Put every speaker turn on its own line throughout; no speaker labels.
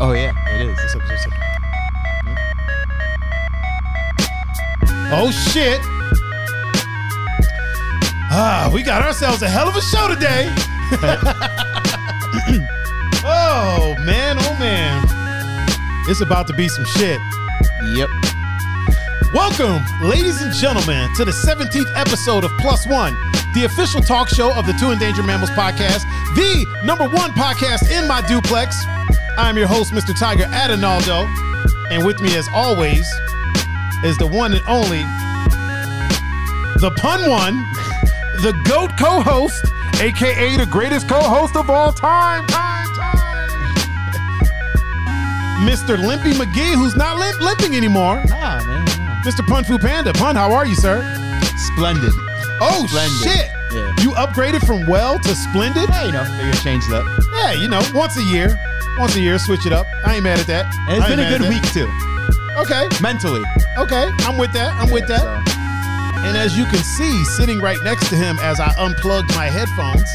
Oh yeah, it is.
This episode's so-
Oh shit! Ah, we got ourselves a hell of a show today. oh man, oh man, it's about to be some shit.
Yep.
Welcome, ladies and gentlemen, to the 17th episode of Plus One, the official talk show of the Two Endangered Mammals podcast, the number one podcast in my duplex. I'm your host, Mr. Tiger Adinaldo, and with me, as always, is the one and only, the pun one, the GOAT co host, aka the greatest co host of all time, time, time, Mr. Limpy McGee, who's not limp- limping anymore.
Ah man. yeah.
Mr. Pun Fu Panda. Pun, how are you, sir?
Splendid.
Oh
Splendid.
shit!
Yeah.
You upgraded from well to splendid.
Yeah, you know, figure change that.
Yeah, you know, once a year, once a year, switch it up. I ain't mad at that.
And it's
I ain't
been a
mad at
good
that.
week too,
Okay,
mentally.
okay, I'm with that. I'm with
Yeah,
that.
so.
And as you can see, sitting right next to him as I unplugged my headphones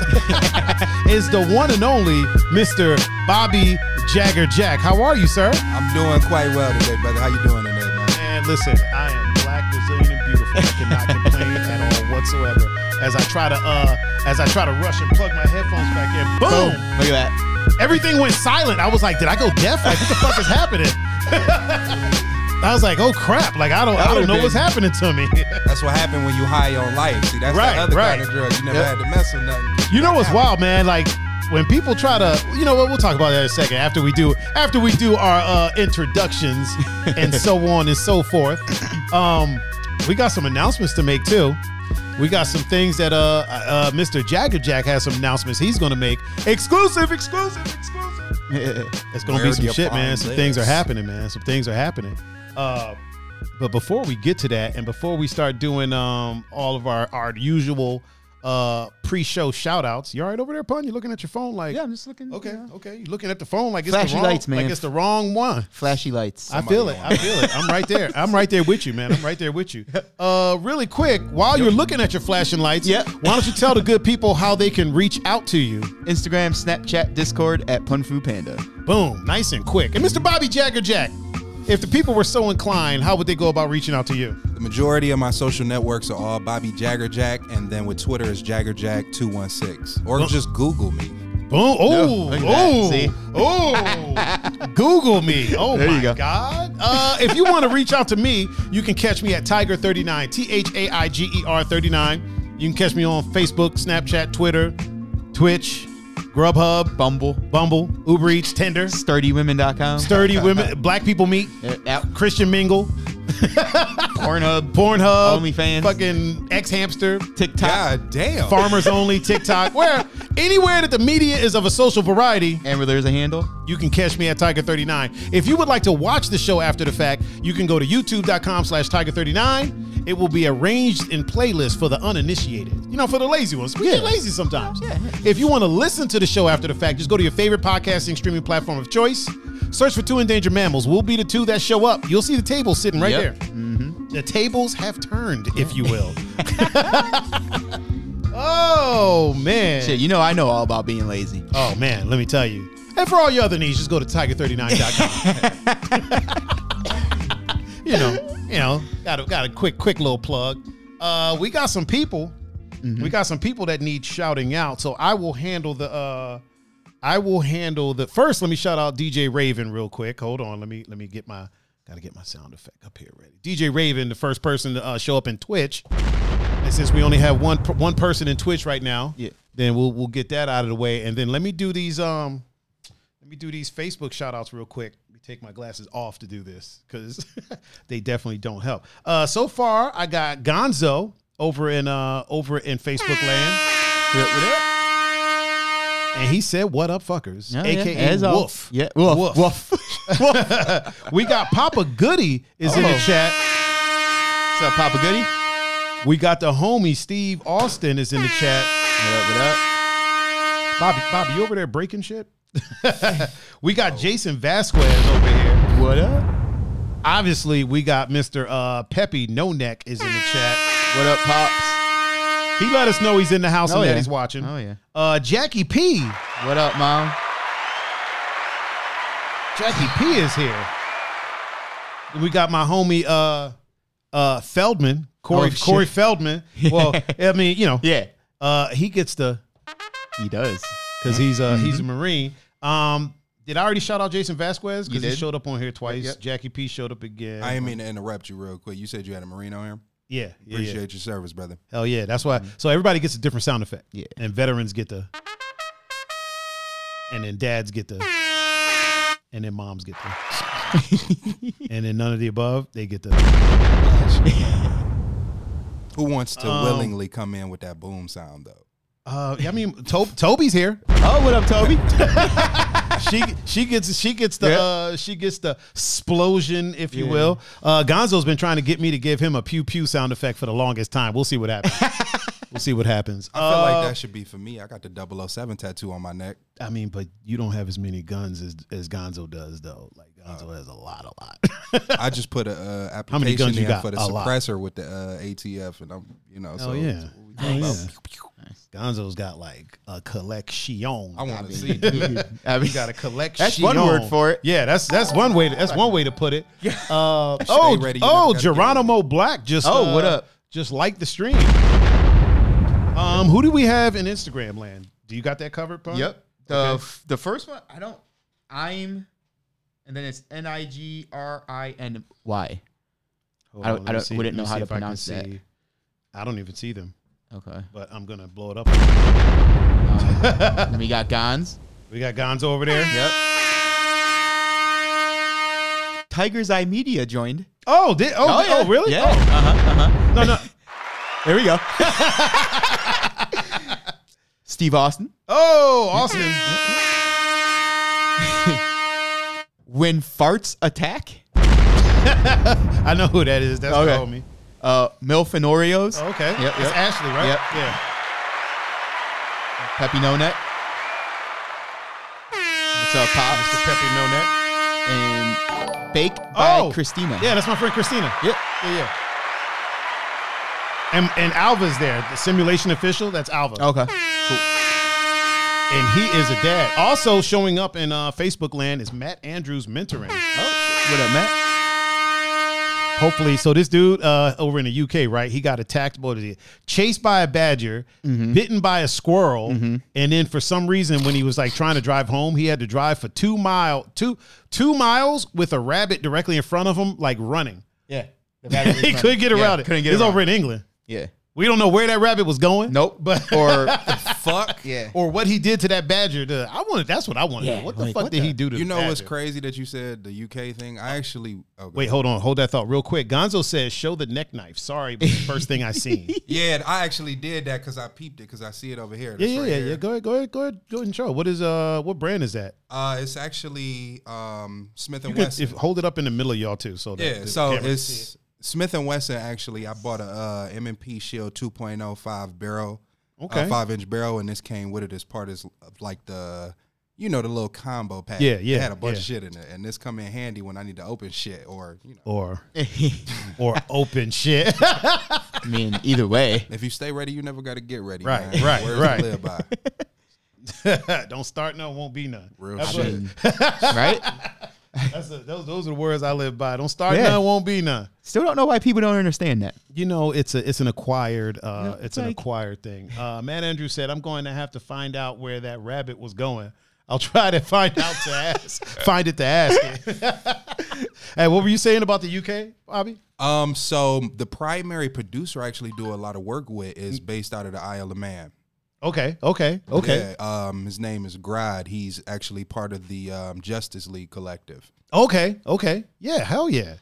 is the one and only Mr. Bobby Jagger Jack. How are you, sir?
I'm doing quite well today, brother. How you doing today, man?
And listen, I am black, Brazilian, and beautiful. I cannot complain at all whatsoever. As I try to uh, as I try to rush and plug my headphones back in, boom!
Look at that.
Everything went silent. I was like, did I go deaf? Like, what the fuck is happening? I was like, oh crap! Like, I don't,
That
I don't
would've
know
been-
what's happening to me.
That's what happened when you high on life. See, that's
Right,
the other
right.
kind of drug. You never
Yep.
had to mess with nothing.
you know what's wild, man? Like, when people try to, you know what? We'll talk about that in a second after we do after we do our uh, introductions and so on and so forth. Um, we got some announcements to make too. We got some things that uh, uh Mr. Jagger Jack has some announcements he's gonna make. Exclusive, exclusive, exclusive. It's gonna
Where
be some
do you
shit, man.
find
Some things are
this?
happening, man. Some things are happening. Uh, but before we get to that, and before we start doing um all of our our usual uh pre-show shout outs, you all right over there, pun? You looking at your phone like
Yeah, I'm just looking.
Okay,
yeah.
okay. You looking at the phone like it's
Flashy
the wrong,
lights, man.
Like it's the wrong one.
Flashy lights.
I feel it.
on
I feel it. I'm right there. I'm right there with you, man. I'm right there with you. Uh, really quick, while you're looking at your flashing lights,
Yeah.
why don't you tell the good people how they can reach out to you?
Instagram, Snapchat, Discord at Pun Fu Panda.
Boom, nice and quick. And Mr. Bobby Jagger Jack, if the people were so inclined, how would they go about reaching out to you?
The majority of my social networks are all Bobby Jagger Jack, and then with Twitter is Jagger Jack two one six, or just Google me.
Boom. Oh,
look at
oh,
that. See?
oh. Google me. Oh
There you
my
go.
God. Uh, if you want to reach out to me, you can catch me at Tiger39, T H A I G E R 39. You can catch me on Facebook, Snapchat, Twitter, Twitch, Grubhub,
Bumble.
Bumble, Uber Eats, Tinder,
SturdyWomen.com.
Sturdy Women, Black People Meet,
App,
Christian Mingle,
Pornhub.
Pornhub,
OnlyFans.
fucking X Hamster,
TikTok.
God damn.
Farmers Only, TikTok, where anywhere that the media is of a social variety,
And where there's a handle.
you can catch me at Tiger39. If you would like to watch the show after the fact, you can go to youtube.com slash Tiger39. It will be arranged in playlists for the uninitiated. You know, for the lazy ones. We get lazy sometimes.
Yeah.
If you want to listen to the show after the fact, just go to your favorite podcasting streaming platform of choice. Search for Two Endangered Mammals. We'll be the two that show up. You'll see the table sitting right
Yep. Mm-hmm.
there. The tables have turned, if you will. oh, man.
Shit, you know I know all about being lazy.
Oh man, let me tell you. And for all your other needs, just go to tiger39.com. you know, you know, got a got a quick quick little plug. Uh, we got some people. We got some people that need shouting out. So I will handle the uh I will handle the first let me shout out DJ Raven real quick. Hold on, let me let me get my gotta get my sound effect up here ready. DJ Raven, the first person to uh, show up in Twitch. And since we only have one per- one person in Twitch right now,
Yeah.
then we'll we'll get that out of the way. And then let me do these um let me do these Facebook shout outs real quick. Let me take my glasses off to do this because they definitely don't help. Uh so far I got Gonzo over in uh over in Facebook land.
What- what up?
And he said, What up fuckers?
Yeah, yeah,
AKA
as al-
Wolf.
Yeah, Wolf.
Woof.
Woof.
we got Papa Goody is in the
Oh.
chat.
What's up, Papa Goody?
We got the homie Steve Austin is in the chat.
What up, what up?
Bobby, Bobby, you over there breaking shit? we got Jason Vasquez over here.
What up?
Obviously, we got Mr. Uh, Peppy No Neck is in the chat.
What up, Pops?
He let us know he's in the house
Oh,
and that
yeah.
he's watching.
Oh, yeah.
Uh, Jackie P.
What up, Mom?
Jackie P is here. And we got my homie uh uh Feldman, Corey
Oh, shit.
Corey Feldman. Well, I mean, you know,
Yeah,
uh he gets the
he does.
because he's uh he's a
Mm-hmm.
Marine. Um did I already shout out Jason Vasquez?
You
Because he
did.
showed up on here twice.
yep.
Jackie P showed up again.
I didn't mean to interrupt you real quick. You said you had a Marino here.
yeah, yeah,
Appreciate
yeah.
your service, brother.
Hell yeah. That's why. So everybody gets a different sound effect.
Mm-hmm. Yeah.
And veterans get the. And then dads get the. And then moms get the. and then none of the above, they get the.
Who wants to
Um,
willingly come in with that boom sound though?
Uh, yeah, I mean, to- Toby's here.
Oh, what up, Toby?
She she gets she gets the
Yeah.
uh, she gets the explosion, if you will. Uh, Gonzo's been trying to get me to give him a pew pew sound effect for the longest time. We'll see what happens. we'll see what happens.
I feel
Uh,
like that should be for me. I got the 007 tattoo on my neck.
I mean, but you don't have as many guns as, as Gonzo does, though. Like
Uh.
Gonzo has a lot, a lot. Oh,
I just put a uh, application
many guns you
in
got?
for the
A lot.
suppressor with the uh, ATF, and I'm you know. So
yeah.
so we
Oh,
talking about-
Gonzo's got like a collection.
I want
mean,
to see. dude.
I mean,
he got a collection.
That's one word for it.
Yeah, that's that's one way. To, that's one way to put it. Uh,
Stay
oh,
ready, you
oh,
never gotta get
Geronimo Black just.
Oh,
uh,
what up?
Just like the stream. Um, who do we have in Instagram land? Do you got that covered, Pun?
yep. The
Okay.
f- the first one, I don't. I'm, and then it's N I G R I N Y.
Hold
I don't-
let
I
me
don't-
see-
wouldn't
let me
know how
see
to
if I can
pronounce that.
see. I don't even see them,
Okay.
but I'm gonna blow it up.
Then we got Gons.
We got Gonzo over there.
Yep. Tiger's Eye Media joined.
Oh, did oh, oh,
yeah.
really?
Yeah. Uh-huh, uh-huh.
Oh, no, no.
There we go. Steve Austin.
Oh, Austin.
When farts attack.
I know who that is. That's
Okay.
the homie.
Uh, Milf and Oreos.
Oh, okay.
Yep,
It's
yep.
Ashley, right?
Yep.
Yeah.
Peppy No Net. What's up, Pops?
Mr. Peppy No Neck.
And Bake by
Oh,
Christina.
Yeah, that's my friend Christina.
Yep.
Yeah, yeah. And, and Alva's there, the simulation official. That's Alva.
Okay.
And he is a dad. Also showing up in uh, Facebook land is Matt Andrews mentoring.
Oh, what up, Matt?
Hopefully, so this dude uh, over in the UK, right? He got attacked, what is he? Chased by a badger,
Mm-hmm.
bitten by a squirrel, and then for some reason, when he was like trying to drive home, he had to drive for two mile two two miles with a rabbit directly in front of him, like running.
Yeah.
he couldn't get around it.
Couldn't get
it's
around
over in England.
Yeah.
We don't know where that rabbit was going.
Nope. But or
Fuck
yeah.
Or what he did to that badger. To, I wanted. That's what I wanted. to know.
Yeah,
What the
like,
fuck
what
did
the-
he do to?
You
the
know what's
badger?
crazy that you said the UK thing. I actually oh,
Wait, hold on. Hold that thought real quick. Gonzo says, "Show the neck knife." Sorry, but the first thing I seen.
Yeah, I actually did that because I peeped it because I see it over here.
Yeah,
This
yeah,
right
yeah,
here.
yeah. Go ahead, go ahead, go ahead, go ahead and show. What is uh, what brand is that?
Uh, it's actually um, Smith
You
and
could, if,
Wesson.
hold it up in the middle of y'all too. So that
Yeah,
the
so
camera-
it's Smith and Wesson. Actually, I bought a uh, M&P Shield 2.0 five barrel,
Okay.
uh, five inch barrel, and this came with it as part of like the, you know, the little combo pack.
Yeah,
It
yeah,
had a bunch
yeah.
of shit in it, and this come in handy when I need to open shit or you know.
or or open shit.
I mean, either way.
If you stay ready, you never got to get ready.
Right,
man.
right,
Words to
right.
live by.
Don't start none, won't be none.
Real
that's
shit.
what-
right?
that's the- those those are the words I live by. Don't start
Yeah.
none, won't be none.
Still don't know why people don't understand that.
you know it's a it's an acquired uh
Yeah,
it's an
like-
acquired thing uh matt andrew said i'm going to have to find out where that rabbit was going i'll try to find out to ask find it to ask it hey what were you saying about the uk bobby
Um, so the primary producer I actually do a lot of work with is
Mm.
based out of the Isle of Man.
okay okay okay
Yeah, um, his name is Grod. He's actually part of the um, Justice League Collective.
okay okay yeah hell yeah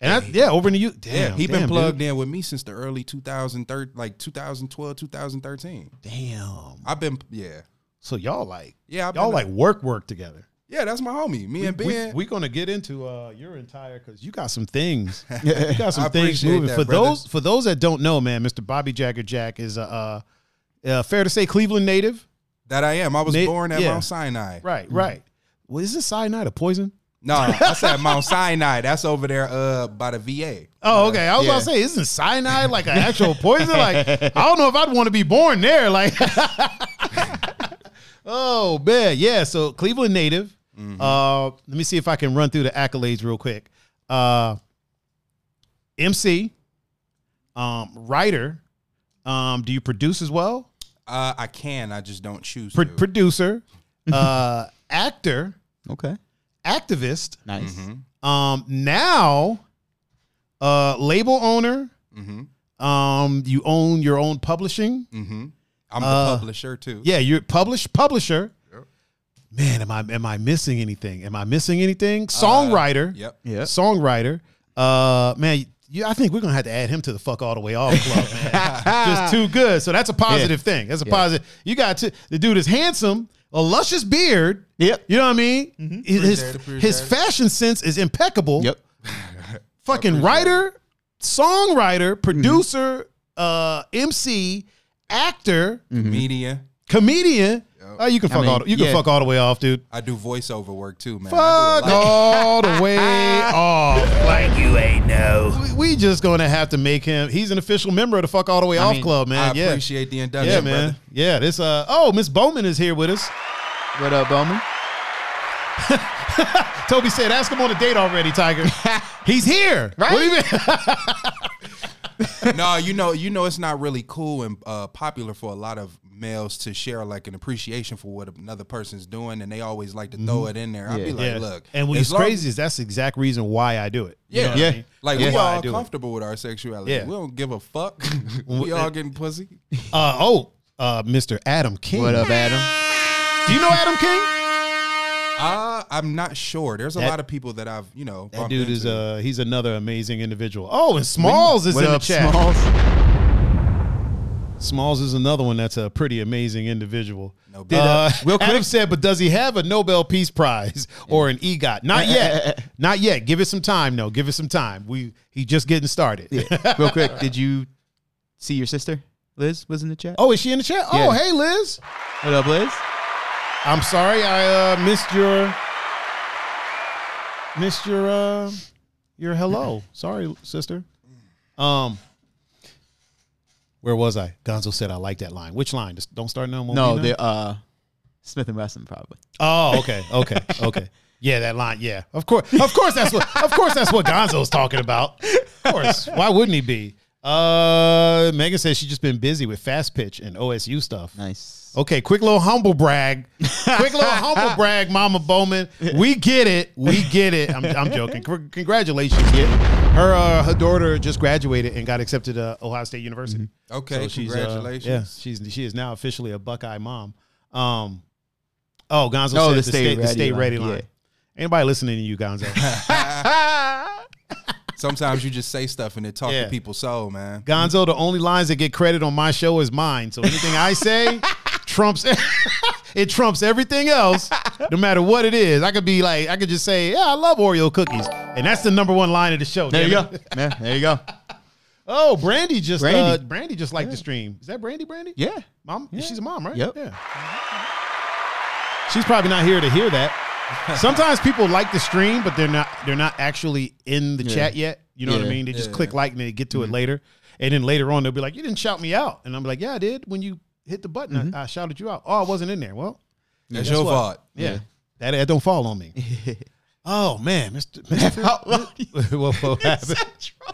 and I, yeah over in the u damn
he
damn,
been plugged
dude.
in with me since the early 2013, like 2012, 2013.
damn
I've been, yeah,
so y'all like
yeah, I've
y'all
been,
like work work together
yeah. That's my homie, me and
we,
Ben.
we gonna get into uh, your entire because you got some things. you got some
I
things
appreciate
moving.
that,
for
brother.
those for those that don't know, man, Mr. Bobby Jagger Jack is a uh, uh, fair to say Cleveland native.
that I am. I was
Nate-
born at
yeah.
Mount Sinai.
Right, right. Well, is this cyanide a poison?
No, I said Mount Sinai. That's over there, uh, by the VA.
Oh, okay. I was about to
Yeah.
say, isn't cyanide like an actual poison? Like, I don't know if I'd want to be born there. Like, oh man, yeah. So Cleveland native, Uh, let me see if I can run through the accolades real quick. Uh, MC, um, writer. Um, do you produce as well?
Uh, I can. I just don't choose.
Pro-
to.
Producer, uh, actor,
Okay.
activist.
Nice.
Um, now, uh, label owner.
Mhm.
Um, you own your own publishing.
Mm. I'm the
uh,
publisher too.
Yeah, you're published publisher. Man, am I am I missing anything? Am I missing anything? Songwriter.
Uh, Yep.
Yeah.
Songwriter. Uh, man, you, I think we're gonna have to add him to the fuck all the way off club. man. Just too good. So that's a positive thing. That's a positive. You got to the dude is handsome, a luscious beard.
Yep.
You know what I mean? His his,
Appreciate it,
his
appreciate
fashion sense is impeccable.
Mm-hmm. Yep.
Fucking writer,
Mm-hmm.
songwriter, producer, uh, MC, actor Mm-hmm.
Media.
comedian. Oh, you can fuck
mean,
all. The, you can
yeah.
fuck all the way off, dude.
I do voiceover work too, man. I
Fuck
do a lot.
all the way off. Oh, Like you ain't know. We, we just gonna have to make him. He's an official member of the fuck all the way off
mean,
club, man.
I
yeah,
appreciate the induction,
yeah, man.
brother.
Yeah, this. Uh oh, Miss Bowman is here with us.
What up, Bowman?
Toby said, "Ask him on a date already, Tiger." He's here, right? What do you mean?
no, you know, you know, it's not really cool and uh, popular for a lot of males to share like an appreciation for what another person's doing, and they always like to throw
Mm-hmm.
it in there. I'd be
Yeah.
like, look,
and what's
as long-
crazy is that's the exact reason why I do it. You know
Yeah,
what I
Yeah.
mean?
Like
That's
we
why I
all
do it.
comfortable with our sexuality.
Yeah.
We don't give a fuck. we all getting pussy.
Uh oh, uh, Mr. Adam King.
What up, Adam?
Do you know Adam King?
Uh, I'm not sure. There's a
That-
lot of people that I've you know.
That
bumped
dude is
into.
uh he's another amazing individual. Oh, and Smalls is
What
up.
up,
chat.
Smalls?
Smalls is another one that's a pretty amazing individual.
No
Did, uh,
doubt.
Real quick-
Adam said, but does he have a Nobel Peace Prize or an E EGOT? Not yet. Not yet. Give it some time. No, give it some time. We he just getting started.
Yeah. Real quick, did you see your sister? Liz was in the chat.
oh, is she in the chat? Oh,
Yeah.
hey Liz.
What up, Liz?
I'm sorry I uh, missed your missed your uh, your hello. Sorry, sister. Um, where was I? Gonzo said I like that line. Which line? Just don't start no more.
No, the uh, Smith and Wesson probably.
Oh, okay, okay, okay. Yeah, that line. Yeah, of course, of course. That's what, of course, that's what Gonzo's talking about. Of course, why wouldn't he be? Uh, Megan says she's just been busy with fast pitch and OSU stuff.
Nice.
Okay, quick little humble brag. Quick little humble brag, Mama Bowman. We get it. We get it. I'm, I'm joking. Cr- Congratulations. Her uh, her daughter just graduated and got accepted to Ohio State University.
Mm-hmm. okay.
So she's, uh,
congratulations.
yeah, she's she is now officially a Buckeye mom. Um, oh, Gonzo
No,
said
the
the
stay
state, the
ready
state
line.
ready
Yeah.
line. Anybody listening to you, Gonzo?
Sometimes you just say stuff and it talk
Yeah.
to people's soul, man.
Gonzo, the only lines that get credit on my show is mine. So anything I say trumps it trumps everything else, no matter what it is. I could be like, I could just say, yeah, I love Oreo cookies, and that's the number one line of the show.
There you
damn
go.
it.
Yeah, there you go.
Oh, Brandy just Brandy,
Brandy.
uh, Brandy just liked the stream. Is that Brandy? Brandy?
Yeah.
Mom, she's a mom, right?
Yep.
Yeah. Mm-hmm. She's probably not here to hear that. Sometimes people like the stream, but they're not they're not actually in the chat yet. You know what I
Yeah.
mean? They just
Yeah.
click like and they get to it later. And then later on they'll be like, You didn't shout me out. And I'm like, Yeah, I did. When you hit the button, I, I shouted you out. Oh, I wasn't in there. Well,
That's
guess
your
what?
fault.
yeah. That ad don't fall on me. oh man, Mr. Mr. what, what happened?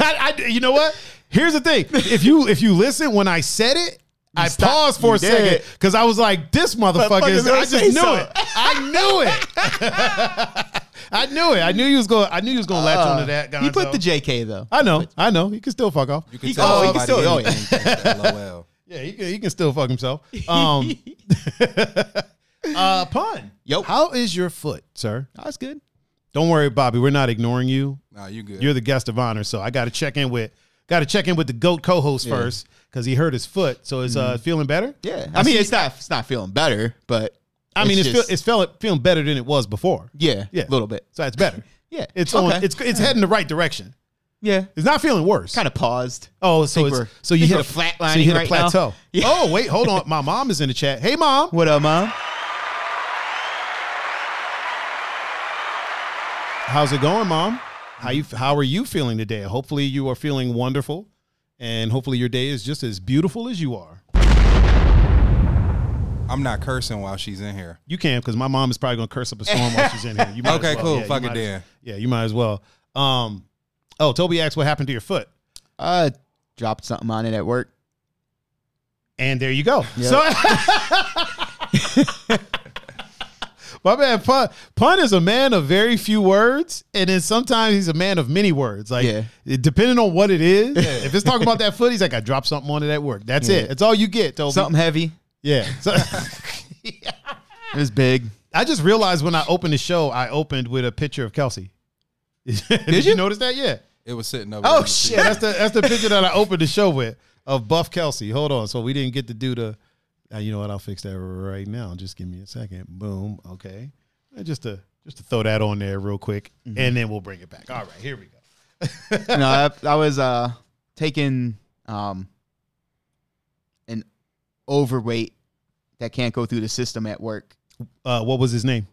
I, I- you know what? Here's the thing. If you if you listen when I said it, I
stopped.
paused for
You
a second
did.
because I was like, "This motherfucker
Motherfucker's
is."
gonna
I just
say
knew
so.
it. I knew it. I knew it. I knew you was going. I knew you was going to latch onto that. Gonzo.
Uh, He put the JK though.
I know. I know. He can still fuck off.
You can
He-
tell
oh, he can
somebody
still- oh, yeah.
anything thinks that LOL.
Yeah, he can. He can still fuck himself. Um, uh, pun.
Yo.
How is your foot, sir?
That's good.
Don't worry, Bobby. We're not ignoring you.
Nah, you good.
You're the guest of honor, so I got to check in with got to check in with the goat co-host first because he hurt his foot. So is uh feeling better?
Mm-hmm. Yeah.
I, mean, it's not.
not it's not feeling better, but
I mean, it's
just-
feel, it's feeling feeling better than it was before.
yeah,
Yeah.
yeah, a little bit.
So that's better.
Yeah.
It's
okay.
on. It's it's heading the right direction.
yeah.
It's not feeling worse.
Kind of paused.
Oh, so
think
it's,
we're-
so you
think we're
hit a So you
flatlining
hit a
right now.
plateau.
Yeah.
Oh wait, hold on. My mom is in the chat. Hey mom.
What up, mom?
How's it going, Mom? How you how are you feeling today? Hopefully you are feeling wonderful and hopefully your day is just as beautiful as you are.
I'm not cursing while she's in here.
You can because my mom is probably gonna curse up a storm while she's in here. You might as
Okay,
well.
cool.
you
Fuck it
might as-
then.
Yeah, you might as well. Um, oh, Toby asked what happened to your foot,
Uh, dropped something on it at work.
and there you go. So, my man, pun, pun is a man of very few words, and then sometimes he's a man of many words. Like
Yeah.
it- depending on what it is, if it's talking about that foot, he's like, I dropped something on it at work. That's it. That's all you get, Toby.
Something heavy.
Yeah. So,
It was big.
I just realized when I opened the show, I opened with a picture of Kelsey. Did, you
you?
notice that? Yeah.
It was sitting up.
Oh shit! That's the that's the picture that I opened the show with of Buff Kelsey. Hold on, so we didn't get to do the. Uh, you know what? I'll fix that right now. Just give me a second. Boom. Okay. Uh, Just to just to throw that on there real quick,
Mm-hmm.
and then we'll bring it back. All right, here we go.
no, I, I was uh taking um an overweight that can't go through the system at work.
Uh, what was his name?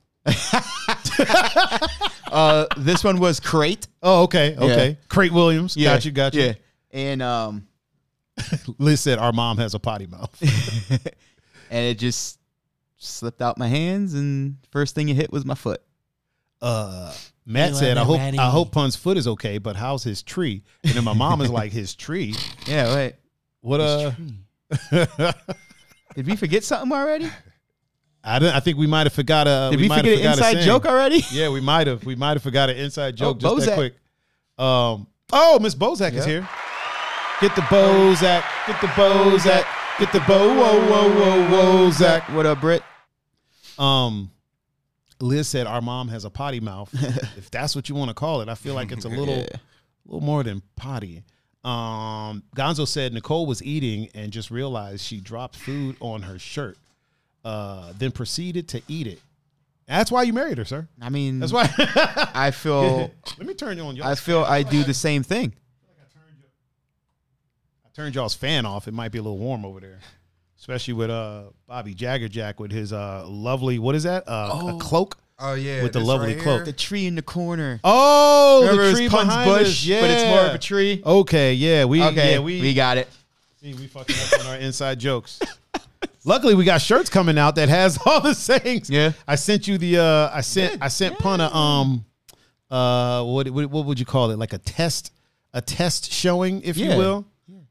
Uh, this one was crate.
Oh, okay, okay. Crate Williams. Got you, got you.
Yeah, and um,
Liz said our mom has a potty mouth.
and it just slipped out my hands, and first thing it hit was my foot.
uh Matt said, "I hope I hope Pun's foot is okay, but how's his tree?" And then my mom is like, "His tree?
Yeah, wait.
What uh?"
Did we forget something already?
I don't. I think we might have forgot a.
Did we,
might have
forget an
forgot a
inside
saying.
joke already?
Yeah, we might have. We might have forgot an inside joke just that
Oh, Bozak.
quick. Um. Oh, Miss Bozak is here. Get the Bozak. Get the Bozak. Get the Bo. Whoa, whoa, whoa, Bozak.
What up, Britt?
Um, Liz said our mom has a potty mouth. if that's what you want to call it, I feel like it's a little,
Yeah.
little more than potty. Um, Gonzo said Nicole was eating and just realized she dropped food on her shirt, uh, then proceeded to eat it. That's why you married her, sir.
I mean,
That's why.
I feel
Let me turn you on. Y'all.
I feel I do the same thing.
I turned y'all's fan off. It might be a little warm over there, especially with uh Bobby Jagger Jack with his uh lovely what is that uh, a cloak.
Oh yeah.
With the
this
lovely
right
cloak.
here?
The tree in the corner.
Oh,
Remember
the
it was
tree
Pun's
behind
bush,
us.
but it's more of
Yeah.
a tree.
Okay, yeah, we
Okay,
yeah, we
we, got it.
see, we fucking up on our inside jokes. Luckily, we got shirts coming out that has all the sayings.
Yeah.
I sent you the uh, I sent I sent Pun a um, uh, what, what what would you call it? Like a test, a test showing, if you
Yeah.
will.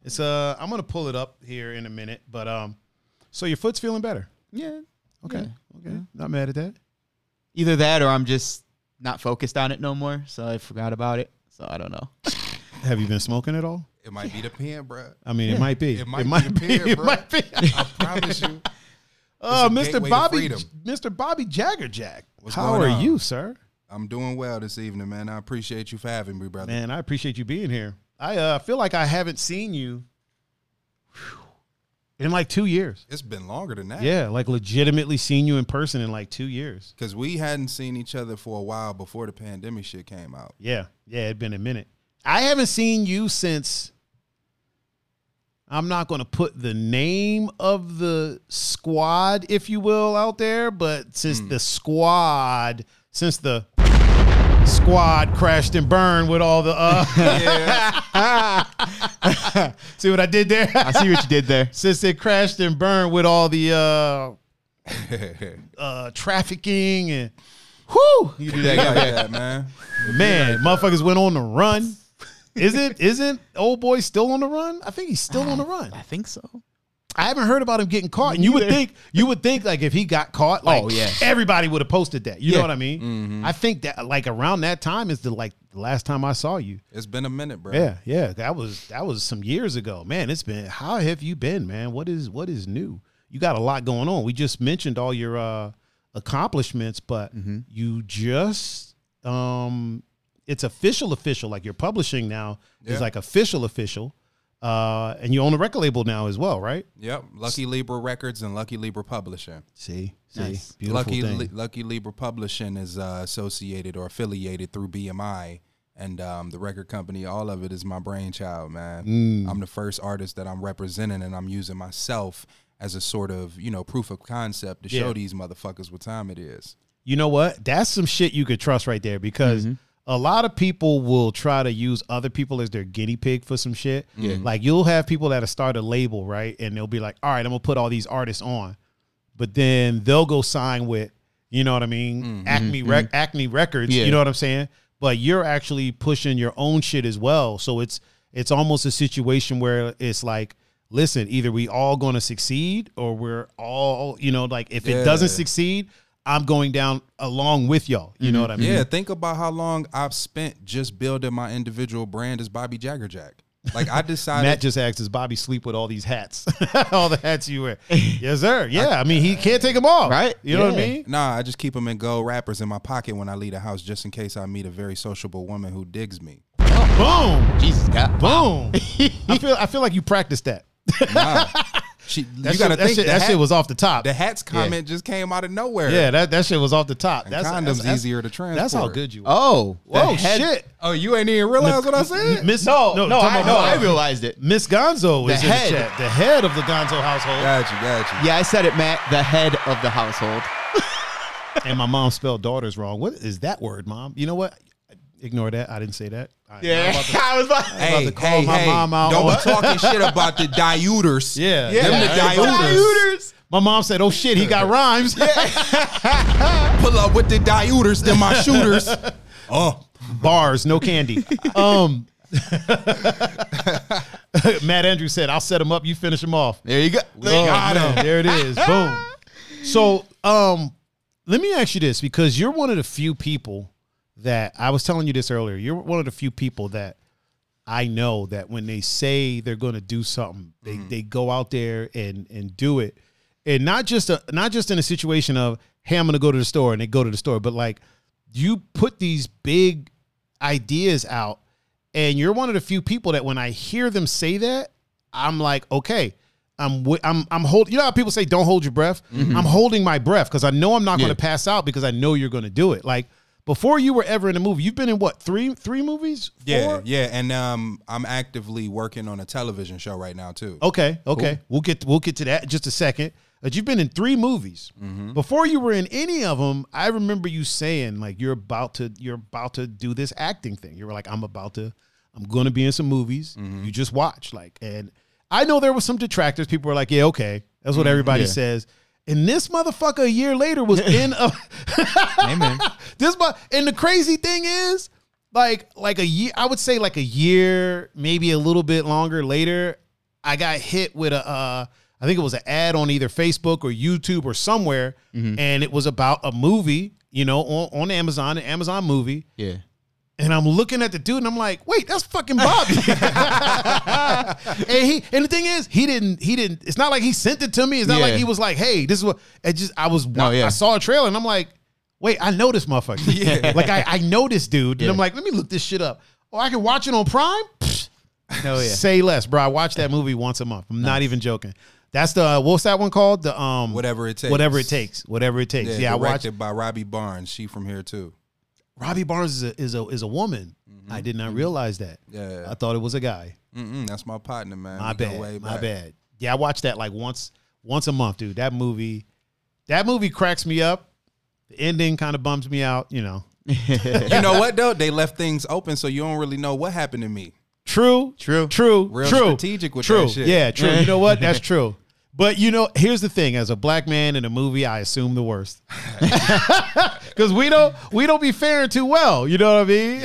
It's uh, I'm gonna pull it up here in a minute, but um, so your foot's feeling better.
Yeah.
Okay, okay, not mad at that.
Either that or I'm just not focused on it no more. So I forgot about it. So I don't know.
Have you been smoking at all?
It might be the pen, bro.
I mean, it might be.
It might be the pen,
it
bruh.
might be.
I promise you.
Uh,
It's
Mr.
a gateway to
Bobby,
freedom.
Mr. Bobby Jagger Jack.
What's
How
going
are
on?
you, sir?
I'm doing well this evening, man. I appreciate you for having me, brother.
Man, I appreciate you being here. I uh, feel like I haven't seen you whew, in like two years.
It's been longer than that.
Yeah, like legitimately seen you in person in like two years.
Cause we hadn't seen each other for a while before the pandemic shit came out.
Yeah, yeah, it'd been a minute. I haven't seen you since. I'm not going to put the name of the squad, if you will, out there, but since the squad, since the squad crashed and burned with all the. Uh, see what I did there?
I see what you did there.
since it crashed and burned with all the uh, uh, trafficking and. Whew!
You do
Like
that.
that, man.
Man, motherfuckers went on the run. Isn't isn't old boy still on the run? I think he's still on the run.
I think so.
I haven't heard about him getting caught. And you would think you would think like if he got caught, like
Oh, yeah.
everybody would have posted that. You know
Yeah. Mm-hmm.
what I mean? I think that like around that time is the like the last time I saw you.
It's been a minute, bro.
Yeah, yeah. That was that was some years ago. Man, it's been how have you been, man? What is what is new? You got a lot going on. We just mentioned all your uh accomplishments, but
Mm-hmm.
you just um it's official official. Like your publishing now
Yeah.
is like official official. Uh and you own a record label now as well, right?
Yep. Lucky Libra Records and Lucky Libra Publishing.
See, see,
Nice.
beautiful
Lucky
thing.
Li- Lucky Libra Publishing is uh, associated or affiliated through BMI and um, the record company. All of it is my brainchild, man.
Mm.
I'm the first artist that I'm representing, and I'm using myself as a sort of you know proof of concept to
Yeah.
show these motherfuckers what time it is.
you know what? That's some shit you could trust right there because a lot of people will try to use other people as their guinea pig for some shit. Like you'll have people that'll start a label, right? And they'll be like, all right, I'm gonna put all these artists on. but then they'll go sign with, you know what I mean, Acme Rec- Acme Records.
Yeah.
You know what I'm saying? But you're actually pushing your own shit as well. So it's it's almost a situation where it's like, listen, either we all going to succeed or we're all, you know, like if it doesn't
Yeah.
succeed, I'm going down along with y'all. You know what I mean?
Mm-hmm. Yeah, think about how long I've spent just building my individual brand as Bobby Jagger Jack. Like I decided
Matt just asked, "Does Bobby sleep with all these hats? all the hats you wear?" yes, sir. Yeah, I mean he can't take them off,
Right?
You know what I
Yeah.
mean?
Nah, I just keep them in gold wrappers in my pocket when I leave the house, just in case I meet a very sociable woman who digs me.
Boom,
Jesus God.
boom. I feel I feel like you practiced that.
Nah, she,
That shit,
you gotta
that
think
shit-
the,
that
hat-
shit was off the top.
the hat's comment just came out of nowhere.
yeah, that, that shit was off the top.
and
that's
condoms
that's, that's-
easier to transport.
That's how good you. Are.
Oh, the
Whoa,
head-
shit!
Oh, you ain't even realize what I said.
Miss
No, no,
talking
I,
about-
no, I realized it.
Miss Gonzo is
The
in
head.
the chat. The head of the Gonzo household,
Got you, got you.
Yeah, I said it, Matt. The head of the household.
and my mom spelled daughters wrong. What is that word, mom? You know what? Ignore that. I didn't say that. I- I'm about to-
I was like,
Hey,
to call
hey,
my
hey,
mom out
don't
on-
be talking shit about the diuters.
Yeah.
them
Yeah.
the diuters.
Diuters.
My mom said, "Oh shit, he got rhymes."
Pull up with the diuters, then my shooters. oh,
Bars, no candy. Um, Matt Andrews said, "I'll set him up. You finish him off."
There you go.
Oh,
got
man, There it is. Boom. So, um, let me ask you this because you're one of the few people that I was telling you this earlier. You're one of the few people that I know that when they say they're going to do something, they, they go out there and and do it, and not just a not just in a situation of hey I'm going to go to the store and they go to the store, but like you put these big ideas out, and you're one of the few people that when I hear them say that, I'm like okay. I'm wi- I'm I'm hold. You know how people say don't hold your breath. I'm holding my breath because I know I'm not going to pass out because I know you're going to do it. Like before you were ever in a movie, you've been in what three three movies?
yeah,
Four?
yeah. And um, I'm actively working on a television show right now too.
Okay, okay. We'll get we'll get to that in just a second. But you've been in three movies. Before you were in any of them, I remember you saying like you're about to you're about to do this acting thing. You were like I'm about to I'm going to be in some movies. You just watch like and I know there was some detractors. People were like, "Yeah, okay." That's what everybody says. And this motherfucker a year later was in a
Amen.
this but and the crazy thing is like like a year i would say like a year maybe a little bit longer later i got hit with a uh i think it was an ad on either facebook or youtube or somewhere and it was about a movie you know on, on amazon an amazon movie
Yeah.
and I'm looking at the dude and I'm like, wait, that's fucking Bobby. and he and the thing is, he didn't he didn't it's not like he sent it to me. It's not like
Yeah.
he was like, hey, this is what it just I was
No, yeah.
I saw a trailer and I'm like, wait, I know this motherfucker.
Yeah.
Like I, I know this dude. And I'm like, let me look this shit up. Oh, I can watch it on Prime? Pfft,
No, yeah.
Say less, bro. I watch that movie once a month. I'm not even joking. That's the what's that one called? The um
Whatever It Takes.
Whatever it takes. Whatever it takes.
Yeah,
Yeah, I watched
directed by Robbie Barnes. She from here too.
Robbie Barnes is a is a, is a woman. I did not realize that.
Mm-hmm. Yeah.
I thought it was a guy.
Mm-mm, that's my partner, man.
My
We go
bad.
way
my
back.
bad. Yeah, I watched that like once once a month, dude. That movie, that movie cracks me up. The ending kind of bums me out. You know,
You know what though? They left things open, so you don't really know what happened to me.
True.
True.
True.
Real
true.
strategic with
true.
that shit.
Yeah, true. You know what? That's true. But you know, here's the thing: as a black man in a movie, I assume the worst because we don't we don't be faring too well. You know what I mean?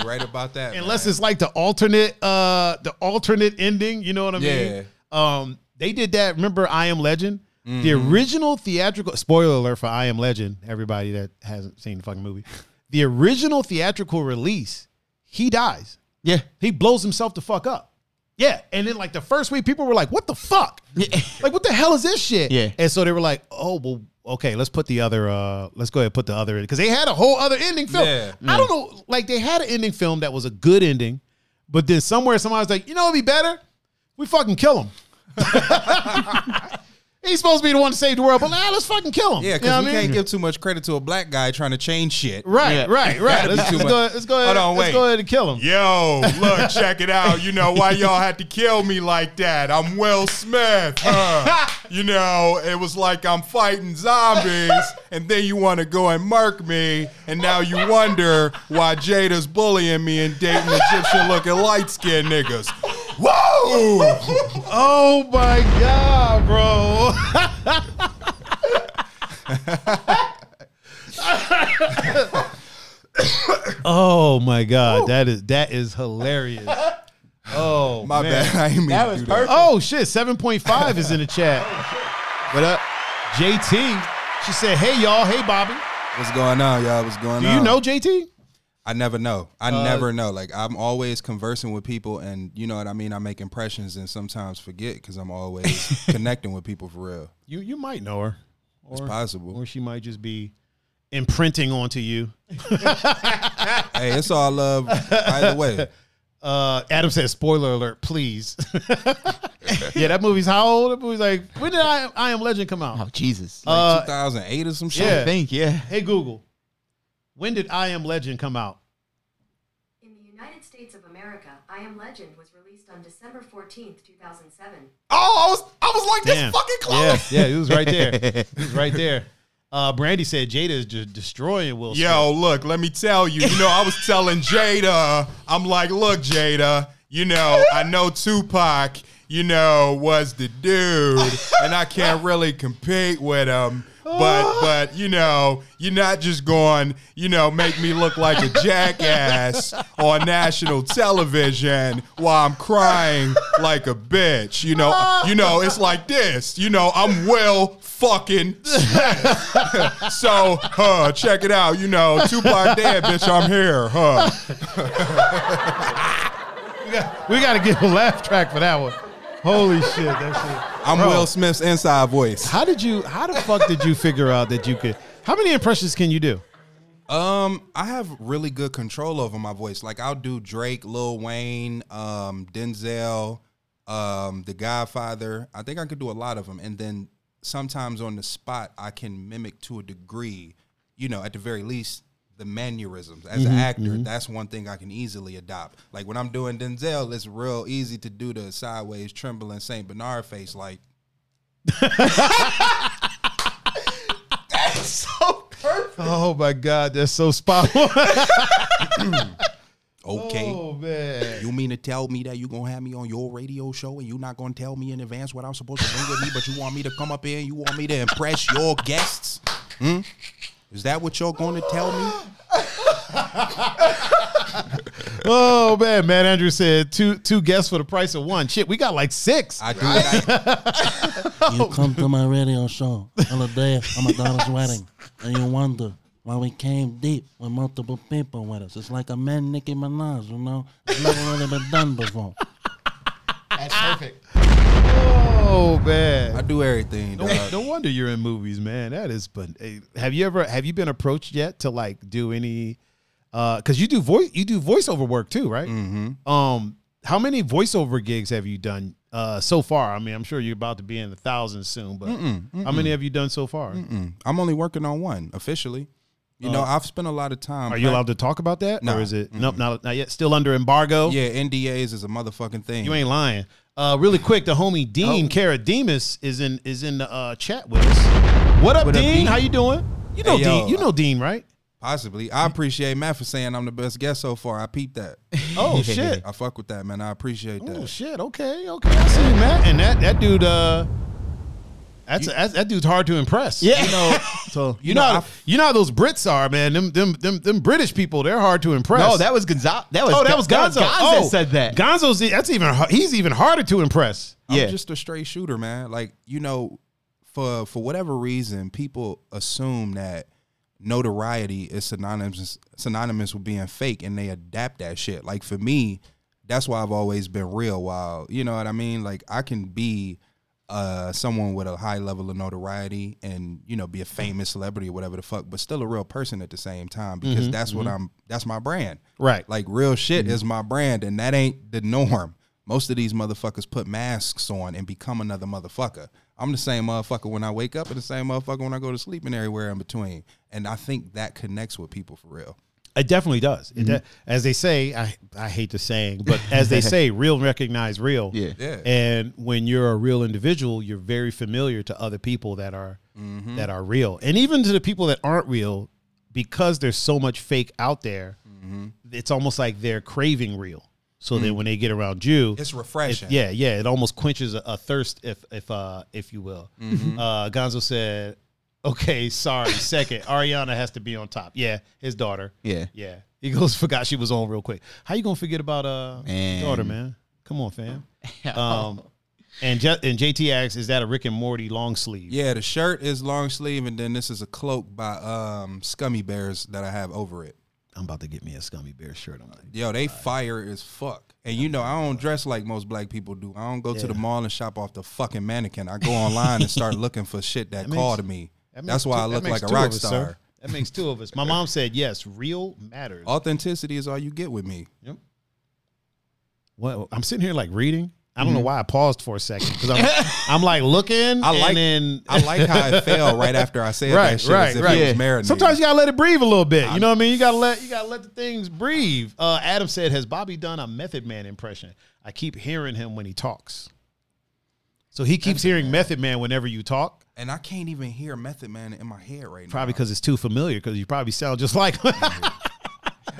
You right about that?
unless
man.
it's like the alternate uh the alternate ending you know what i mean um they did that remember i am legend the
Mm-hmm.
original theatrical spoiler alert for i am legend everybody that hasn't seen the fucking movie the original theatrical release he dies
Yeah.
he blows himself the fuck up yeah and then like the first week people were like what the fuck like what the hell is this shit
Yeah.
and so they were like oh well okay let's put the other uh let's go ahead and put the other in because they had a whole other ending film
Yeah.
i don't know like they had an ending film that was a good ending but then somewhere somebody was like you know it'd be better we fucking kill him he's supposed to be the one to save the world but nah, let's fucking kill him You
yeah,
know
because
what
we
I mean?
can't give too much credit to a black guy trying to change shit.
Right,
Yeah.
right, right.
That'd be
Let's,
too
let's
much.
go, let's go ahead.
Hold on,
let's
wait.
go ahead and kill him.
Yo, look, check it out. You know why y'all had to kill me like that? I'm Will Smith. huh? You know, it was like I'm fighting zombies, and then you want to go and murk me, and now you wonder why Jada's bullying me and dating Egyptian-looking light-skinned niggas. Whoa!
Oh my god, bro! Oh my god, that is that is hilarious. Oh
My
man.
bad. I didn't mean
That
to
was
do
perfect. Oh,
Oh shit, seven point five is in the chat.
What up?
JT, she said, "Hey y'all, hey Bobby,
that. What's going on, y'all? What's going
do
on?
you know JT?"
I never know. I never know. Like I'm always conversing with people, and you know what I mean. I make impressions and sometimes forget because I'm always connecting with people for real.
You you might know her, or,
It's possible.
or she might just be imprinting onto you.
hey, it's all love either way.
Uh, Adam said, "Spoiler alert, please." yeah, that movie's how old? That movie's like when did I I Am Legend come out?
Oh Jesus!
Like
Uh,
2008 or some shit.
I
yeah.
think yeah.
Hey Google, when did I Am Legend come out?
In the United States of America, I Am Legend was released on December 14th, 2007.
Oh, I was I was like
Damn.
this fucking close.
Yeah, yeah, it was right there. It was right there. Uh, Brandy said Jada is just destroying Will. Smith.
Yo, look, let me tell you. You know, I was telling Jada, I'm like, look, Jada, you know, I know Tupac, you know, was the dude, and I can't really compete with him. But but you know, you're not just going, you know, make me look like a jackass on national television while I'm crying like a bitch. You know, you know, it's like this. You know, I'm Will fucking so, huh, check it out. You know, Tupac dead, bitch, I'm here, huh?
We got to get a laugh track for that one. Holy shit, that shit.
I'm Will Smith's inside voice.
How did you? How the fuck did you figure out that you could? How many impressions can you do?
Um, I have really good control over my voice. Like, I'll do Drake, Lil Wayne, um, Denzel, um, The Godfather. I think I could do a lot of them. And then sometimes on the spot, I can mimic to a degree, you know, at the very least, the mannerisms. As an actor, that's one thing I can easily adopt. Like, when I'm doing Denzel, it's real easy to do the sideways, trembling St. Bernard face. Like,
Oh my god, that's so spot on.
okay.
Oh. man.
You mean to tell me that you gonna have me on your radio show and you not gonna tell me in advance what I'm supposed to bring with me, but you want me to come up here and you want me to impress your guests? Hmm? Is that what you're gonna tell me?
Oh man, man. Andrew said two two guests for the price of one. Shit, we got like six.
I do. I,
Oh.
You come to my radio show on the day of my daughter's wedding, and you wonder why we came deep with multiple people with us. It's like a man Nicki Minaj, you know? It's never really been done before.
That's perfect.
Oh man.
I do everything.
No,
dog.
no wonder you're in movies, man. That is, but eh, have you ever have you been approached yet to like do any? Because you do voice, you do voiceover work too, right? Mm-hmm. Um, how many voiceover gigs have you done uh so far? I mean, I'm sure you're about to be in the thousands soon, but how many have you done so far?
I'm only working on one officially. You know, I've spent a lot of time.
Oh. Are you allowed to talk about that,
Nah.
or is it nope, not not yet? Still under embargo.
Yeah, NDAs is a motherfucking thing.
You ain't lying. Uh, really quick, the homie Dean
Oh.
Carademus is in is in the uh, chat with us. What up,
What up,
Dean?
Dean?
How you doing? You know
Hey, yo.
Dean. You know Dean, right?
Possibly. I appreciate Matt for saying I'm the best guest so far. I peeped that.
Oh shit.
I fuck with that, man. I appreciate that.
Oh shit! Okay, okay, I see you, Matt. And that that dude, uh, that's, that's that dude's hard to impress. Yeah, you know, so you, know,
know,
how,
I-
you know how those Brits are, man. Them them them them British people, they're hard to impress.
No, that was Gonzalez. That was
oh, that was Gonzo.
Gonzo
oh,
said that.
Gonzo's that's even har- he's even harder to impress.
Yeah.
I'm just a straight shooter, man. Like, you know, for for whatever reason, people assume that notoriety is synonymous synonymous with being fake and they adapt that shit. Like for me, that's why I've always been real while, you know what I mean? Like I can be uh someone with a high level of notoriety and, you know, be a famous celebrity or whatever the fuck, but still a real person at the same time because that's what I'm that's my brand.
Right. Mm-hmm.
Like real shit is my brand, and that ain't the norm. Most of these motherfuckers put masks on and become another motherfucker. I'm the same motherfucker when I wake up and the same motherfucker when I go to sleep and everywhere in between. And I think that connects with people for real.
It definitely does.
Mm-hmm.
It de- as they say, I I hate the saying, but as they say, real recognize real.
Yeah.
Yeah.
And when you're a real individual, you're very familiar to other people that are
Mm-hmm.
that are real, and even to the people that aren't real, because there's so much fake out there.
Mm-hmm.
It's almost like they're craving real. So then when they get around you,
Mm. It's refreshing.
it- yeah,
Mm-hmm.
yeah. It almost quenches a, a thirst, if if uh, if you will. Uh, Gonzo said, Okay, sorry. Second, Ariana has to be on top. Yeah, his daughter.
Yeah.
Yeah. He goes, forgot she was on real quick. How you gonna forget about uh
Man.
daughter, man? Come on, fam. Um and J- and JT asks, is that a Rick and Morty long sleeve?
Yeah, the shirt is long sleeve, and then this is a cloak by um Scummy Bears that I have over it.
I'm about to get me a scummy bear shirt. I'm like,
Yo, they fire as fuck. And you know, I don't dress like most black people do. I don't go to the mall and shop off the fucking mannequin. I go online and start looking for shit that,
That
call
makes-
to me.
that
That's
makes
why
two-
I
that
look
makes
like a
two of
rock
us,
star.
sir. That makes two of us. My mom said, yes, real matters.
Authenticity is all you get with me.
Well, I'm sitting here like reading. I don't know why I paused for a second because I'm, I'm like looking.
Mm-hmm. I like
and then,
I like how it fell right after I said
Right,
that shit
right,
as if
right.
it
Yeah.
was marinated.
Sometimes you gotta let it breathe a little bit. You know what I mean? You gotta let you gotta let the things breathe. Uh, Adam said, "Has Bobby done a Method Man impression? I keep hearing him when he talks. So he keeps hearing Method Man whenever you talk,
and I can't even hear Method Man in my head right now.
probably because it's too familiar. Because you probably sound just like him.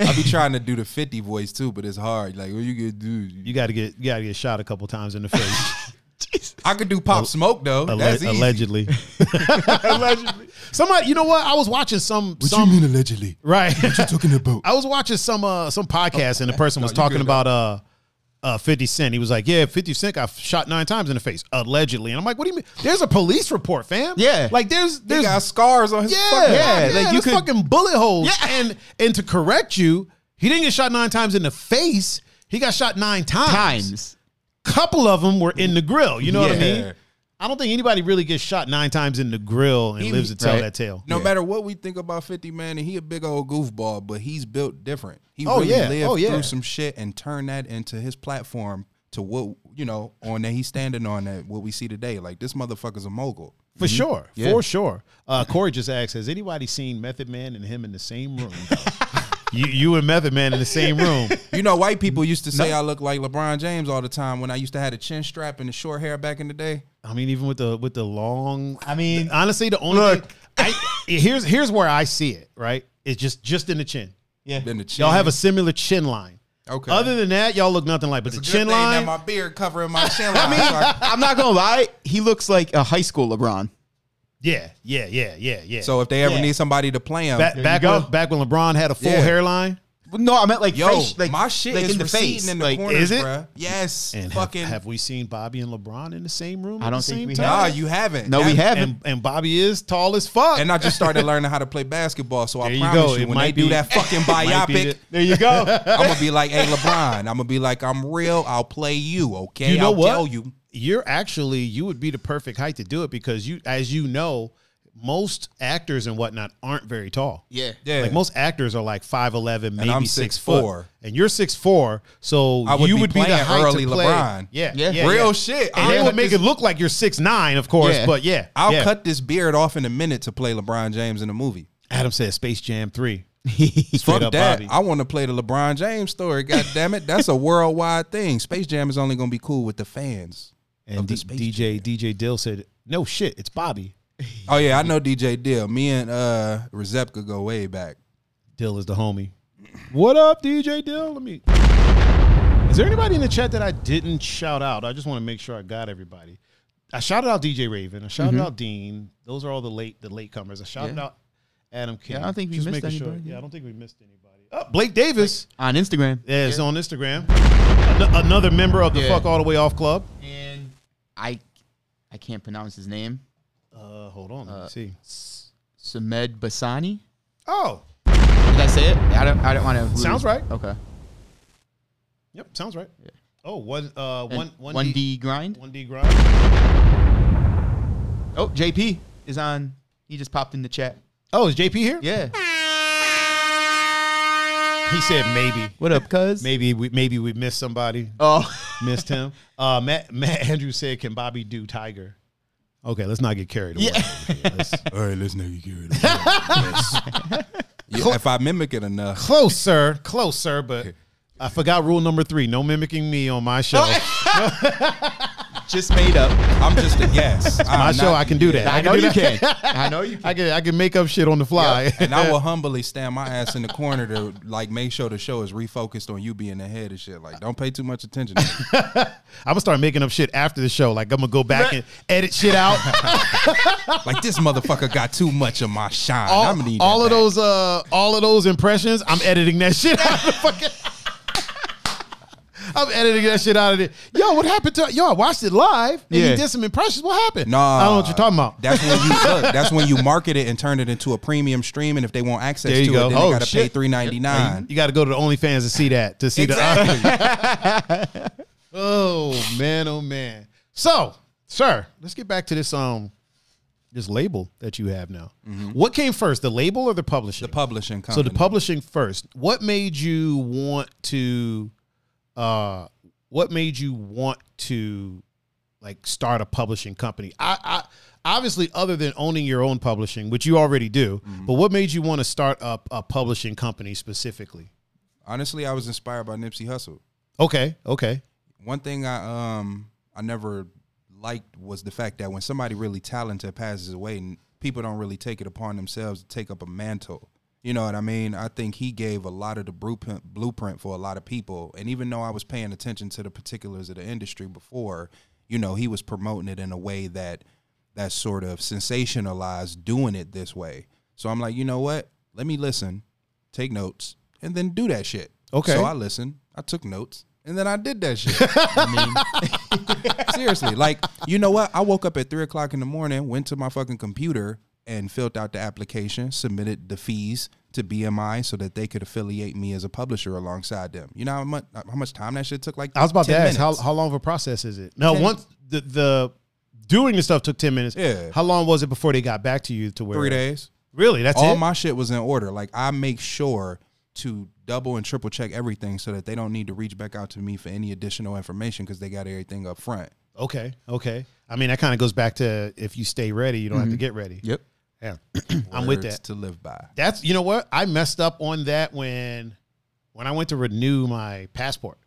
I be trying to do the 50 voice too, but it's hard. Like, what you could do?
you gotta get you gotta get shot a couple times in the face.
I could do Pop Smoke though.
Alle-
That's easy.
allegedly, allegedly. Somebody, you know what? I was watching some some
mean allegedly?
right.
Talking about.
I was watching some uh some podcast and the person was
you
talking
good,
about uh uh 50 Cent. He was like, Yeah, 50 Cent got shot nine times in the face, allegedly. And I'm like, What do you mean? There's a police report, fam.
Yeah.
Like there's
He
there's
got scars on his
yeah,
fucking
yeah,
like, you
there's
could-
fucking bullet holes. And and to correct you, he didn't get shot nine times in the face. He got shot nine times.
Times.
Couple of them were in the grill. You know what I
Yeah.
mean? I don't think anybody really gets shot nine times in the grill and
He-
lives to tell
right.
that tale.
No matter what we think about 50 man, and he a big old goofball, but he's built different. He
Oh,
really
yeah.
lived
Oh, yeah.
through some shit and turned that into his platform to what you know on that he's standing on that what we see today. Like this motherfucker's a mogul.
For sure, for sure. Uh, Corey just asked, has anybody seen Method Man and him in the same room? you, you and Method Man in the same room.
You know, white people used to say I look like LeBron James all the time when I used to have the chin strap and the short hair back in the day.
I mean, even with the with the long.
I mean,
honestly, the only look. I, here's here's where I see it. Right, it's just just in the chin. Yeah,
Then the chin.
y'all have a similar chin line.
okay.
Other than that, y'all look nothing like. But
It's a
the
good
chin
thing that
line,
my beard covering my chin line. so I-
I'm not gonna lie. He looks like a high school LeBron.
yeah, yeah, yeah, yeah, yeah.
so if they ever
Yeah.
need somebody to play him,
Ba-
you
back
go.
when, back when LeBron had a full
Yeah.
hairline
But no, I meant like,
yo,
face, like
my shit
like
is
in the
receding
face.
in the
like,
corner,
is it?
bruh. Yes,
and have,
fucking.
have we seen Bobby and LeBron in the same room?
I
at
don't
the
think
same
we
time?
nah, you haven't.
no, we
That-
haven't.
and, and Bobby is tall as fuck.
And I just started learning how to play basketball. So
There
I
you
promise
go.
you,
It
when they
might be-
do that fucking
might be
biopic,
the-
there you go.
I'm gonna be like, "Hey, LeBron," I'm gonna be like, "I'm real. I'll play you, okay?
you know
I'll
what?
tell you."
You're actually you would be the perfect height to do it because you, as you know, most actors and whatnot aren't very tall.
yeah.
Yeah,
Like most actors are like five eleven, maybe
I'm
six
6'4".
foot, and you're six four. So
I would
you
be
would be the
playing
height
early
to play.
LeBron.
Yeah,
Yeah.
real shit.
And they
I'll
would
cut
make
this-
it look like you're six nine, of course.
Yeah.
But yeah,
I'll
yeah.
cut this beard off in a minute to play LeBron James in a movie.
Adam said Space Jam three. Straight
Fuck
up
that.
Bobby.
I want to play the LeBron James story. God damn it, that's a worldwide thing. Space Jam is only gonna be cool with the fans.
and
of
D-
the Space
DJ DJ Dill said, "No shit, it's Bobby."
Oh yeah, I know DJ Dill. Me and uh Rezepka go way back.
Dill is the homie. What up, DJ Dill? Let me. Is there anybody in the chat that I didn't shout out? I just want to make sure I got everybody. I shouted out DJ Raven. I shouted out Dean. Those are all the late the latecomers. I shouted
Yeah.
out Adam King.
I don't think we
Just
missed
making sure-
anybody.
Yeah, I don't think we missed anybody. Oh, Blake Davis
On Instagram.
yeah, is on Instagram. An- another member of the
Yeah.
Fuck All the Way Off Club.
And I I can't pronounce his name.
Uh, hold on, let me
Uh,
see.
Samed Bassani.
Oh,
Did I say it? I don't I don't want to
Sounds right.
Okay.
yep, sounds right. Oh, one, uh, one, one,
one
D,
D grind.
one D grind.
Oh, JP is on. He just popped in the chat.
Oh, is JP here?
Yeah.
He said maybe.
What up, cuz?
Maybe we maybe we missed somebody,
Oh.
missed him. Uh, Matt Matt Andrews said, "Can Bobby do Tiger?" Okay, let's not get carried away. Let's-
All right, let's not get carried away. yeah, if I mimic it enough,
close, sir, close, sir. But I forgot rule number three: no mimicking me on my show.
just made up.
I'm just a guess. I'm
My show,
not-
I can do that.
I know you can. I know you
I can. I can make up shit on the fly.
and I will humbly stand my ass in the corner to like make sure the show is refocused on you being ahead of shit. Like, don't pay too much attention. to me.
I'm gonna start making up shit after the show. Like I'm gonna go back and edit shit out.
like this motherfucker got too much of my shine.
all,
I'm gonna need
all
that
of
back.
those uh all of those impressions i'm editing that shit out of the fucking I'm editing that shit out of it. Yo, what happened to yo? I watched it live and
Yeah.
he did some impressions. What happened?
No,
I don't know what you're talking about.
That's when you look. That's when you market it and turn it into a premium stream. And if they want access
There
to
you
it,
go.
then
Oh,
they gotta pay
shit.
three ninety nine.
you got to go to the OnlyFans to see that. To see the uh,
Exactly.
oh man, oh man. So, sir, let's get back to this um this label that you have now. What came first, the label or the publishing?
Mm-hmm. the publishing
So
company.
the publishing first. What made you want to uh what made you want to like start a publishing company? I I obviously other than owning your own publishing, which you already do, but what made you want to start up a publishing company specifically?
Honestly, I was inspired by Nipsey Hussle.
Okay, okay.
One thing I um I never liked was the fact that when somebody really talented passes away, n- people don't really take it upon themselves to take up a mantle. You know what I mean? I think he gave a lot of the blueprint blueprint for a lot of people. And even though I was paying attention to the particulars of the industry before, you know, he was promoting it in a way that that sort of sensationalized doing it this way. So I'm like, you know what? Let me listen, take notes, and then do that shit.
Okay.
So I listened, I took notes, and then I did that shit. Seriously, like you know what? I woke up at three o'clock in the morning, went to my fucking computer and filled out the application, submitted the fees to BMI so that they could affiliate me as a publisher alongside them. You know how much how much time that shit took? Like
I was about
10
to ask how,
minutes.
how long of a process is it? No,
Ten-
once the the doing the stuff took 10 minutes.
Yeah.
How long was it before they got back to you to where
three days.
Really? That's
all
it?
my shit was in order. Like I make sure to double and triple check everything so that they don't need to reach back out to me for any additional information because they got everything up front.
Okay, okay. I mean, that kind of goes back to if you stay ready, you don't have to get ready.
Yep.
Yeah, I'm with
Words
that.
to live by.
That's you know what I messed up on that when when I went to renew my passport,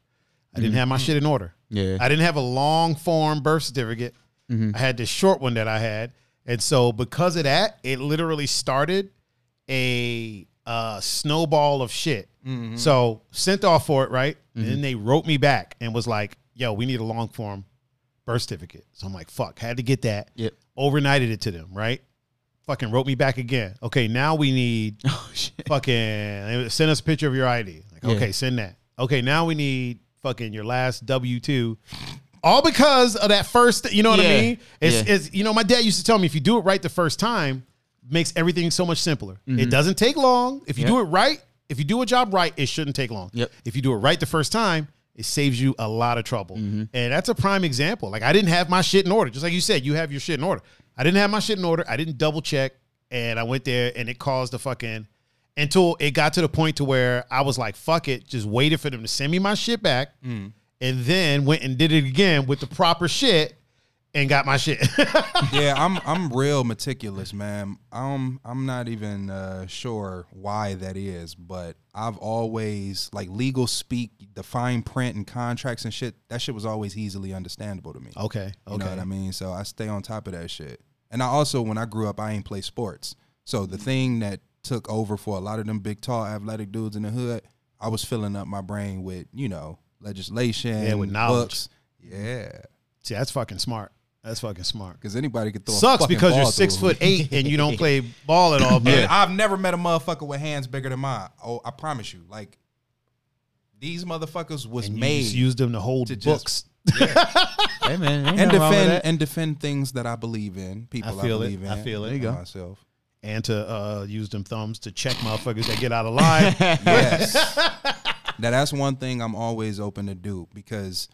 I didn't have my shit in order.
Mm-hmm. Yeah. Mm-hmm.
I didn't have a long form birth certificate. I had this short one that I had, and so because of that, it literally started a uh, snowball of shit.
Mm-hmm.
So sent off for it, right? And then they wrote me back and was like, "Yo, we need a long form birth certificate." So I'm like, "Fuck," had to get that.
Yep.
Overnighted it to them, right? Fucking wrote me back again. Okay, now we need
Oh shit.
fucking send us a picture of your ID. Like,
Yeah.
okay, send that. Okay, now we need fucking your last W two. All because of that first, you know what I
Yeah.
mean? It's,
Yeah.
it's you know, my dad used to tell me if you do it right the first time, makes everything so much simpler.
Mm-hmm.
It doesn't take long. If you do it right, if you do a job right, it shouldn't take long.
Yep.
If you do it right the first time, it saves you a lot of trouble.
Mm-hmm.
And that's a prime example. Like I didn't have my shit in order. Just like you said, you have your shit in order. I didn't have my shit in order. I didn't double check. And I went there and it caused a fucking until it got to the point to where I was like, fuck it, just waited for them to send me my shit back.
Mm.
And then went and did it again with the proper shit and got my shit.
yeah, I'm I'm real meticulous, man. I'm I'm not even uh, sure why that is, but I've always like legal speak, the fine print and contracts and shit. That shit was always easily understandable to me.
Oh, okay.
You know what I mean? So I stay on top of that shit. And I also, when I grew up, I ain't play sports. So the thing that took over for a lot of them big, tall, athletic dudes in the hood, I was filling up my brain with, you know, legislation,
Yeah, with knowledge.
books. Yeah,
See, that's fucking smart. That's fucking smart.
because anybody could throw. a
Sucks
fucking
because you're
ball through
six
a
foot eight and you don't play ball at all. But
And I've never met a motherfucker with hands bigger than mine. Oh, I promise you. Like these motherfuckers was
you
made
just use them to hold
to just-
books.
Hey man. ain't nothing wrong
and
with
defend
that.
and defend things that I believe in. People I,
feel it.
believe in.
I feel it. There
you
and
go.
Myself.
and to uh, use them thumbs to check motherfuckers that get out of line.
Yes. now that's one thing I'm always open to do because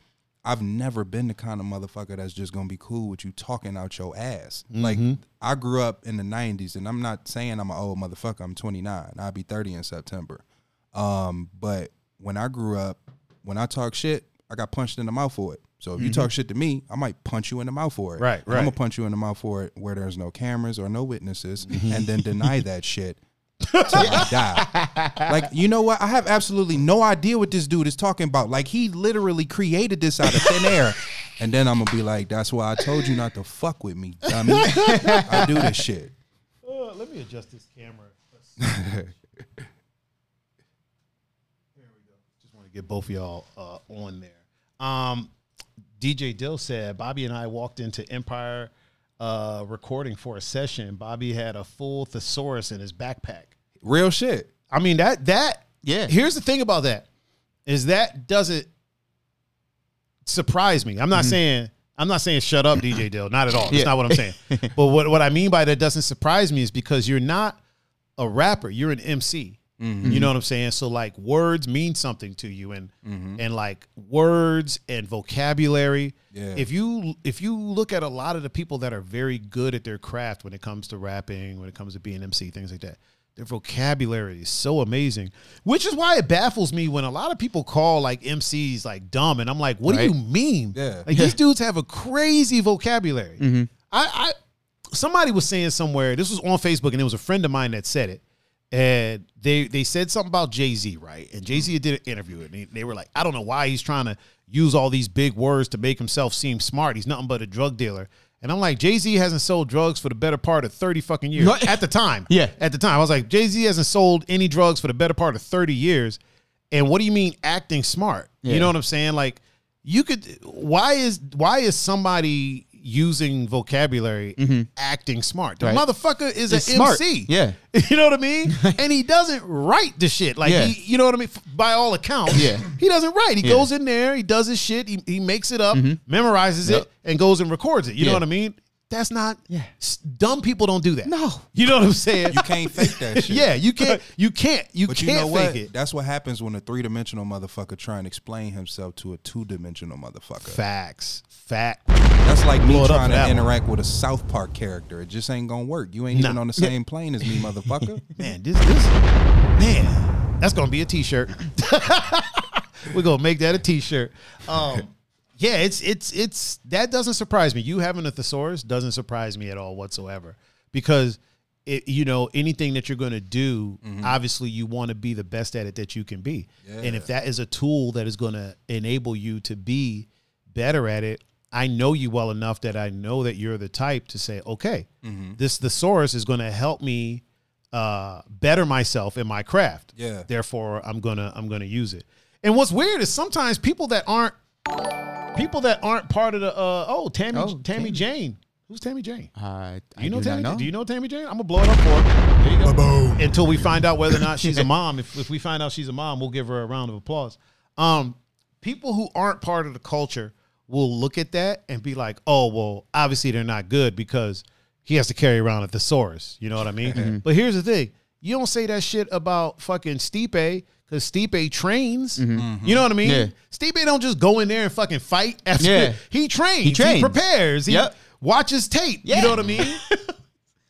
I've never been the kind of motherfucker that's just gonna be cool with you talking out your ass. Like
Mm-hmm.
I grew up in the '90s, and I'm not saying I'm an old motherfucker. I'm 29. I'll be 30 in September. Um, but when I grew up, when I talk shit, I got punched in the mouth for it. So if you talk shit to me, I might punch you in the mouth for it.
Mm-hmm. Right,
I'm
right.
gonna punch you in the mouth for it where there's no cameras or no witnesses,
Mm-hmm.
and then deny that shit till I die. Like you know what? I have absolutely no idea what this dude is talking about. Like he literally created this out of thin air. And then I'm gonna be like, that's why I told you not to fuck with me. dummy." I do this shit.
Uh, let me adjust this camera. Let's- there we go. Just want to get both of y'all uh, on there. Um, DJ Dill said Bobby and I walked into Empire uh, recording for a session. Bobby had a full thesaurus in his backpack.
Real shit.
I mean that that
Yeah.
Here's the thing about that is that doesn't surprise me. I'm not saying I'm not saying shut up, DJ Dill. Not at all.
Mm-hmm.
That's
Yeah.
not what I'm saying. but what what I mean by that doesn't surprise me is because you're not a rapper. You're an MC.
Mm-hmm.
You know what I'm saying? So like words mean something to you, and
Mm-hmm.
and like words and vocabulary.
Yeah.
If you if you look at a lot of the people that are very good at their craft when it comes to rapping, when it comes to being MC, things like that, their vocabulary is so amazing. Which is why it baffles me when a lot of people call like MCs like dumb, and I'm like, what do you mean?
Yeah. Mm-hmm.
Like these dudes have a crazy vocabulary. I, I somebody was saying somewhere this was on Facebook, and it was a friend of mine that said it. And they they said something about Jay Z, right? And Jay Z did an interview, and they, they were like, I don't know why he's trying to use all these big words to make himself seem smart. He's nothing but a drug dealer. And I'm like, Jay Z hasn't sold drugs for the better part of 30 fucking years. At the time.
Yeah.
At the time. I was like, Jay Z hasn't sold any drugs for the better part of 30 years. And what do you mean acting smart? You
Yeah.
know what I'm saying? Like, you could why is why is somebody using vocabulary acting smart? The
Mm-hmm. Right.
motherfucker is
It's
an
smart.
MC.
Yeah.
You know what I mean? and he doesn't write the shit. Like
Yeah.
he, you know what I mean? F- By all accounts.
Yeah.
He doesn't write. He
Yeah.
goes in there, he does his shit, he, he makes it up, memorizes it,
Yep.
and goes and records it. You know
Yeah.
what I mean? That's not
Yeah.
s- dumb people don't do that.
No.
You know what I'm saying?
You can't fake that shit.
yeah, you can't you can't you
But
can't
you know
fake
what?
it.
That's what happens when a three dimensional motherfucker try and explain himself to a two dimensional motherfucker.
Facts. Fact.
That's like
Blow
me
it up for
trying
that
to
one.
interact with a South Park character. It just ain't gonna work. You ain't
Nah.
even on the same plane as me, motherfucker.
Man, this this man, that's gonna be a t-shirt. We're gonna make that a t-shirt. Um yeah, it's it's it's that doesn't surprise me. You having a thesaurus doesn't surprise me at all whatsoever. Because it, you know, anything that you're gonna do, obviously you wanna be the best at it that you can be. And if that is a tool that is gonna enable you to be better at it, I know you well enough that I know that you're the type to say, okay, this thesaurus is gonna help me uh better myself in my craft.
Yeah.
Therefore, I'm gonna I'm gonna use it. And what's weird is sometimes people that aren't people that aren't part of the uh oh Tammy
Oh,
Tammy,
Tammy.
Jane. Who's Tammy Jane?
Uh,
Do you
I
know
do
Tammy?
not
Jane? Do you know Tammy Jane? I'm gonna blow it up for her. There you go. Until we find out whether or not she's a mom. If if we find out she's a mom, we'll give her a round of applause. Um, people who aren't part of the culture will look at that and be like, oh well, obviously they're not good because he has to carry around a thesaurus. You know what I mean?
Mm-hmm.
But here's the thing: you don't say that shit about fucking Stipe. Cause Stipe trains, you know what I mean.
Mm-hmm. Yeah.
Stipe don't just go in there and fucking fight. After
Yeah.
he trains,
trains.
prepares, he
Yep.
watches tape. You
Yeah.
know what I mean?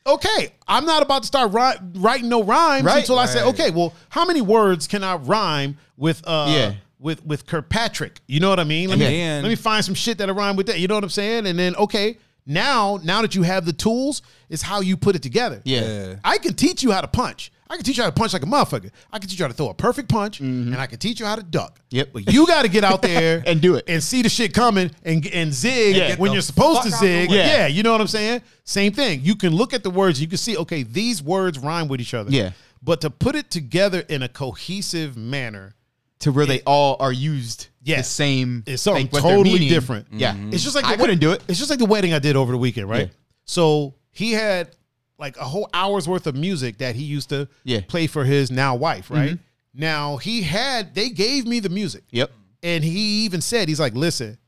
okay, I'm not about to start ri- writing no rhymes
Right.
until I say,
Right.
okay, well, how many words can I rhyme with? Uh,
Yeah.
With with Kirkpatrick, you know what I mean. Let
And
me
then-
let me find some shit that'll rhyme with that. You know what I'm saying? And then okay, now now that you have the tools, it's how you put it together.
Yeah.
Yeah.
I can teach you how to punch. I can teach you how to punch like a motherfucker. I can teach you how to throw a perfect punch, and I can teach you how to duck.
Mm-hmm. Yep.
But you got to get out there
And do it.
and see the shit coming and and zig
Yeah.
when
the
you're supposed to
fuck out the
zig.
way.
Yeah. you know what I'm saying? Same thing. You can look at the words, you can see, okay, these words rhyme with each other.
Yeah.
But to put it together in a cohesive manner
To where they all are used
Yeah.
the same.
it's something
like, what they're
totally
meaning.
different. Mm-hmm.
Yeah.
It's just like
I
the wed-
couldn't do it.
It's just like the wedding I did over the weekend, right?
Yeah.
So he had like a whole hour's worth of music that he used to
Yeah. Mm-hmm.
play for his now wife, right? Now he had they gave me the music.
Yep.
And he even said, he's like, listen,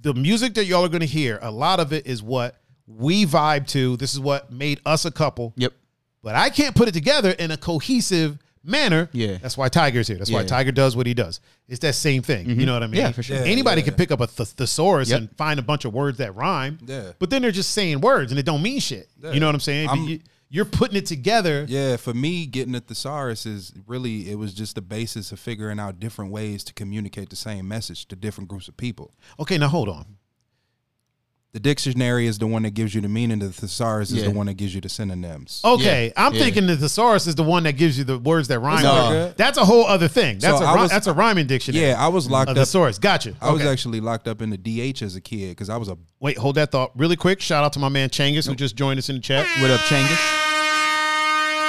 the music that y'all are gonna hear, a lot of it is what we vibe to. This is what made us a couple
Yep.
but I can't put it together in a cohesive manner.
Yeah.
That's why Tiger's here. That's why
Yeah.
Tiger does what he does. It's that same thing. You know what I mean?
Yeah, for sure.
Mm-hmm. Yeah,
Anybody
yeah.
can pick up a th- thesaurus
Yep.
and find a bunch of words that rhyme.
Yeah.
But then they're just saying words and it don't mean shit.
Yeah.
You know what I'm saying? But
I'm-
you, you're putting it together.
Yeah, for me, getting a thesaurus is really it was just the basis of figuring out different ways to communicate the same message to different groups of people.
Okay, now hold on.
The dictionary is the one that gives you the meaning. The thesaurus is
Yeah.
the one that gives you the synonyms.
Okay,
Yeah,
I'm
yeah.
thinking the thesaurus is the one that gives you the words that rhyme.
No.
with it. That's a whole other thing. That's
So
a
I
rhy-
was-
that's a rhyming dictionary.
Yeah, I was locked
a
up.
thesaurus. Gotcha.
I was
Okay.
actually locked up in the DH as a kid because I was a
Wait, hold that thought really quick. Shout out to my man Changus who just joined us in the chat.
What up, Changus?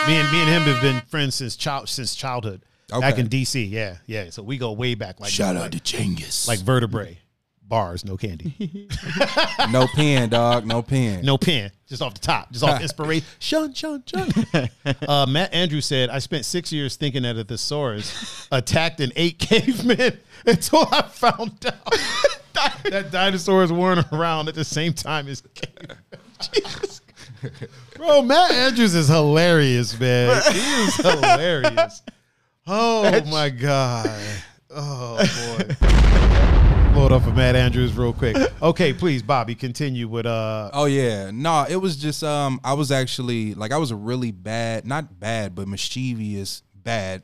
Me and me and him have been friends since child since childhood. Back
Okay.
in DC, yeah, yeah. So we go way back, like like,
to Genghis.
like vertebrae, bars, no candy,
no pen, dog, no pen.
no pen, just off the top, just off inspiration. Shun, shun, shun. Uh, Matt Andrew said, "I spent six years thinking that a thesaurus attacked an eight cavemen until I found out that dinosaurs weren't around at the same time as cavemen." Jesus. Bro, Matt Andrews is hilarious, man. He is hilarious. Oh my god. Oh boy. Load up for Matt Andrews real quick. Okay, please, Bobby, continue with uh.
Oh yeah, no, it was just um, I was actually like I was a really bad, not bad, but mischievous, bad,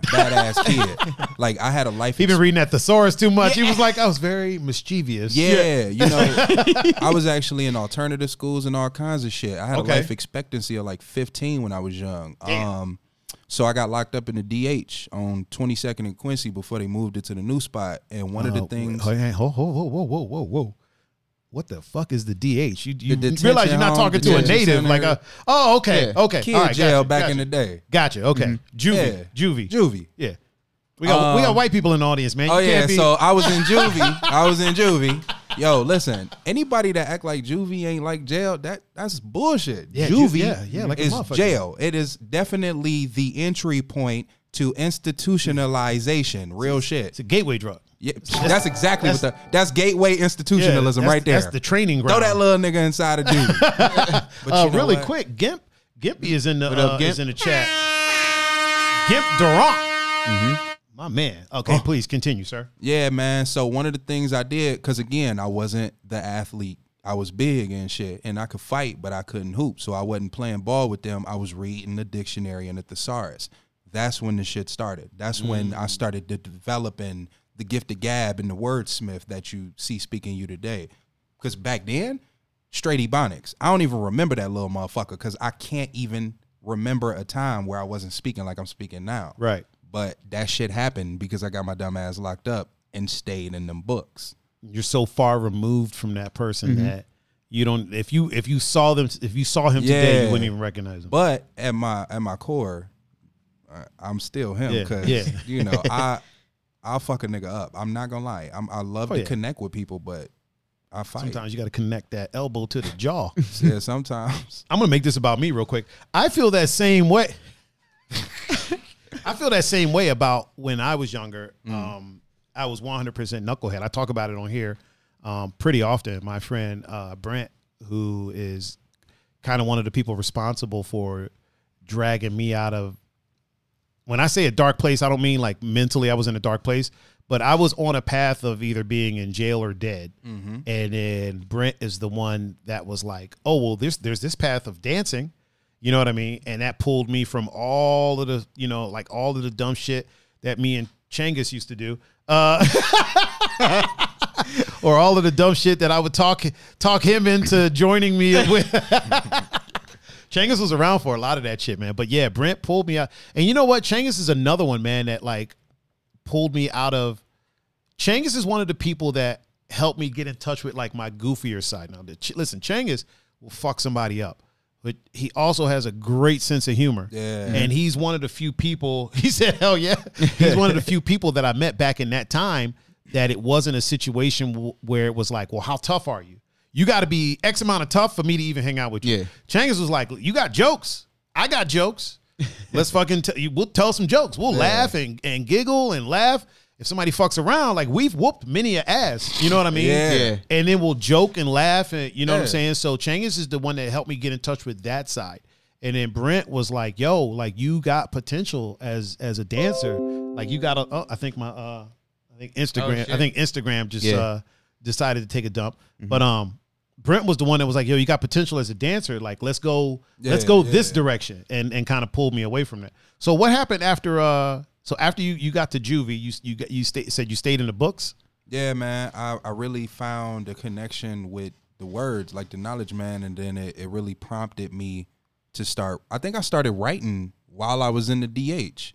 badass kid. Like I had a life.
He been
experience.
reading that thesaurus too much. He was like, I was very mischievous.
Yeah, you know, I was actually in alternative schools and all kinds of shit. I had
Okay.
a life expectancy of like 15 when I was young. Um, so I got locked up in the DH on 22nd and Quincy before they moved it to the new spot. And one of the
Oh,
things,
wait, hey, Whoa, whoa, whoa, whoa, whoa, whoa, whoa. What the fuck is the DH? You, you
detention
realize you're not
home,
talking to a native,
detention
like a.
center.
Oh, okay,
Yeah.
okay.
kid
All right,
jail
gotcha,
back
gotcha,
in the day,
Gotcha. Okay, juvie,
Yeah.
Mm-hmm. juvie,
juvie.
Yeah, we got we got
Um,
white people in the audience, man. You
Oh yeah,
can't be,
so I was in juvie. I was in juvie. Yo, listen. Anybody that act like juvie ain't like jail, that that's bullshit.
Yeah, ju-
juvie,
yeah, yeah, like a
is
motherfucker.
jail. It is definitely the entry point to institutionalization. Real
it's
shit.
a gateway drug.
Yeah, that's exactly what the that's gateway institutionalism
that's-
right there.
that's the training
Throw
ground.
that little nigga inside of juvie. but
Uh,
you know
really
what?
quick, Gimp, Gimpy is in the
up,
uh,
Gimp?
is in the chat. Gimp Durant, Mm-hmm. Oh. my man. Okay, please continue, sir.
Yeah, man. So one of the things I did, because again, I wasn't the athlete. I was big and shit, and I could fight, but I couldn't hoop. So I wasn't playing ball with them. I was reading the dictionary and the thesaurus. That's when the shit started. That's when I started de- developing the gift of gab and the wordsmith that you see speaking you today. Because back then, straight ebonics. I don't even remember that little motherfucker because I can't even remember a time where I wasn't speaking like I'm speaking now.
Right.
But that shit happened because I got my dumb ass locked up and stayed in them books.
you're so far removed from that person
Mm-hmm.
that you don't if you if you saw them if you saw him today you
Yeah.
wouldn't even recognize him.
But at my at my core, I- I'm still him
Yeah,
because
yeah.
you know I I'll fuck a nigga up. I'm not gonna lie. I'm, I love
Oh,
to
yeah.
connect with people, but I fight.
Sometimes you got to connect that elbow to the jaw.
Yeah, sometimes.
I'm gonna make this about me real quick. I feel that same way. I feel that same way about when I was younger.
Mm.
Um, I was 100% knucklehead. I talk about it on here um, pretty often. My friend uh, Brent, who is kind of one of the people responsible for dragging me out of. When I say a dark place, I don't mean like mentally I was in a dark place, but I was on a path of either being in jail or dead. And then Brent is the one that was like, "Oh well, there's there's this path of dancing, you know what I mean?" And that pulled me from all of the you know like all of the dumb shit that me and Changus used to do. Uh, or all of the dumb shit that I would talk talk him into joining me with. Changus was around for a lot of that shit, man. But yeah, Brent pulled me out. And you know what? Changus is another one, man, that like pulled me out of Changus is one of the people that helped me get in touch with like my goofier side. Now, the Ch- listen, Changus will fuck somebody up, but he also has a great sense of humor.
Yeah.
And he's one of the few people, he said, hell yeah. He's one of the few people that I met back in that time that it wasn't a situation w- where it was like, well, how tough are you? You got to be X amount of tough for me to even hang out with you.
Yeah.
Changus was like, you got jokes. I got jokes. Let's fucking tell you. We'll tell some jokes. We'll laugh and, and giggle and laugh. If somebody fucks around, like we've whooped many a ass. You know what I mean?
Yeah. Yeah.
And then we'll joke and laugh and you know what I'm
Yeah.
saying? So Changus is the one that helped me get in touch with that side. And then Brent was like, yo, like you got potential as as a dancer. Like you got a oh, I think my uh I think Instagram I
shit.
think Instagram just
Yeah.
uh decided to take a dump. But
Mm-hmm.
um Brent was the one that was like, "Yo, you got potential as a dancer. Like, let's go, let's
Yeah,
go
yeah.
this direction," and and kind of pulled me away from that. So what happened after? uh So after you you got to juvie, you you got, you stay, said you stayed in the books.
Yeah, man. I, I really found a connection with the words, like the knowledge, man. And then it, it really prompted me to start. I think I started writing while I was in the DH.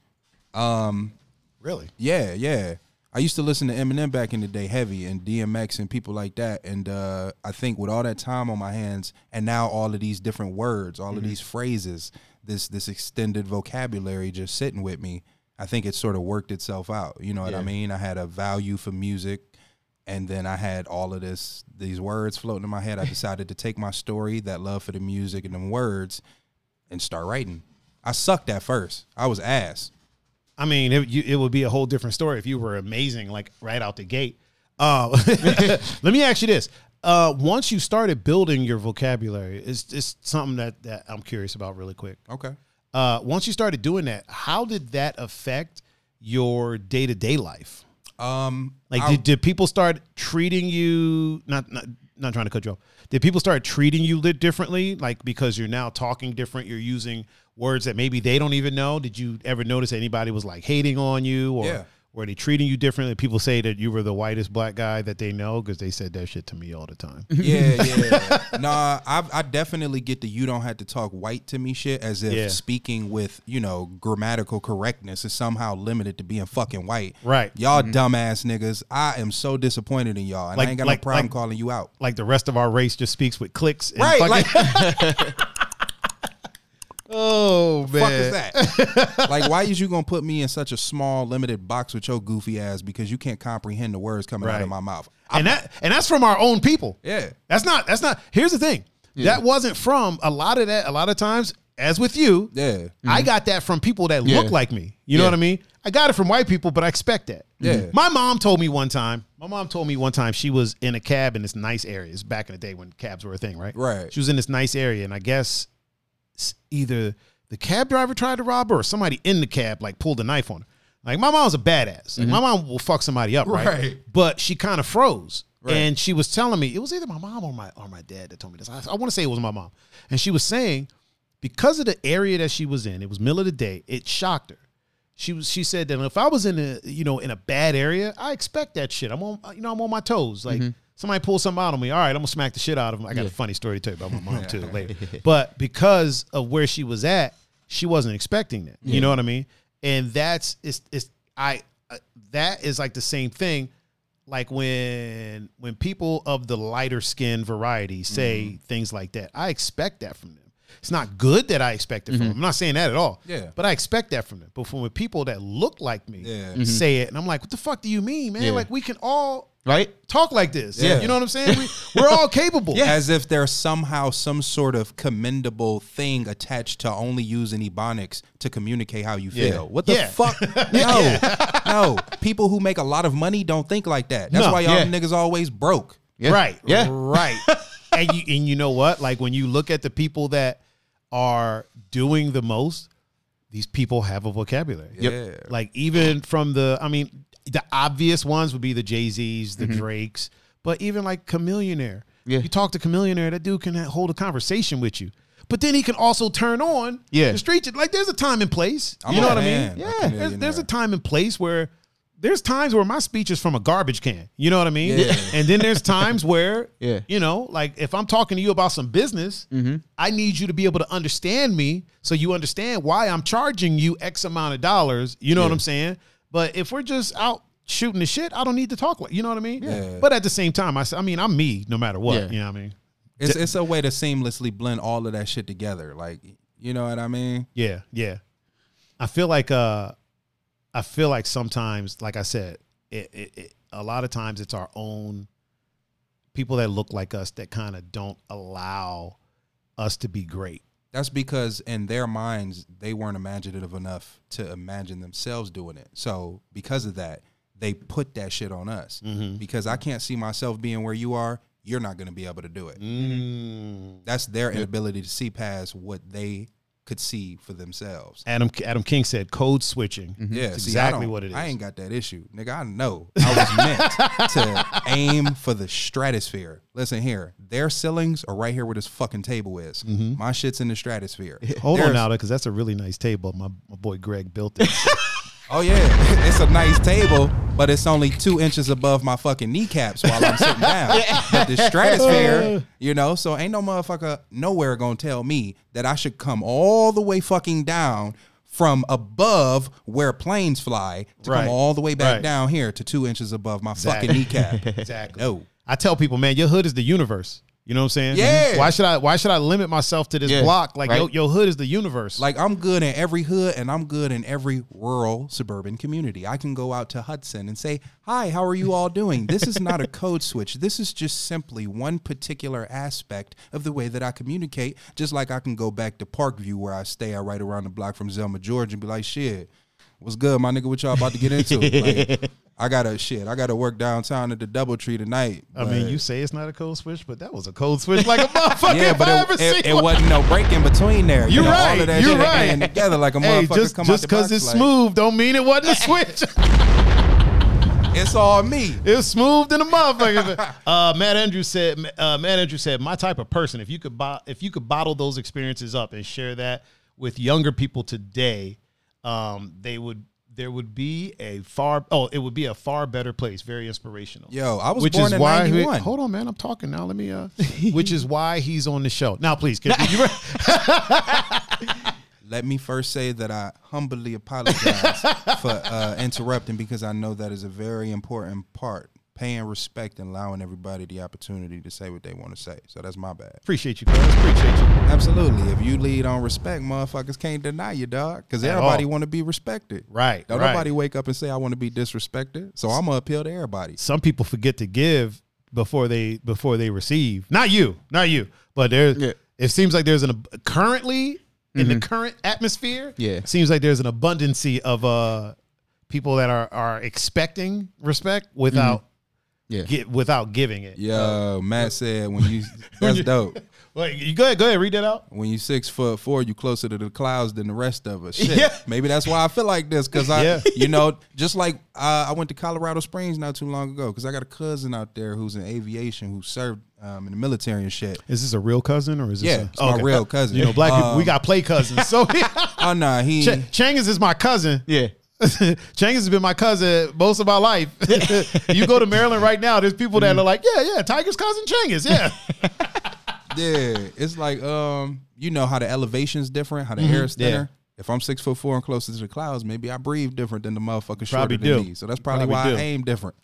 Really?
Yeah, yeah. I used to listen to Eminem back in the day, heavy and DMX and people like that. And uh, I think with all that time on my hands, and now all of these different words, all of these phrases, this this extended vocabulary just sitting with me. I think it sort of worked itself out. You know what I mean? I had a value for music, and then I had all of this these words floating in my head. I decided to take my story, that love for the music, and them words, and start writing. I sucked at first. I was ass.
I mean, it, you, it would be a whole different story if you were amazing, like right out the gate. Uh, let me ask you this: uh, Once you started building your vocabulary, it's just something that, that I'm curious about, really quick.
Okay.
Uh, once you started doing that, how did that affect your day to day life?
Um,
Like,
I-
did, did people start treating you not not not trying to cut you off? Did people start treating you lit differently? Like because you're now talking different, you're using words that maybe they don't even know. Did you ever notice anybody was like hating on you or?
Yeah.
Were they treating you differently? People say that you were the whitest black guy that they know because they said that shit to me all the time.
Mm-hmm. Yeah, yeah. nah, I, I definitely get the you don't have to talk white to me shit as if
Yeah.
speaking with, you know, grammatical correctness is somehow limited to being fucking white.
Right.
Y'all dumbass niggas. I am so disappointed in y'all. And
Like-
I ain't got
like-
no problem
like-
calling you out.
Like the rest of our race just speaks with clicks. And
Right.
fucking-
Like, fuck
Oh
is that? like, why is you going to put me in such a small, limited box with your goofy ass because you can't comprehend the words coming out
Right.
of my mouth?
and that and that's from our own people.
Yeah.
That's not that's not here's the thing. That wasn't from a lot of that a lot of times, as with you,
Yeah.
I got that from people that
Yeah.
look like me. You know
Yeah.
what I mean? I got it from white people, but I expect that. Mm-hmm.
Yeah.
My mom told me one time, my mom told me one time she was in a cab in this nice area. It's back in the day when cabs were a thing, right?
Right.
She was in this nice area, and I guess s- either the cab driver tried to rob her or somebody in the cab like pulled a knife on her. Like my mom's a badass. Like my mom will fuck somebody up, right?
Mm-hmm. Right.
But she kind of froze. And she was telling me it was either my mom or my or my dad that told me this. I, I want to say it was my mom. And she was saying because of the area that she was in, it was middle of the day, it shocked her. She was she said that if I was in a you know in a bad area, I expect that shit. I'm on you know I'm on my toes. Like somebody pulls something out on me, all right, I'm gonna smack the shit out of them. I got a funny story to tell you about my mom too later. But because of where she was at, she wasn't expecting that. You know what I mean? And that's it's it's I uh, that is like the same thing like when when people of the lighter skin variety say
Mm-hmm.
things like that i expect that from them it's not good that i expect it from them i'm not saying that at all
Mm-hmm. Yeah.
but i expect that from them but from when people that look like me
Yeah. Mm-hmm.
say it and i'm like what the fuck do you mean man
Yeah.
like we can all
Right?
talk like this
Yeah.
you know what i'm saying we, we're all capable
As if there's somehow some sort of commendable thing attached to only using ebonics to communicate how you feel. What the
Yeah.
fuck? No. No. People who make a lot of money don't think like that. That's
No.
why y'all
Yeah.
niggas always broke.
Right.
Yeah.
Right. and you and you know what? Like when you look at the people that are doing the most, these people have a vocabulary.
Yep. Yeah.
Like even from the I mean, the obvious ones would be the Jay-Z's, the Drakes, but even like Chameleonaire.
Mm-hmm. Yeah.
You talk to Chameleonaire, that dude can hold a conversation with you. But then he can also turn on
Yeah.
the street. Like there's a time and place.
I'm
you know
a
what I
man,
mean?
like a
There's, there's a
millionaire.
time and place where there's times where my speech is from a garbage can. You know what I mean?
Yeah.
And then there's times where,
Yeah.
you know, like if I'm talking to you about some business, I need you to be able to understand me so you understand why I'm charging you X amount of dollars. You know what I'm saying? But if we're just out shooting the shit, I don't need to talk like, you know what I mean?
Yeah.
But at the same time, I, s- I mean, I'm me no matter what.
Yeah.
You know what I mean?
It's, it's a way to seamlessly blend all of that shit together. Like, you know what I mean?
Yeah, yeah. I feel like uh I feel like sometimes, like I said, it, it, it a lot of times it's our own people that look like us that kind of don't allow us to be great.
That's because in their minds, they weren't imaginative enough to imagine themselves doing it. So, because of that, they put that shit on us.
Mm-hmm.
Because I can't see myself being where you are, you're not going to be able to do it.
Mm-hmm.
That's their inability to see past what they could see for themselves.
Adam Adam King said code switching.
Yeah,
It's
see, I
exactly
don't-
what it is.
I ain't got that issue, nigga. I know I was meant to aim for the stratosphere. Listen here, their ceilings are right here where this fucking table is. My shit's in the stratosphere.
Mm-hmm. Hold on
There's-
now, because that's a really nice table. My, my boy Greg built it.
Oh yeah, it's a nice table, but it's only two inches above my fucking kneecaps while I'm sitting down. But the
Uh.
stratosphere, you know, so ain't no motherfucker nowhere gonna tell me that I should come all the way fucking down from above where planes fly to
Right.
come all the way back
Right.
down here to two inches above my
Exactly.
fucking kneecap.
Exactly.
No.
I tell people, man, your hood is the universe. You know what I'm saying?
Yeah.
Why should I why should I limit myself to this
Yeah,
block? Like
right.
yo, your hood is the universe.
Like I'm good in every hood and I'm good in every rural suburban community. I can go out to Hudson and say, "Hi, how are you all doing?" This is not a code switch. This is just simply one particular aspect of the way that I communicate. Just like I can go back to Parkview where I stay, I right around the block from Zelma, Georgia, and be like, "Shit, what's good, my nigga? What y'all about to get into?" Like, I gotta shit. I gotta work downtown at the DoubleTree tonight.
I
but-
mean, you say it's not a code switch, but that was a code switch like a motherfucker.
yeah,
if I
but
ever
it, it,
seen
it
one.
wasn't no break in between there.
You're
know,
right.
All of that
You're
shit
right.
band together like a
Hey,
motherfucker
just
come
just
out the
because
box
it's
like,
smooth don't mean it wasn't a switch.
It's all me.
It's smooth than a motherfucker. uh, Matt Andrews said. Uh, Matt Andrews said, "My type of person. If you could, bo- if you could bottle those experiences up and share that with younger people today, um, they would. There would be a far. Oh, it would be a far better place. Very inspirational.
Yo, I was
Which
born
is
in
why. he-
91.
hold on, man. I'm talking now. Let me. Uh, which is why he's on the show now. Please, continue. You were-
Let me first say that I humbly apologize for uh, interrupting because I know that is a very important part. Paying respect and allowing everybody the opportunity to say what they want to say. So that's my bad.
appreciate you, guys. Appreciate you.
Absolutely. If you lead on respect, motherfuckers can't deny you, dog. Because
At
everybody
all.
want to be respected.
Right,
Don't
right.
nobody wake up and say I want to be disrespected. So I'm gonna appeal to everybody.
Some people forget to give before they before they receive. Not you. Not you. But there's.
Yeah. Mm-hmm.
It seems like there's an ab- currently in the current atmosphere.
Yeah.
it seems like there's an abundancy of uh people that are are expecting respect without.
Mm. Yeah.
Get, without giving it.
Yo, Matt said when you that's dope.
Wait, you go ahead, go ahead, read that out.
when you six foot four, you closer to the clouds than the rest of us. Shit.
Yeah.
Maybe that's why I feel like this because I,
Yeah.
you know, just like uh, I went to Colorado Springs not too long ago because I got a cousin out there who's in aviation who served um, in the military and shit.
Is this a real cousin or is this
Yeah,
a,
it's my real cousin.
You know, black people, we
Um,
got play cousins. So
Oh nah, he
Ch- Changas is my cousin.
Yeah.
Changas has been my cousin most of my life. you go to Maryland right now, there's people that are like, yeah, yeah, Tiger's cousin Changas, yeah.
yeah, it's like um, you know how the elevation's different, how the air is
Mm-hmm. yeah.
thinner. If I'm six foot four and closer to the clouds, maybe I breathe different than the motherfucker
Probably
shorter than
do.
me. So that's probably,
Probably
why
do.
I aim different.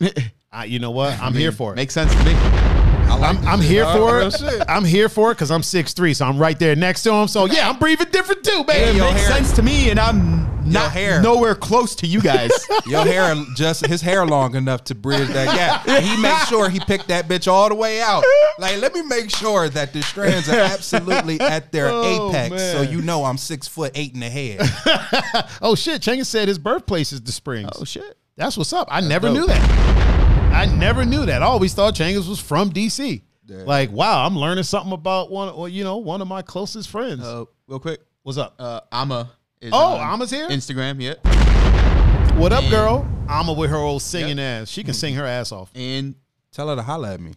I, you know what? I'm here for it.
Makes sense to me.
I like
I'm,
this
I'm
shit,
here
dog.
for
Real
it.
shit.
I'm here for it because I'm 6'3", so I'm right there next to him. So yeah, I'm breathing different too, man.
And your
Makes
hair.
sense to me, and I'm not
hair.
nowhere close to you guys.
Your hair just his hair long enough to bridge that gap. And he makes sure he picked that bitch all the way out. Like, let me make sure that the strands are absolutely at their
Oh,
apex, so
man.
you know I'm six foot eight in the head.
Oh shit, Changas said his birthplace is the Springs.
oh shit.
That's what's up. I never
dope.
knew that. I never knew that. I always thought Changas was from DC.
Yeah.
Like, wow, I'm learning something about one, well, you know, one of my closest friends.
Oh.
Uh, real quick,
what's up?
uh, Ama. Is
Oh,
on
Ama's here?
Instagram, yeah.
Oh,
What up, girl? I'ma with her old singing ass.
Mm.
She can sing her ass off.
And
Tell her to holla at me.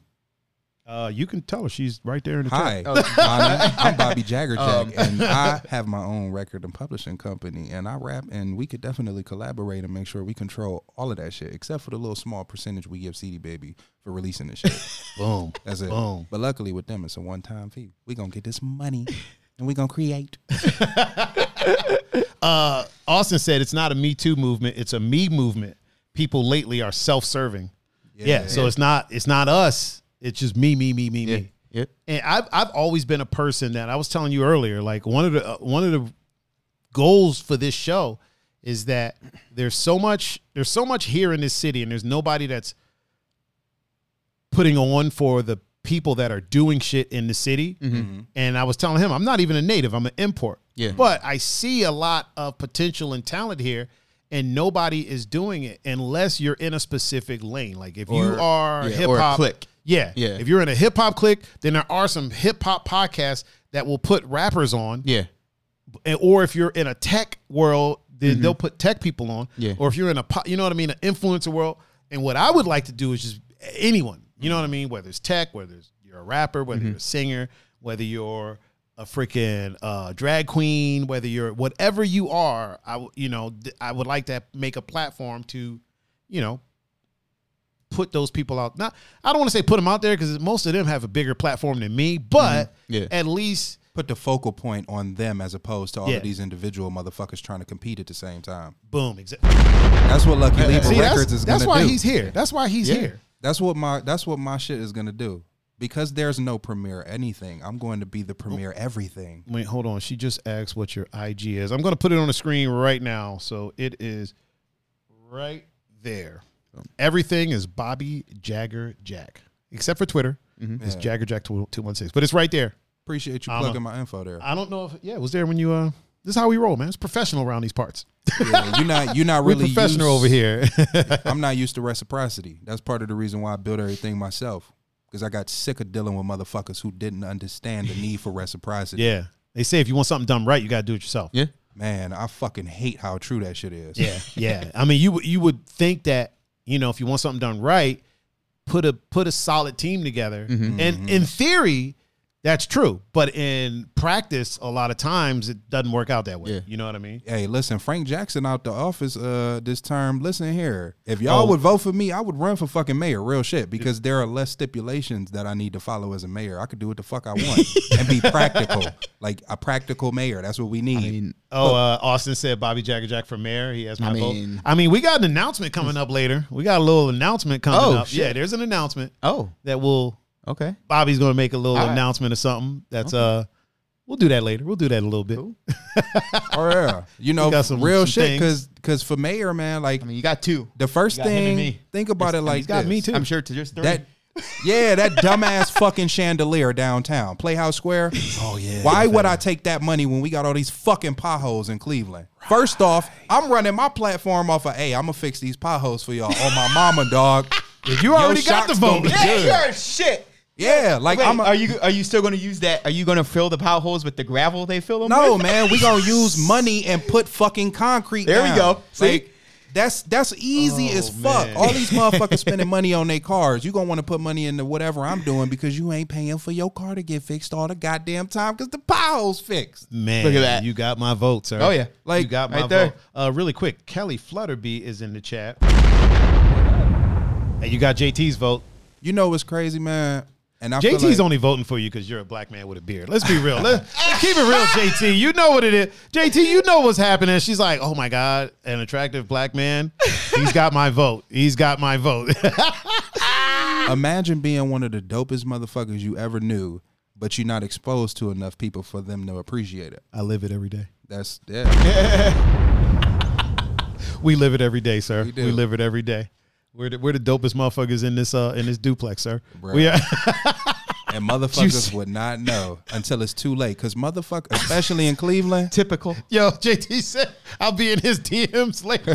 Uh, you can tell her she's right there in the chat.
Hi, Bonnie. I'm Bobby Jaggerjack, and I have my own record and publishing company, and I rap, and we could definitely collaborate and make sure we control all of that shit, except for the little small percentage we give CD Baby for releasing this shit.
Boom.
That's it.
Boom.
But luckily with them, it's a one time fee. We gonna get this money, and we gonna create.
Uh, Austin said it's not a Me Too movement; it's a me movement. People lately are self-serving. Yeah. so it's not it's not us. It's just me, me, me, me, me.
yeah.
And I've I've always been a person that I was telling you earlier. Like one of the uh, one of the goals for this show is that there's so much there's so much here in this city, and there's nobody that's putting on for the people that are doing shit in the city. And I was telling him, I'm not even a native, I'm an import.
Mm-hmm. Yeah.
But I see a lot of potential and talent here, and nobody is doing it unless you're in a specific lane. Like if you
Or-
are
yeah,
hip
or a
hop
clique.
Yeah.
Yeah.
If you're in a hip hop clique, then there are some hip hop podcasts that will put rappers on.
Yeah.
And, or if you're in a tech world, then they'll put tech people on.
Mm-hmm. Yeah.
Or if you're in a, po- you know what I mean, an influencer world. And what I would like to do is just anyone, you know what I mean, whether it's tech, whether it's you're a rapper,
Mm-hmm.
whether you're a singer, whether you're a freaking uh, drag queen, whether you're whatever you are, I w- you know th- I would like to make a platform to, you know, put those people out. Not I don't want to say put them out there because most of them have a bigger platform than me, but
Mm-hmm. Yeah.
at least
Put the focal point on them as opposed to all
Yeah.
of these individual motherfuckers trying to compete at the same time.
boom. Exactly.
That's what Lucky Libra
See,
Records
that's,
is gonna
that's why
do.
he's here. That's why he's
Yeah.
here.
That's what my that's what my shit is gonna do. Because there's no premiere anything. I'm going to be the premiere everything.
Wait, hold on. She just asked what your IG is. I'm going to put it on the screen right now. So it is right there. Everything is Bobby Jagger Jack, except for Twitter. It's
Yeah.
Jagger Jack two one six, but it's right there.
Appreciate you
I'ma-
plugging my info there.
I don't know if yeah, it was there when you uh. This is how we roll, man. It's professional around these parts.
Yeah, you're not you're not really
We're professional
used-
over here.
I'm not used to reciprocity. That's part of the reason why I built everything myself. Because I got sick of dealing with motherfuckers who didn't understand the need for reciprocity.
yeah, they say if you want something done right, you got to do it yourself.
Yeah.
Man, I fucking hate how true that shit is.
Yeah, yeah. I mean, you would- you would think that you know if you want something done right, put a put a solid team together,
Mm-hmm.
and in theory, that's true. But in practice, a lot of times it doesn't work out that way.
Yeah.
You know what I mean?
Hey, listen, Frank Jackson out the office uh this term. Listen here. If
Oh.
y'all would vote for me, I would run for fucking mayor, real shit, because there are less stipulations that I need to follow as a mayor. I could do what the fuck I want and be practical. Like a practical mayor. That's what we need.
I mean,
Oh, uh, Austin said Bobby Jagger Jack for mayor. He has my
I
vote.
mean-
I mean, we got an announcement coming up later. We got a little announcement coming
Oh,
up.
shit.
Yeah, there's an announcement
oh,
that will
okay.
Bobby's going to make a little
All right.
announcement or something. That's uh, we'll do that later. We'll do that in a little bit.
or yeah. You know,
got some-
real
some
shit.
things.
Cause cause for mayor, man, like
I mean, you got two.
the first
you got him and
thing
me.
think about it like
He's got
this.
me too.
I'm sure to just three.
That yeah, that dumbass fucking chandelier downtown, Playhouse Square. Oh yeah. Why would I take that money when we got all these fucking potholes in Cleveland? First off, I'm running my platform off of, hey, I'm gonna fix these potholes for y'all on my mama, dog.
you already got the vote.
yeah, sure, shit.
Yeah, like
Wait,
I'm a,
are you are you still going to use that? Are you going to fill the potholes with the gravel they fill them?
no
with?
man. We gonna use money and put fucking concrete.
There we
down.
go. See?
Like, that's that's easy as fuck.
man.
All these motherfuckers spending money on their cars. You gonna want to put money into whatever I'm doing because you ain't paying for your car to get fixed all the goddamn time because the potholes fixed.
Man,
Look at that.
You got my vote, sir.
Oh, yeah.
Like,
you got my
right there.
vote. Uh, really quick, Kelly Flutterby is in the chat. And you got JT's vote.
You know what's crazy, man? And I feel
JT's
like-
only voting for you because you're a black man with a beard. Let's be real. Let's keep it real, JT. You know what it is. JT, you know what's happening. She's like, oh my God, an attractive black man. He's got my vote. He's got my vote.
Imagine being one of the dopest motherfuckers you ever knew, but you're not exposed to enough people for them to appreciate it.
I live it every day.
That's yeah.
We live it every day, sir. We,
do.
live it every day. We're the, we're the dopest motherfuckers in this uh in this duplex, sir.
Bruh.
We are.
And motherfuckers would not know until it's too late. Cause motherfucker, especially in Cleveland,
Typical.
Yo, JT said I'll be in his DMs later.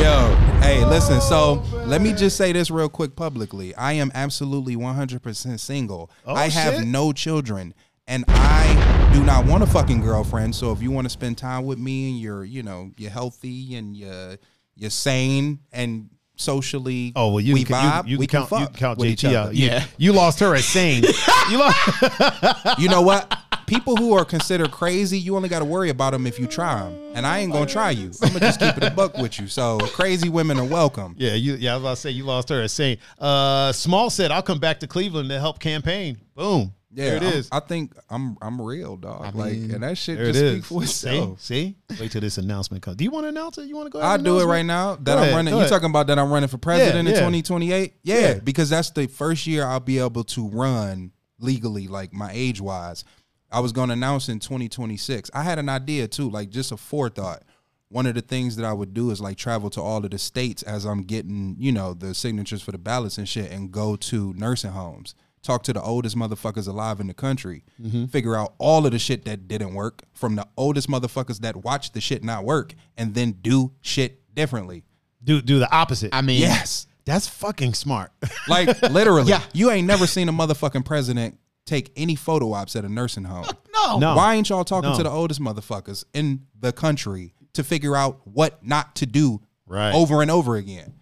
Yo, hey, listen. So let me just say this real quick publicly. I am absolutely 100% single. I have
Oh, shit.
no children, and I do not want a fucking girlfriend. So if you want to spend time with me and you're, you know, you're healthy and you're you're sane and socially,
Oh well, you
we
can,
vibe,
you, you
we
can
can
count you
fuck
can count
with
JT
each other.
out. You- you lost her at Sane. you lost.
You know what? People who are considered crazy, you only got to worry about them if you try them. And I ain't gonna try you. I'm gonna just keep it a buck with you. So crazy women are welcome.
Yeah, you. Yeah, I was about to say you lost her at Sane. Uh, Small said I'll come back to Cleveland to help campaign. Boom.
Yeah,
there it
I'm-
is.
I think I'm I'm real, dog. like,
mean,
and that shit
there it
just
is.
speaks for
See,
itself.
see. Wait till this announcement comes. Do you want to announce it? You want to go? ahead
I
and
do it
announce
right now that
Go
I'm
ahead,
running.
go
You
ahead.
talking about that I'm running for president
yeah.
in 2028? Yeah,
Yeah.
because that's the first year I'll be able to run legally, like my age wise. I was gonna announce in 2026. I had an idea too, like just a forethought. One of the things that I would do is like travel to all of the states as I'm getting, you know, the signatures for the ballots and shit, and go to nursing homes, talk to the oldest motherfuckers alive in the country,
Mm-hmm.
figure out all of the shit that didn't work from the oldest motherfuckers that watched the shit not work, and then do shit differently.
Do do the opposite.
I mean,
Yes.
that's fucking smart.
Like literally.
Yeah.
You ain't never seen a motherfucking president take any photo ops at a nursing home.
no.
No.
Why ain't y'all talking
No.
to the oldest motherfuckers in the country to figure out what not to do
Right.
over and over again?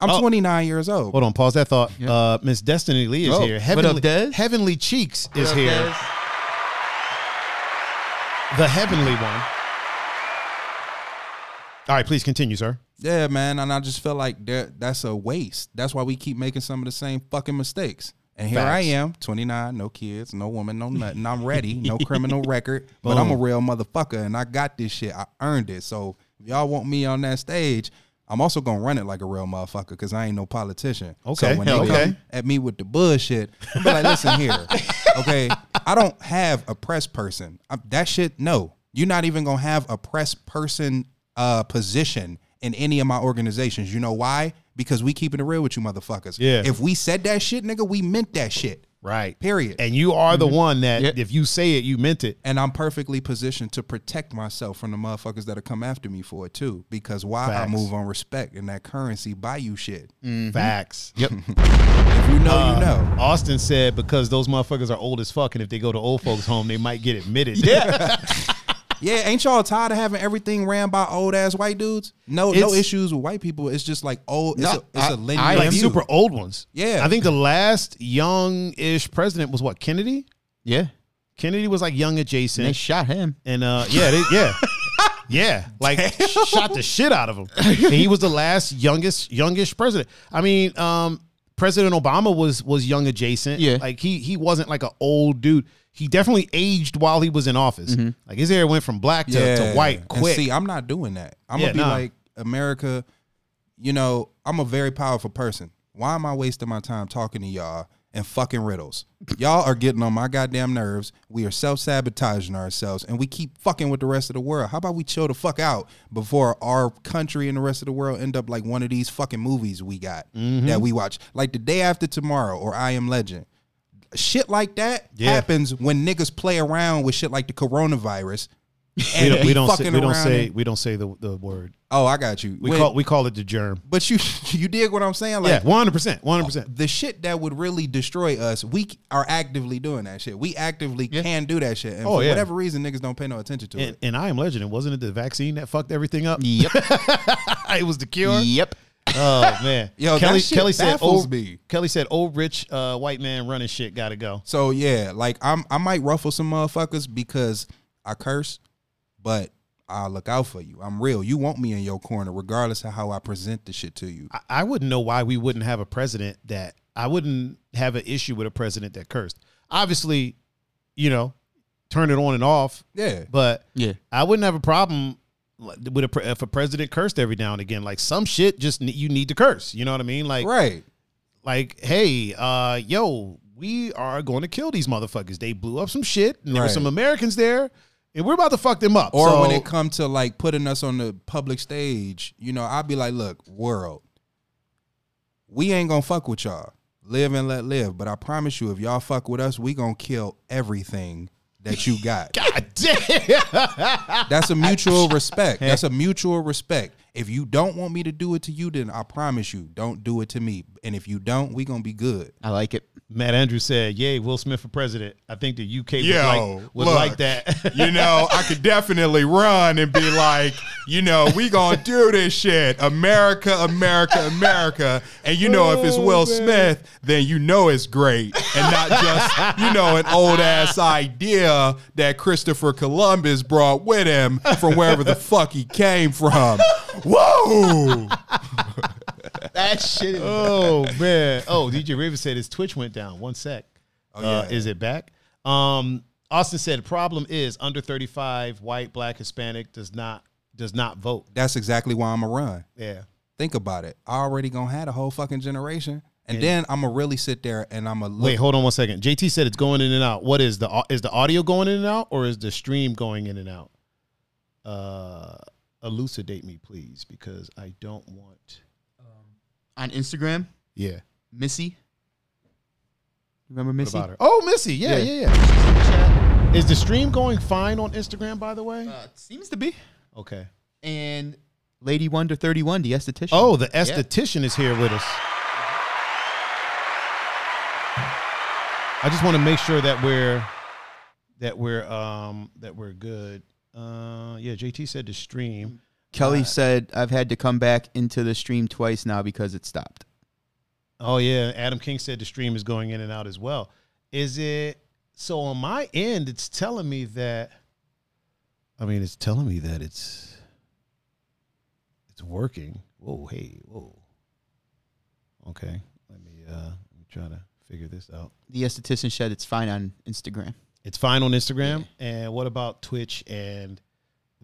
I'm
Oh.
29 years old.
Hold on, pause that thought. Uh, Miss Destiny Lee is
Oh,
here.
what
Heavenly,
up, Des?
Heavenly Cheeks is here. The heavenly one. All right, please continue, sir.
Yeah, man, and I just feel like that that's a waste. That's why we keep making some of the same fucking mistakes. And here I
Facts.
am, 29, no kids, no woman, no nothing. I'm ready, no criminal record, but I'm a real motherfucker and I got this shit. I earned it. So if y'all want me on that stage, I'm also gonna run it like a real motherfucker because I ain't no politician.
Okay,
So when they
okay.
come at me with the bullshit, I'm be like, listen here, okay? I don't have a press person. I, that shit, no. You're not even gonna have a press person uh, position in any of my organizations. You know why? Because we keeping it real with you, motherfuckers.
Yeah.
If we said that shit, nigga, we meant that shit.
Right.
Period.
And you are
Mm-hmm.
the one that if you say it, you meant it.
and I'm perfectly positioned to protect myself from the motherfuckers that'll come after me for it too. Because why
Facts. Mm.
I move on respect and that currency buy you shit.
Mm-hmm.
Facts. Yep.
If you know,
Uh,
you know.
Austin said because those motherfuckers are old as fuck, and if they go to old folks' home, they might get admitted. Yeah.
Yeah, ain't y'all tired of having everything ran by old ass white dudes? No, no
It's-
issues with white people. It's just like old. It's
No,
a, it's
I-
a linear
I
like
am.
view.
super old ones.
Yeah.
I think the last young-ish president was what Kennedy.
Yeah.
Kennedy was like young
And they
adjacent,
shot him.
and uh, yeah, they, yeah, yeah, like shot the shit out of him. And he was the last youngest youngish president. I mean, um, President Obama was was young adjacent.
Yeah.
like he he wasn't like an old dude. He definitely aged while he was in office. Like his hair went from black to, to white
Mm-hmm. And
quick.
see, I'm not doing that. I'm
Yeah,
gonna be
nah.
like America. You know, I'm a very powerful person. Why am I wasting my time talking to y'all and fucking riddles? Y'all are getting on my goddamn nerves. We are self sabotaging ourselves, and we keep fucking with the rest of the world. How about we chill the fuck out before our country and the rest of the world end up like one of these fucking movies we got
Mm-hmm.
that we watch, like the day after tomorrow or I Am Legend shit like that
Yeah.
happens when niggas play around with shit like the coronavirus. And
we don't,
be
we don't say,
fucking
we don't
around
say
and-
we don't say the, the word.
oh, I got you.
We
When-
call we call it the germ.
but you you dig what I'm saying?
yeah,
Like oh.
one hundred percent, one hundred percent.
the shit that would really destroy us, we c- are actively doing that shit. We actively can do that shit. And
Oh,
for
yeah.
whatever reason, niggas don't pay no attention to
And,
it.
and I am legend. And wasn't it the vaccine that fucked everything up?
Yep.
it was the cure.
yep.
Oh man,
Yo, that
Kelly,
shit
Kelly said,
baffles
old,
me.
Kelly said, old rich uh, white man running shit got to go.
So yeah, like I'm I might ruffle some motherfuckers because I curse, but I'll look out for you. I'm real. You want me in your corner, regardless of how I present the shit to you.
I, I wouldn't know why we wouldn't have a president that I wouldn't have an issue with a president that cursed. Obviously, you know, turn it on and off.
Yeah.
But
Yeah.
I wouldn't have a problem like, with a pre- if a president cursed every now and again. Like some shit, just ne- you need to curse. You know what I mean? Like
right.
like, hey, uh, yo, we are going to kill these motherfuckers. They blew up some shit, and there were
Right.
some Americans there, and we're about to fuck them up.
Or
So-
when it come to like putting us on the public stage, you know, I'll be like, look, world, we ain't gonna fuck with y'all. Live and let live. But I promise you, if y'all fuck with us, we gonna kill everything that you got.
God damn.
That's a mutual respect. That's a mutual respect. If you don't want me to do it to you, then I promise you, don't do it to me. And if you don't, we gonna be good.
I like it.
Matt Andrews said, "Yay, Will Smith for president." I think the UK would
Yo,
like, would
look.
like that.
you know, I could definitely run and be like, you know, we gonna do this shit. America, America, America. And you know, if
Oh,
it's Will Smith, then you know it's great. And not just, you know, an old ass idea that Christopher Columbus brought with him from wherever the fuck he came from. Whoa!
That shit is
oh man. Oh, DJ Raven said his Twitch went down. One sec. uh,
Oh, yeah.
is it back? Um, Austin said, "Problem is under thirty-five, white, black, Hispanic does not does not vote."
That's exactly why I'm a run.
Yeah.
Think about it. I already gonna have a whole fucking generation. And then I'm gonna really sit there and I'm gonna look
Wait, hold on one second. JT said it's going in and out. What is the au- is the audio going in and out or is the stream going in and out? Uh elucidate me please because I don't want
on Instagram.
Yeah.
Missy. Remember
What
Missy?
about her? Oh, Missy. Yeah, yeah,
Yeah.
yeah. Is the stream going fine on Instagram by the way?
Uh, seems to be.
Okay.
And Lady Wonder 31, the esthetician.
Oh, the esthetician is here with us. I just want to make sure that we're that we're um that we're good. Uh yeah, JT said to stream.
Kelly said, I've had to come back into the stream twice now because it stopped.
Oh yeah, Adam King said the stream is going in and out as well. Is it so on my end it's telling me that I mean it's telling me that it's It's working. Whoa, hey, whoa. Okay, let me uh, let me try to figure this out.
The esthetician shed. It's fine on Instagram.
It's fine on Instagram. And what about Twitch and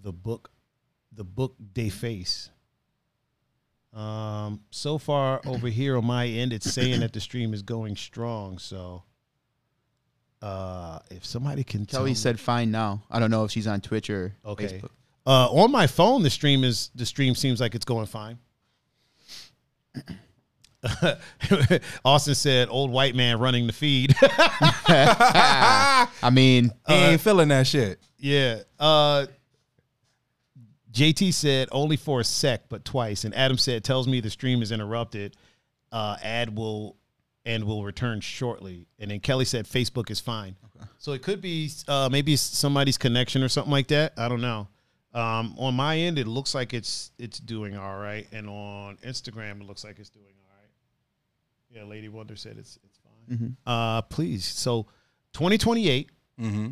the book, the book de face? Um, so far over here on my end, it's saying that the stream is going strong. So, uh, if somebody can tell
Kelly
me-
said fine now. I don't know if she's on Twitch or
okay,
Facebook.
uh, on my phone, the stream is the stream seems like it's going fine. Austin said, "Old white man running the feed."
Ah! I mean,
He
Uh,
ain't feeling that shit.
Yeah. Uh, JT said only for a sec, but twice. And Adam said tells me the stream is interrupted. Uh, ad will and will return shortly. And then Kelly said Facebook is fine. So it could be uh, maybe somebody's connection or something like that. I don't know. Um, on my end, it looks like it's it's doing all right, and on Instagram, it looks like it's doing all right. Yeah, Lady Wonder said it's it's fine.
Mm-hmm.
Uh, please, so 2028
Mm-hmm.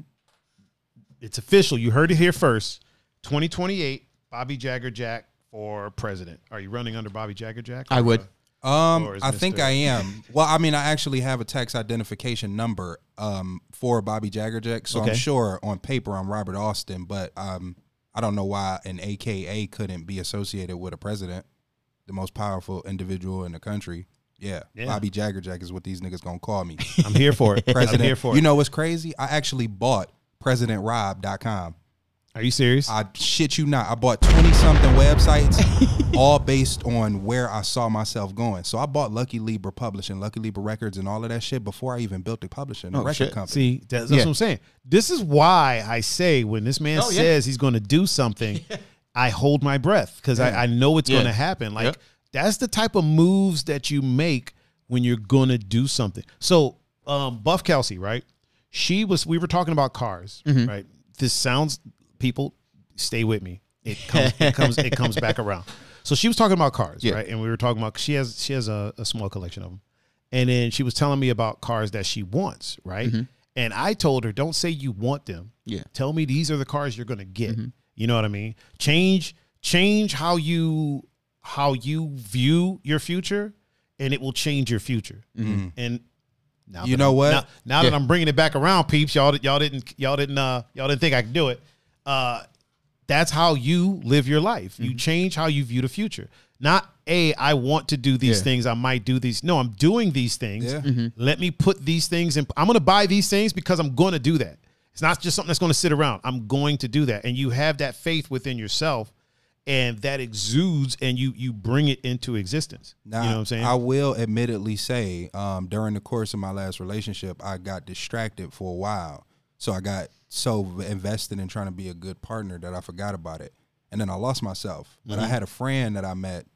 it's official. You heard it here first. 2028, Bobby Jagger Jack for president. Are you running under Bobby Jagger Jack? uh,
I would.
Um,
Or is
I think
Mr.
I am. Well, I mean, I actually have a tax identification number um, for Bobby Jaggerjack, so
Okay.
I'm sure on paper I'm Robert Austin, but um, I don't know why an AKA couldn't be associated with a president, the most powerful individual in the country. Yeah,
Yeah.
Bobby Jaggerjack is what these niggas gonna call me.
I'm here for it.
President.
I'm here for it.
you know what's crazy? I actually bought PresidentRob.com.
Are you serious?
I shit you not. I bought 20 something websites, all based on where I saw myself going. So I bought Lucky Libra Publishing, Lucky Libra Records, and all of that shit before I even built the publishing
Oh,
record
shit.
company.
See, that's, that's
Yeah.
what I'm saying. This is why I say when this man
Oh, yeah.
says he's going to do something, I hold my breath because I, I know it's going to happen. Like that's the type of moves that you make when you're going to do something. So, um, Buff Kelsey, right? She was. We were talking about cars,
Mm-hmm.
right? This sounds. People, stay with me. It comes. it comes. It comes back around. So she was talking about cars,
Yeah.
right? And we were talking about she has she has a, a small collection of them. And then she was telling me about cars that she wants, right? And I told her, don't say you want them.
Mm-hmm. Yeah.
Tell me these are the cars you're gonna get. You know what I mean? Change change how you how you view your future, and it will change your future. And now
Mm-hmm. You
that
know
I'm-
what?
Now, now that I'm bringing it back around, peeps, y'all y'all didn't y'all didn't uh y'all didn't think I could do it. Uh that's how you live your life.
Mm-hmm.
You change how you view the future. Not a I want to do these things. I might do these. No, I'm doing these things.
Yeah.
Let me put these things in. I'm going to buy these things because I'm going to do that. It's not just something that's going to sit around. I'm going to do that, and you have that faith within yourself, and that exudes, and you you bring it into existence.
Now,
you know what I'm saying?
I will admittedly say, um, during the course of my last relationship, I got distracted for a while. So I got so invested in trying to be a good partner that I forgot about it. And then I lost myself. But
Mm-hmm.
I had a friend that I met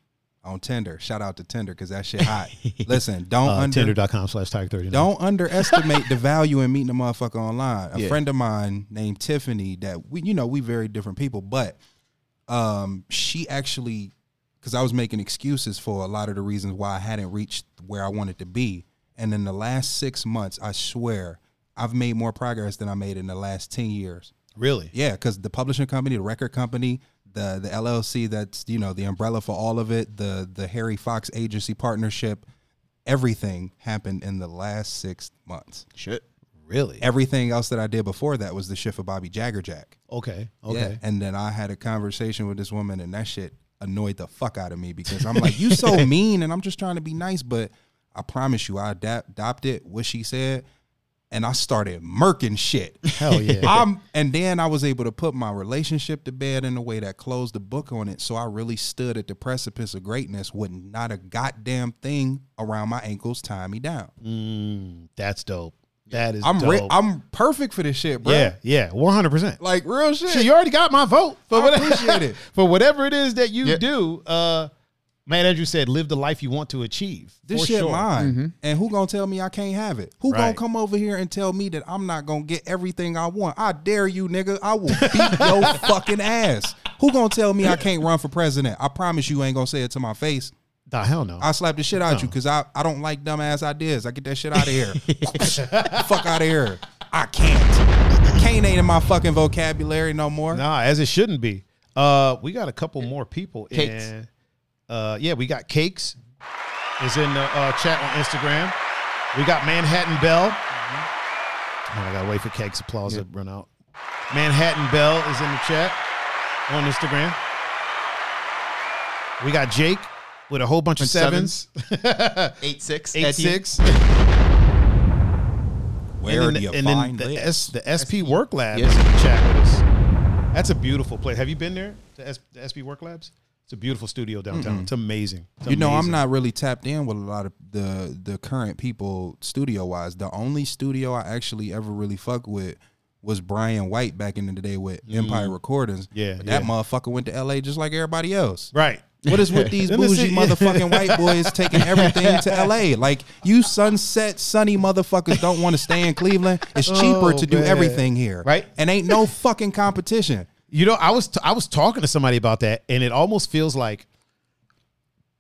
on Tinder. Shout out to Tinder because that shit hot. Listen, don't
uh,
under
Tinder.com slash tag thirty.
Don't underestimate the value in meeting a motherfucker online. A
Yeah.
friend of mine named Tiffany that we, you know, we very different people, but um, she actually, because I was making excuses for a lot of the reasons why I hadn't reached where I wanted to be, and in the last six months, I swear, I've made more progress than I made in the last ten years.
really.
Yeah, because the publishing company, the record company, the the LLC that's you know the umbrella for all of it, the the Harry Fox agency partnership, everything happened in the last six months.
Shit.
Really.
Everything else that I did before that was the shit for Bobby Jaggerjack.
Okay.
Yeah,
Okay.
and then I had a conversation with this woman, and that shit annoyed the fuck out of me because I'm like, you so mean, and I'm just trying to be nice, but I promise you, I adapt- adopted what she said, and I started murking shit.
Hell yeah.
I'm, and then I was able to put my relationship to bed in a way that closed the book on it. So I really stood at the precipice of greatness with not a goddamn thing around my ankles tying me down.
Mm, that's dope. That is
I'm
dope.
re- I'm perfect for this shit, bro.
Yeah, yeah, one hundred percent.
Like real shit.
Shit, you already got my vote for
I
whatever
appreciate it.
for whatever it is that you
Yeah.
do. Uh, Matt Andrew said, "Live the life you want to achieve."
This
For
shit
sure.
mine. And who gonna tell me I can't have it? Who gonna
Right.
come over here and tell me that I'm not gonna get everything I want? I dare you, nigga. I will beat your fucking ass. Who gonna tell me I can't run for president? I promise you ain't gonna say it to my face.
Nah, hell no.
I slap the shit out you because I, I don't like dumbass ideas. I get that shit out of here. Fuck out of here. I can't. Can't ain't in my fucking vocabulary no more.
nah, as it shouldn't be. Uh, we got a couple more people.
Kate.
in. Uh, yeah, we got Cakes is in the uh, chat on Instagram. We got Manhattan Bell. Oh, I gotta wait for Cakes' applause to run out. Manhattan Bell is in the chat on Instagram. We got Jake with a whole bunch of
And
sevens.
sevens.
Eight
Eight six.
six.
at the-
Where
and
do
then,
you
and then
find
the,
this?
S, the SP Work Labs
Yes.
in the chat with us. That's a beautiful place. Have you been there? The, S, the SP Work Labs. It's a beautiful studio downtown. It's amazing. It's
you know, I'm
amazing.
not really tapped in with a lot of the the current people studio wise. The only studio I actually ever really fuck with was Brian White back in the day with Empire Recordings.
Mm. Yeah,
but that
yeah.
motherfucker went to LA just like everybody else.
right.
What is with these
Let me
bougie
see.
motherfucking white boys taking everything to LA? Like you sunset sunny motherfuckers don't want to stay in Cleveland. It's cheaper to do
Oh, man.
everything here.
Right.
And ain't no fucking competition.
You know, I was t- I was talking to somebody about that, and it almost feels like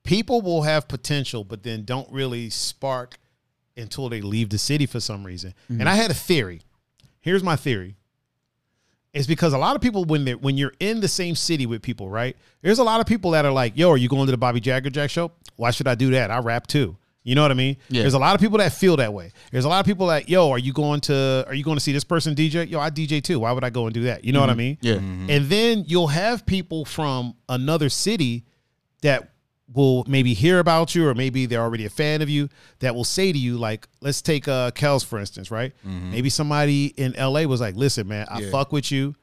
people will have potential, but then don't really spark until they leave the city for some reason. And I had a theory. Here's my theory. It's because a lot of people when they are when you're in the same city with people, right? There's a lot of people that are like, "Yo, are you going to the Bobby Jagger Jack show? Why should I do that? I rap too." You know what I mean?
Yeah.
There's a lot of people that feel that way. There's a lot of people that, "Yo, are you going to are you going to see this person DJ? Yo, I DJ too. Why would I go and do that?" You know what I mean?
Yeah.
And then you'll have people from another city that will maybe hear about you or maybe they're already a fan of you that will say to you like let's take uh kels for instance right
Mm-hmm.
maybe somebody in la was like listen man i fuck with you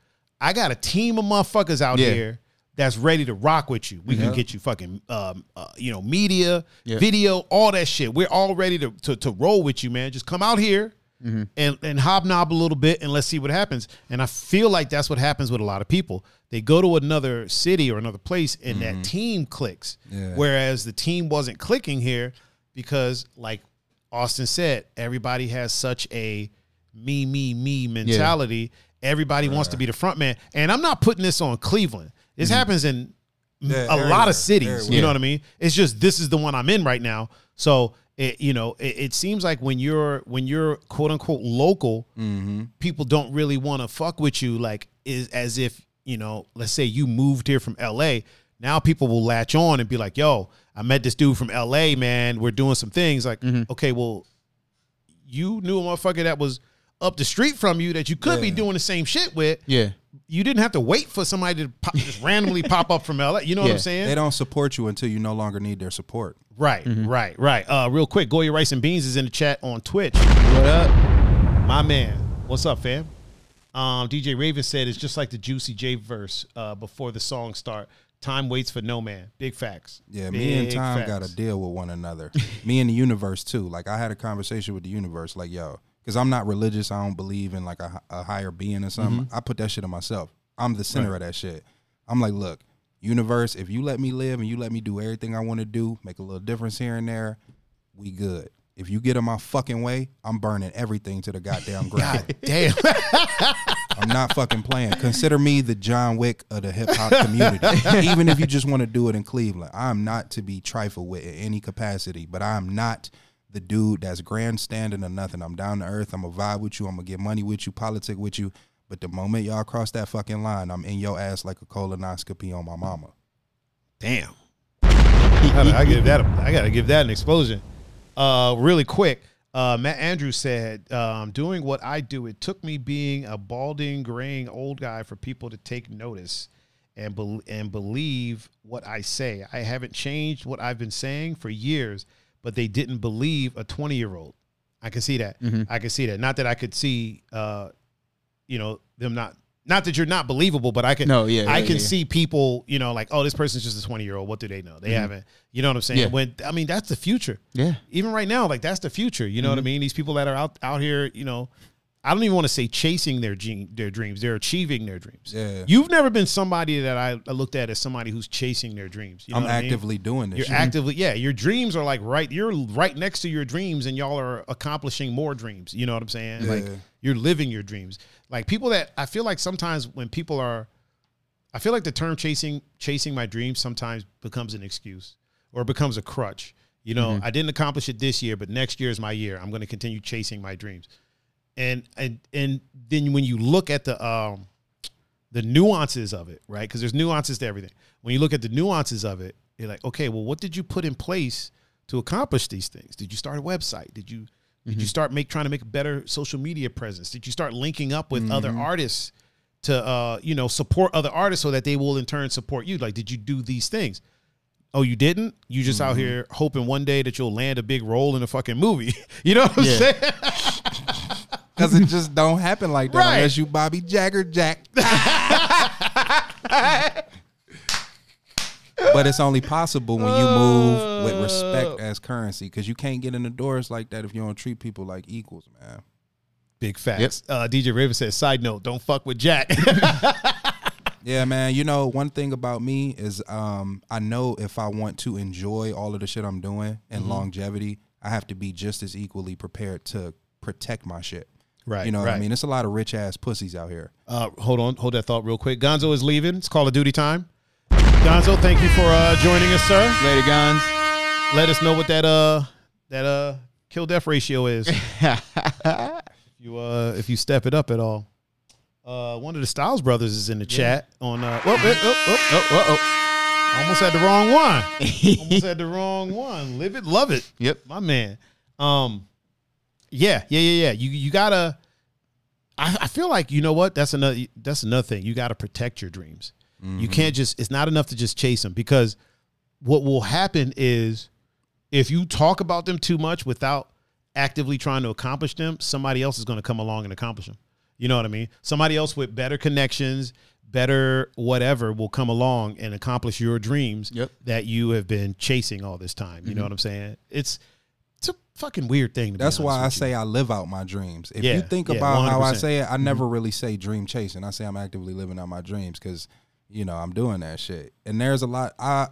i got a team of motherfuckers out
Yeah.
here that's ready to rock with you we can get you fucking um uh, you know media
Yeah.
video all that shit we're all ready to to, to roll with you man just come out here and and hobnob a little bit and let's see what happens. And I feel like that's what happens with a lot of people. They go to another city or another place and that team clicks.
Yeah.
Whereas the team wasn't clicking here because like Austin said, everybody has such a me me me mentality. Everybody wants to be the front man. And I'm not putting this on Cleveland. This happens in a
Yeah,
lot
everywhere,
of cities. You
everywhere.
know what I mean? It's just this is the one I'm in right now. So it, you know, it, it seems like when you're when you're quote unquote local, people don't really want to fuck with you. Like is as if you know, let's say you moved here from L.A. Now people will latch on and be like, "Yo, I met this dude from L.A. Man, we're doing some things." Like, okay, well, you knew a motherfucker that was up the street from you that you could be doing the same shit with.
Yeah.
You didn't have to wait for somebody to pop, just randomly pop up from LA. You know what I'm
Yeah.
saying?
They don't Mm-hmm. support you until you no longer need their support.
Right, right, right. Uh, real quick, Goya Rice and Beans is in the chat on Twitch.
What up?
My man, what's up, fam? Um, DJ Raven said it's just like the Juicy J verse uh, before the song start. Time waits for no man. Big facts.
Yeah, me and
Big
time
facts.
got to deal with one another. me and the universe too. Like I had a conversation with the universe, like yo, because I'm not religious. I don't believe in like a, hi- a higher being or something.
Mm-hmm.
I put that shit on myself. I'm the center of that shit. I'm like, look, universe, if you let me live and you let me do everything I want to do, make a little difference here and there, we good. If you get in my fucking way, I'm burning everything to the goddamn ground.
Damn.
I'm not fucking playing. Consider me the John Wick of the hip hop community. Even if you just want to do it in Cleveland, I'm not to be trifled with in any capacity. But I'm not the dude that's grandstanding or nothing. I'm down to earth. I'm going to vibe with you. I'm gonna get money with you, politic with you. But the moment y'all cross that fucking line, I'm in your ass like a colonoscopy on my mama.
Damn. I, I give that. A, I gotta give that an explosion. Uh, really quick. Uh, Matt Andrews said, um, "Doing what I do, it took me being a balding, graying old guy for people to take notice and bel and believe what I say. I haven't changed what I've been saying for years, but they didn't believe a twenty year old. I can see that.
Mm-hmm.
I can see that. Not that I could see, uh, you know, them not. Not that you're not believable, but I can.
No, yeah,
I
yeah,
can
yeah.
see people, you know, like, oh, this person's just a 20 year old. What do they know? They haven't, you know what I'm saying?
Yeah.
When I mean, that's the future.
Yeah.
Even right now, like that's the future. You know what I mean? These people that are out out here, you know, I don't even want to say chasing their gene, their dreams. They're achieving their dreams.
Yeah.
You've never been somebody that I, I looked at as somebody who's chasing their dreams. You know
I'm
what I mean?
actively doing this.
You're
shit.
actively, yeah. Your dreams are like right. You're right next to your dreams, and y'all are accomplishing more dreams. You know what I'm saying? Like
Yeah.
you're living your dreams. Like people that I feel like sometimes when people are, I feel like the term chasing chasing my dreams sometimes becomes an excuse or becomes a crutch. You know, I didn't accomplish it this year, but next year is my year. I'm going to continue chasing my dreams. And and and then when you look at the um the nuances of it, right? Because there's nuances to everything. When you look at the nuances of it, You're like, okay, well, what did you put in place to accomplish these things? Did you start a website? Did you did you start make trying to make a better social media presence? Did you start linking up with other artists to uh, you know support other artists so that they will in turn support you? Like, did you do these things? Oh, you didn't? You just out here hoping one day that you'll land a big role in a fucking movie. you know what I'm
Yeah.
saying?
Because it just don't happen like that
Right.
unless you Bobby Jagger Jack. but it's only possible when you move with
Oh.
respect as currency because you can't get in the doors like that if you don't treat people like equals, man.
Big facts. Uh, DJ Raven says, side note, don't fuck with Jack.
Yeah, man. You know, one thing about me is um, I know if I want to enjoy all of the shit I'm doing and
Mm-hmm.
longevity, I have to be just as equally prepared to protect my shit.
Right,
You know what I
right.
mean? It's a lot of rich ass pussies out here.
Uh, hold on, hold that thought real quick. Gonzo is leaving. It's Call of Duty time. Gonzo, thank you for uh, joining us, sir.
Later, guns.
Let us know what that uh that uh kill death ratio is. if you uh if you step it up at all. Uh, one of the Styles brothers is in the chat on. Uh, whoa, whoa, whoa, whoa, whoa, whoa, whoa. oh, Almost had the wrong one. Almost had the wrong one. Live it, love it.
Yep.
my man. Um, yeah, yeah, yeah, yeah. You you gotta. I, I feel like you know what. That's another. That's another thing. You gotta protect your dreams.
Mm-hmm.
You can't just. It's not enough to just chase them because what will happen is if you talk about them too much without actively trying to accomplish them, somebody else is going to come along and accomplish them. You know what I mean? Somebody else with better connections, better whatever will come along and accomplish your dreams
Yep.
that you have been chasing all this time. You know what I'm saying? It's it's a fucking weird thing to be
Mm-hmm. That's
honest
why I
with you.
say I live out my dreams. If
Yeah,
you think
yeah,
about how I
100%.
say it, I never
Mm-hmm.
really say dream chasing. I say I'm actively living out my dreams because, you know, I'm doing that shit. And there's a lot I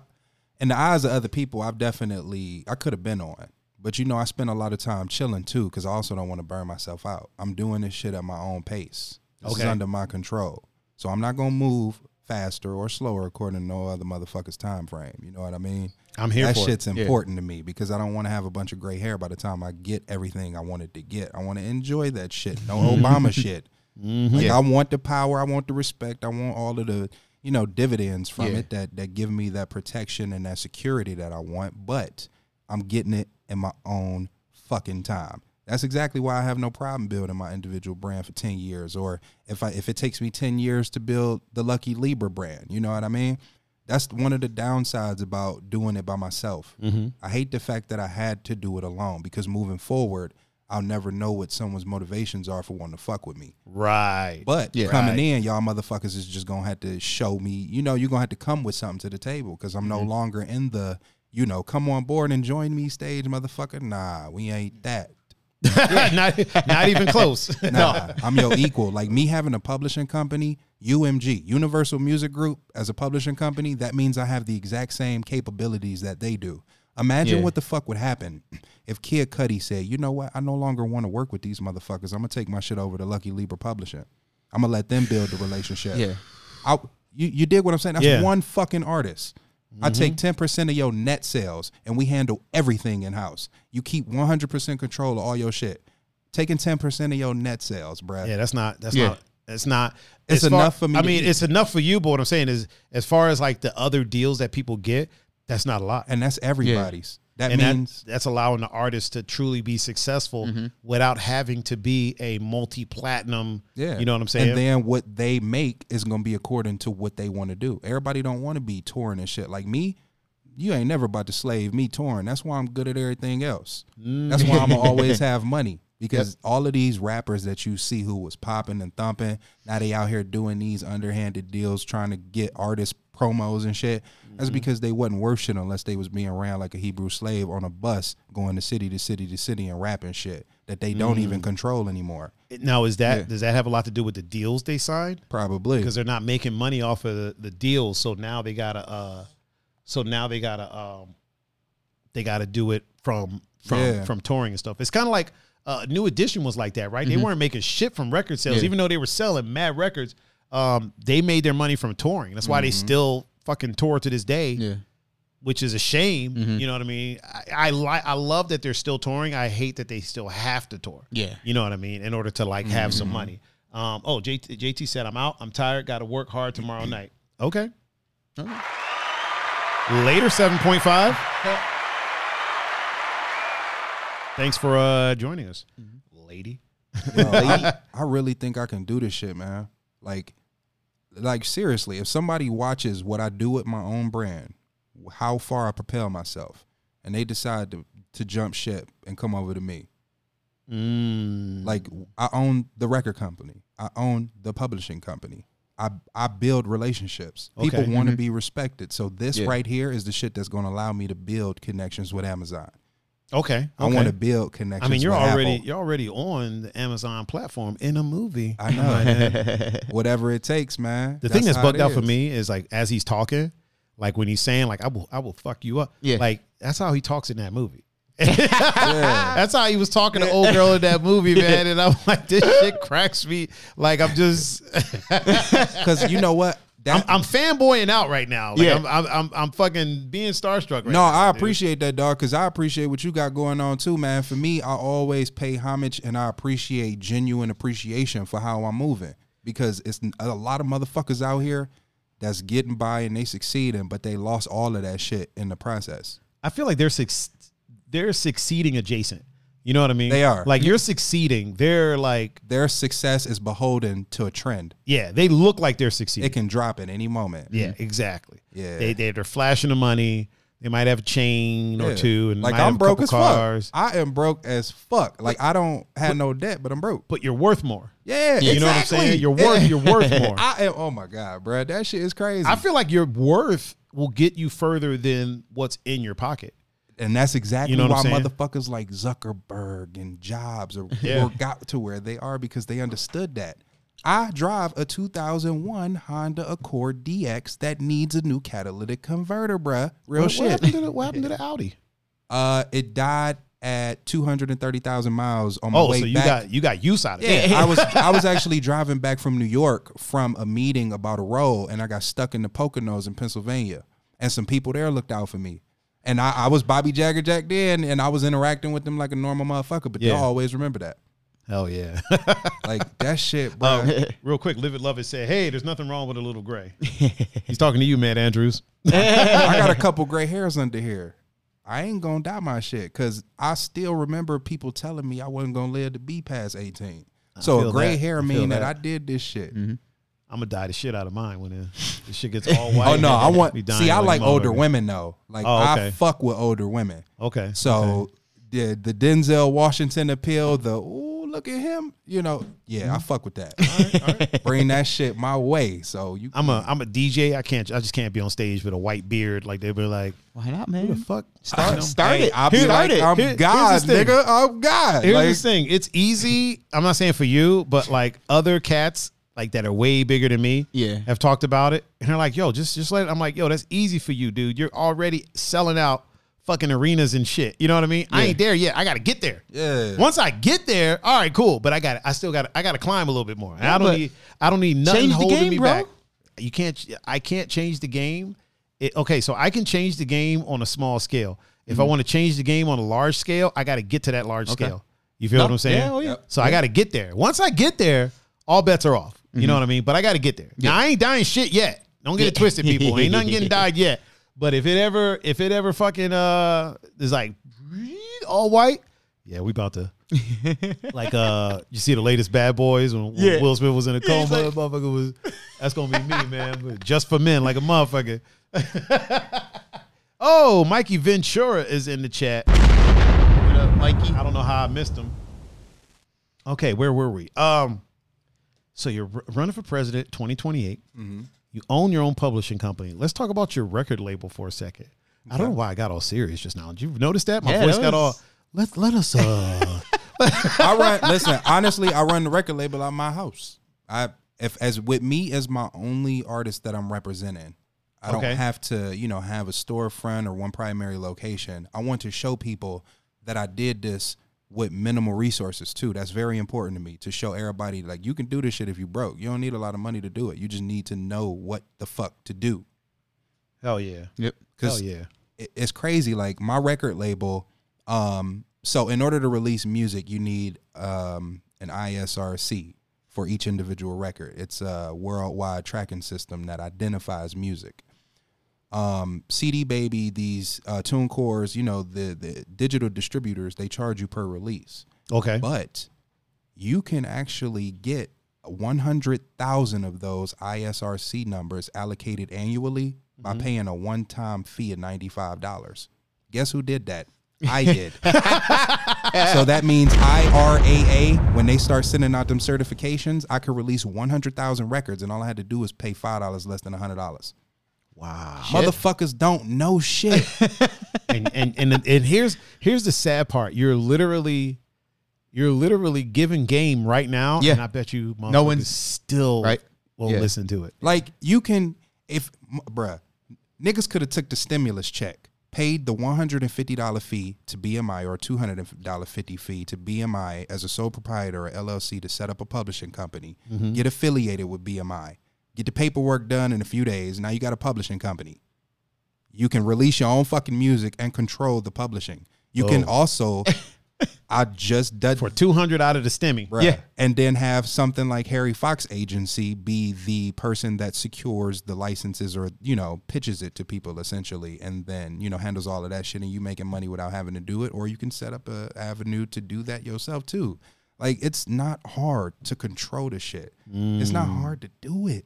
in the eyes of other people, I've definitely I could have been on. But you know, I spend a lot of time chilling too, because I also don't want to burn myself out. I'm doing this shit at my own pace. This is
Okay.
under my control. So I'm not gonna move faster or slower according to no other motherfucker's time frame. You know what I mean?
I'm here
that
for it.
shit's important to me because I don't want to have a bunch of gray hair by the time I get everything I wanted to get. I want to enjoy that shit. No Obama shit. Like I want the power, I want the respect, I want all of the you know dividends from it that that give me that protection and that security that I want. But I'm getting it in my own fucking time. That's exactly why I have no problem building my individual brand for ten years, or if I if it takes me ten years to build the Lucky Libra brand. You know what I mean? That's one of the downsides about doing it by myself. I hate the fact that I had to do it alone because moving forward, I'll never know what someone's motivations are for wanting to fuck with me.
right.
But
Yeah.
coming
Right.
in, y'all motherfuckers is just gonna have to show me. You know, you're gonna have to come with something to the table because I'm
Mm-hmm.
no longer in the. You know, come on board and join me stage, motherfucker. Nah, we ain't that.
not not even close.
Nah, I'm your equal. Like me having a publishing company, UMG, Universal Music Group, as a publishing company, that means I have the exact same capabilities that they do. Imagine
Yeah.
what the fuck would happen if Kid Cudi said, "You know what? I no longer want to work with these motherfuckers. I'm gonna take my shit over to Lucky Libra Publishing. I'm gonna let them build the relationship."
Yeah.
I, you, you dig what I'm saying? That's
Yeah. Mm-hmm.
one fucking artist. I take 10% of your net sales and we handle everything in house. You keep 100% control of all your shit. Taking 10% of your net sales, bruh.
Yeah, that's not. That's
Yeah.
not. That's not.
It's
as far-
enough for me
I
to
mean,
eat.
it's enough for you, but what I'm saying is, as far as like the other deals that people get, that's not a lot.
And that's everybody's. That
and
means Mm-hmm.
that, that's allowing the artist to truly be successful without having to be a multi-platinum.
Yeah.
you know what I'm saying.
And then what they make is gonna be according to what they want to do. Everybody don't want to be touring and shit. Like me, you ain't never about to slave me touring. That's why I'm good at everything else. That's why I'ma always
Mm.
have money. Because all of these rappers that you see who was popping and thumping, now they out here doing these underhanded deals, trying to get artists promos and shit.
Mm-hmm.
That's because they wasn't worth shit unless they was being around like a Hebrew slave on a bus going to city to city to city and rapping shit that they don't
Mm.
even control anymore.
now, is that does that have a lot to do with the deals they signed?
Probably.
Because they're not making money off of the, the deals, so now they gotta. Uh, so now they gotta. Um, they gotta do it from from
Yeah.
from touring and stuff. It's kind of like uh, New Edition was like that, right? They weren't making shit from record sales,
Mm-hmm. Yeah.
even though they were selling mad records. Um, they made their money from touring. That's why they still fucking tour to this day.
Mm-hmm. Yeah.
which is a shame.
Mm-hmm.
You know what I mean? I, I like I love that they're still touring. I hate that they still have to tour.
Yeah.
You know what I mean? In order to like have
Mm-hmm.
some money. Um, oh, JT,
Mm-hmm.
JT said, I'm out. I'm tired. Got to work hard tomorrow night. Okay. Later, 7.5. Thanks for uh, joining us,
Mm-hmm.
lady.
Yo, I, I really think I can do this shit, man. Like, like seriously, if somebody watches what I do with my own brand, how far I propel myself, and they decide to to jump ship and come over to me,
Mm,
like I own the record company, I own the publishing company. I, I build relationships. People
Okay. mm-hmm.
want to be respected. So this right here is the shit that's going to allow me to build connections with Amazon.
Okay,
I
okay.
want to build connections.
I mean, you're
with Apple.
already you're already on the Amazon platform in a movie.
I know. Whatever it takes, man.
the thing that's
how it
bugged out for
is.
me is like as he's talking, like when he's saying like I will I will fuck you up.
Yeah.
Like that's how he talks in that movie.
Yeah.
That's how he was talking to old girl in that movie, man. And I'm like, this shit cracks me. Like I'm just
Because you know what?
I'm,
That,
I'm fanboying out right now. Like
Yeah.
I'm, I'm I'm I'm fucking being starstruck right
no,
now.
I
dude.
appreciate that, dog. Because I appreciate what you got going on too, man. For me, I always pay homage and I appreciate genuine appreciation for how I'm moving because it's n- a lot of motherfuckers out here that's getting by and they succeeding, but they lost all of that shit in the process.
I feel like they're suc they're succeeding adjacent. You know what I mean?
They are.
Like you're succeeding. They're like
Their success is beholden to a trend.
yeah, they look like they're succeeding.
It can drop at any moment.
Yeah, exactly.
Yeah.
they, they they're flashing the money. They might have a chain or
Yeah.
two, and
like
might have
I'm
a
broke
couple
as
cars.
fuck. I am broke as fuck. Like I don't have no debt, but I'm broke.
But you're worth more.
Yeah,
You know what I'm saying? You're worth you're worth more. I,
I am. Oh my god, bruh. that shit is crazy.
feel like your worth will get you further than what's in your pocket.
and that's exactly
You know what
why
I'm saying?
motherfuckers like Zuckerberg and Jobs or,
Yeah.
or got to where they are because they understood that. I drive a 2001 Honda Accord DX that needs a new catalytic converter, bruh.
What-
Real
What
Oh, shit.
happened to the, what happened to the Audi?
Uh, it died at 230,000 miles on my
Oh,
way
so you
back.
got you got use out of it.
Yeah, I was I was actually driving back from New York from a meeting about a role, and I got stuck in the Poconos in Pennsylvania, and some people there looked out for me, and I, I was Bobby Jagger Jack then, and I was interacting with them like a normal motherfucker, but
Yeah.
they'll always remember that.
Hell yeah.
Like that shit, bro.
Real quick, Live It Love It said, hey, there's nothing wrong with a little gray. He's talking to you, Matt Andrews.
I got a couple gray hairs under here. I ain't gonna die my shit because I still remember people telling me I wasn't gonna live to be past eighteen. So
feel
a gray
that. I
hair
feel
mean that.
that.
I did this shit.
I'm gonna die the shit out of mine when it, this shit gets all white.
Oh no, I want
Be dying
see. I
a
like older
motherfucker.
women though. Like
Oh, okay.
I fuck with older women.
Okay.
So the the Denzel Washington appeal, the ooh look at him, you know, yeah,
Mm-hmm.
I fuck with that. Bring that shit my way. So you,
I'm a I'm a DJ. I can't. I just can't be on stage with a white beard. Like they be like,
Why not, man?
"Fuck."
Start- start it.
I'll be
Here-
like,
start it.
I'm
Here- here's
God,
the thing.
nigga, I'm God.
Here's
Like,
the thing. It's easy. I'm not saying for you, but like other cats like that are way bigger than me.
Yeah.
Have talked about it, and they're like, "Yo, just just let." It. I'm like, "Yo, that's easy for you, dude. You're already selling out." Fucking arenas and shit. You know what I mean? I ain't there yet. I gotta get there.
Yeah.
Once I get there, all right, cool. But I got. to I still got. to I gotta climb a little bit more. And I don't
but
need. I don't need nothing
change the
holding
game,
me
bro.
back. You can't. I can't change the game. It, okay, so I can change the game on a small scale. If
Mm-hmm.
I want to change the game on a large scale, I got to get to that large scale. You feel what I'm saying?
Yeah, oh, yeah.
So I got to get there. Once I get there, all bets are off. You
Mm-hmm.
know what I mean? But I got to get there. Now I ain't dying shit yet. Don't get it twisted, people. Ain't nothing getting died yet. But if it ever, if it ever fucking uh is like all white, yeah, we about to. like uh, you see the latest Bad Boys when
Yeah.
Will Smith was in a coma, that motherfucker was. That's gonna be me, man. But Just for men, like a motherfucker. oh, Mikey Ventura is in the chat.
What up, Mikey?
I don't know how I missed him. Okay, where were we? Um, so you're r- running for president, 2028.
Mm-hmm.
You own your own publishing company. Let's talk about your record label for a second. I don't know why I got all serious just now. Did you notice that my
Yeah,
voice
that
got all?
was-
Let let us. Uh,
I run. Listen, honestly, I run the record label out my house. I if as with me as my only artist that I'm representing. I
Okay.
don't have to, you know, have a storefront or one primary location. I want to show people that I did this with minimal resources too. That's very important to me to show everybody like you can do this shit if you broke. You don't need a lot of money to do it. You just need to know what the fuck to do.
hell yeah!
Yep.
Hell
Cuz
yeah!
it- it's crazy. Like my record label, um, so in order to release music, you need um, an ISRC for each individual record. It's a worldwide tracking system that identifies music. um, CD Baby, these uh, TuneCores, you know, the the digital distributors, they charge you per release,
Okay.
but you can actually get 100,000 of those ISRC numbers allocated annually by paying a one-time fee of $95. Guess who did that? I did. so that means IRAA, when they start sending out them certifications, I could release 100,000 records and all I had to do was pay $5 less than $100.
Wow.
Motherfuckers don't know shit.
and and and and here's here's the sad part. You're literally you're literally giving game right now.
Yeah.
And I bet you
No
motherfuckers
one's-
still
right.
will
Yeah.
listen to it.
like you can if m- bruh, niggas could have took the stimulus check, paid the $150 fee to BMI or $200.50 fee to BMI as a sole proprietor or LLC to set up a publishing company,
Mm-hmm.
get affiliated with BMI, get the paperwork done in a few days. Now you got a publishing company. You can release your own fucking music and control the publishing. You can
Whoa.
also I just did
For two hundred out of the stemmy.
Bruh. And then have something like Harry Fox Agency be the person that secures the licenses or, you know, pitches it to people essentially and then, you know, handles all of that shit and you making money without having to do it. Or you can set up a avenue to do that yourself too. Like it's not hard to control the shit. It's not hard to do it.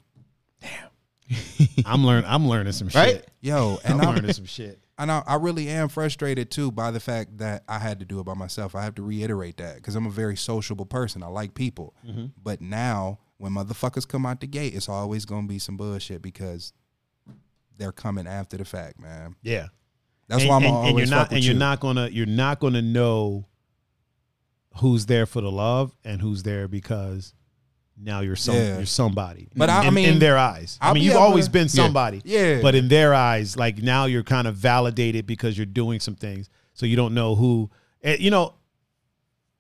I'm learn I'm learning some
Right?
shit.
Yo, and
I'm
I'm
learning some shit.
and I, I really am frustrated too by the fact that I had to do it by myself. I have to reiterate that because I'm a very sociable person. I like people,
Mm-hmm.
but now when motherfuckers come out the gate, it's always gonna be some bullshit because they're coming after the fact, man.
Yeah.
That's why I'm
and,
always
and you're
fuck
not
with
and you're
you.
not gonna you're not gonna know who's there for the love and who's there because now you're some
Yeah.
you're somebody.
But I- I
in, in
mean,
their eyes. i
I'll
mean
be
you've
able
always
to-
been somebody.
Yeah.
But in their eyes, like now you're kind of validated because you're doing some things. So you don't know who eh, you know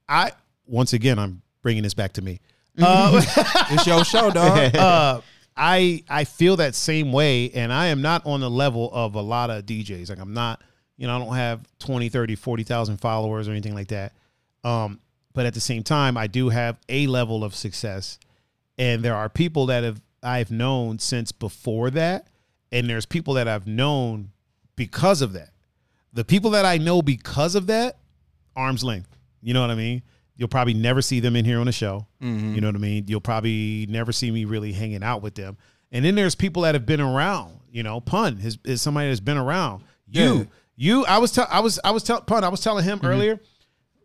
I once again I'm bringing this back to me. Uh,
It's your show, dog.
uh, I I feel that same way, and I am not on the level of a lot of DJs. Like I'm not, you know, I don't have 20, 30, 40,000 followers or anything like that. Um, but at the same time, I do have a level of success, and there are people that have I've known since before that, and there's people that I've known because of that. The people that I know because of that, arm's length. You know what I mean? You'll probably never see them in here on the show.
Mm-hmm.
You know what I mean? You'll probably never see me really hanging out with them. And then there's people that have been around. You know, pun is, is somebody that's been around. You,
Yeah. Mm-hmm.
you. I was tell, I was I was tell, pun. I was telling him earlier.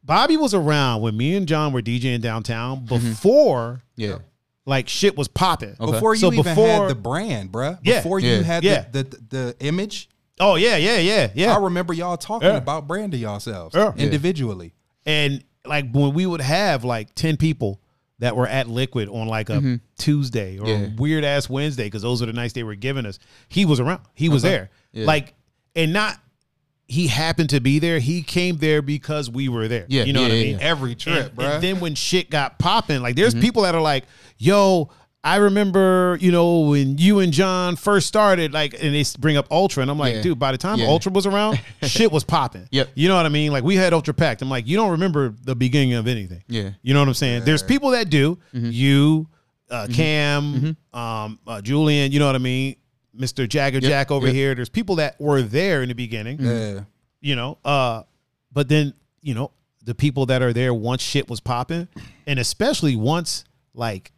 Bobby was around when me and John were DJing downtown
Mm-hmm.
before,
Yeah.
like shit was popping.
Before you
So
even
before-
had the brand, bruh.
Yeah.
Before
Yeah.
you had
Yeah.
the, the the image,
Oh yeah, yeah, yeah, yeah.
I remember y'all talking
Yeah.
about branding yourselves
Yeah. Yeah.
individually.
And like when we would have like 10 people that were at Liquid on like a Tuesday or
Yeah.
a weird ass Wednesday, because those were the nights they were giving us, he was around. He was there. Like, and not he happened to be there. He came there because we were there.
Yeah,
You know
yeah,
what I
yeah,
mean?
yeah.
Every trip,
and,
bruh.
and then when shit got popping, like there's people that are like, yo, I remember, you know, when you and John first started, like, and they s- bring up Ultra, and I'm like,
Yeah.
dude, by the time
Yeah.
Ultra was around, shit was popping.
Yep.
You know what I mean? Like we had Ultra Packed. I'm like, you don't remember the beginning of anything.
Yeah. Mm-hmm.
You know what I'm saying? There's people that do. You, uh, Cam, um, uh, Julian. You know what I mean? Mr. Jagger Jack over here. There's people that were there in the beginning.
yeah.
You know. Uh, but then you know the people that are there once shit was popping, and especially once like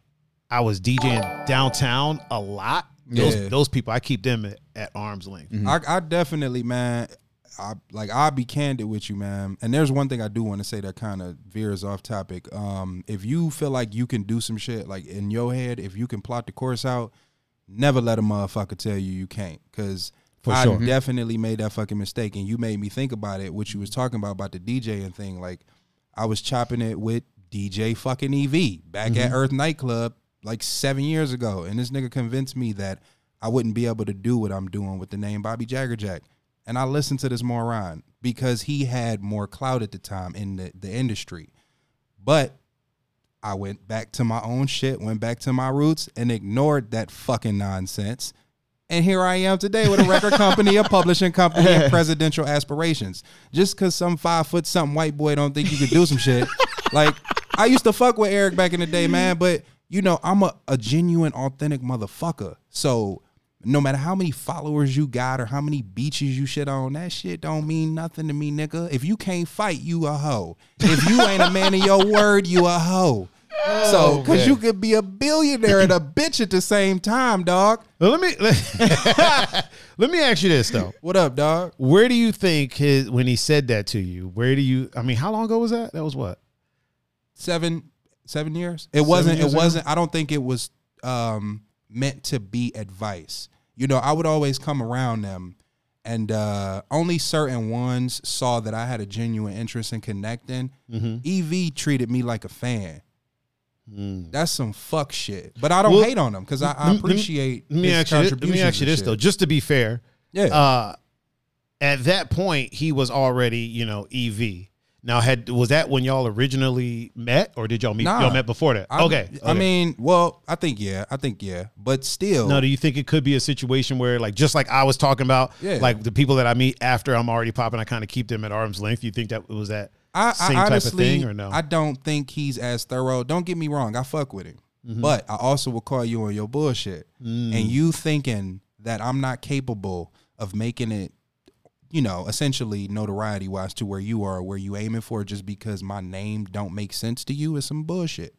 I was DJing downtown a lot. Those,
Yeah.
those people, I keep them at, at arm's length.
I, I definitely, man. I like I'll be candid with you, man. And there's one thing I do want to say that kind of veers off topic. Um, if you feel like you can do some shit, like in your head, if you can plot the course out, never let a motherfucker tell you you can't. Cause I
sure.
definitely made that fucking mistake, and you made me think about it. What you was talking about about the DJing thing, like I was chopping it with DJ fucking EV back at Earth Nightclub like seven years ago, and this nigga convinced me that I wouldn't be able to do what I'm doing with the name Bobby Jagger Jack. And I listened to this moron because he had more clout at the time in the, the industry. But I went back to my own shit, went back to my roots, and ignored that fucking nonsense. And here I am today with a record company, a publishing company, and presidential aspirations. Just because some five foot something white boy don't think you could do some shit. Like I used to fuck with Eric back in the day, man. But you know, I'm a, a genuine, authentic motherfucker. So No matter how many followers you got or how many beaches you shit on, that shit don't mean nothing to me, nigga. If you can't fight, you a hoe. If you ain't a man of your word, you a hoe. so, because you could be a billionaire and a bitch at the same time, dog.
Well, let me let, let me ask you this though.
What up, dog?
Where do you think his when he said that to you? Where do you? I mean, how long ago was that? That was what?
seven seven years. It wasn't.
years
It
ago?
wasn't. I don't think it was um, meant to be advice. You know, I would always come around them, and uh, only certain ones saw that I had a genuine interest in connecting.
Mm-hmm.
Ev treated me like a fan. That's some fuck shit. But I don't
Mm. Well,
hate on him because I, I
lem- lem-
appreciate.
Let me
his
ask you. This, let me
contributions
ask you
and
this
shit.
though, just to be fair.
Yeah.
Uh, at that point, he was already you know EV. Now, had was that when y'all originally met, or did y'all meet?
Nah.
y'all met before that.
I-
okay.
I
okay.
mean, well, I think yeah, I think yeah, but still,
Now, do you think it could be a situation where, like, just like I was talking about,
Yeah.
like the people that I meet after I'm already popping, I kind of keep them at arm's length. You think that was that
I,
same
I
type
honestly,
of thing, or no?
I don't think he's as thorough. Don't get me wrong, I fuck with him,
Mm-hmm.
but I also will call you on your bullshit.
Mm.
And you thinking that I'm not capable of making it, you know, essentially notoriety wise to where you are, where you aiming for, just because my name don't make sense to you is some bullshit.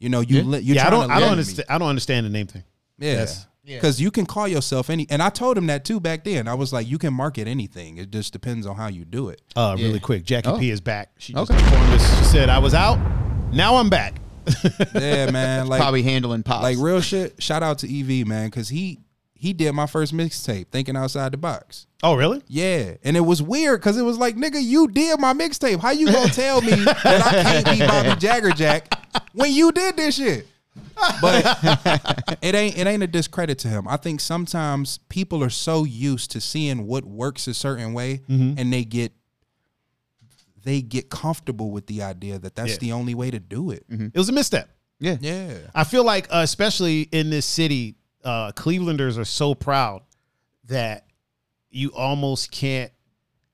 You know, you li- you're
yeah, I
trying
don't,
to
I don't
limit me.
understand. I don't understand the name thing.
Yeah.
Yes.
Yeah.
Because you can call yourself any, and I told him that too back then. I was like, you can market anything. It just depends on how you do it.
Uh,
Yeah.
really quick, Jackie
Oh.
P is back. She just
Okay.
informed us. She said, "I was out, now I'm back."
Yeah, man. Like,
Probably handling pops.
Like real shit. Shout out to EV man, cause he he did my first mixtape, thinking outside the box.
Oh, really?
Yeah, and it was weird because it was like, nigga, you did my mixtape. How you gonna tell me that I can't be Bobby Jagger Jack when you did this shit? But it ain't it ain't a discredit to him. I think sometimes people are so used to seeing what works a certain way, and they get they get comfortable with the idea that that's
Yeah. Mm-hmm.
the only way to do it.
It was a misstep.
yeah.
Yeah,
I feel like, uh, especially in this city, uh, Clevelanders are so proud that you almost can't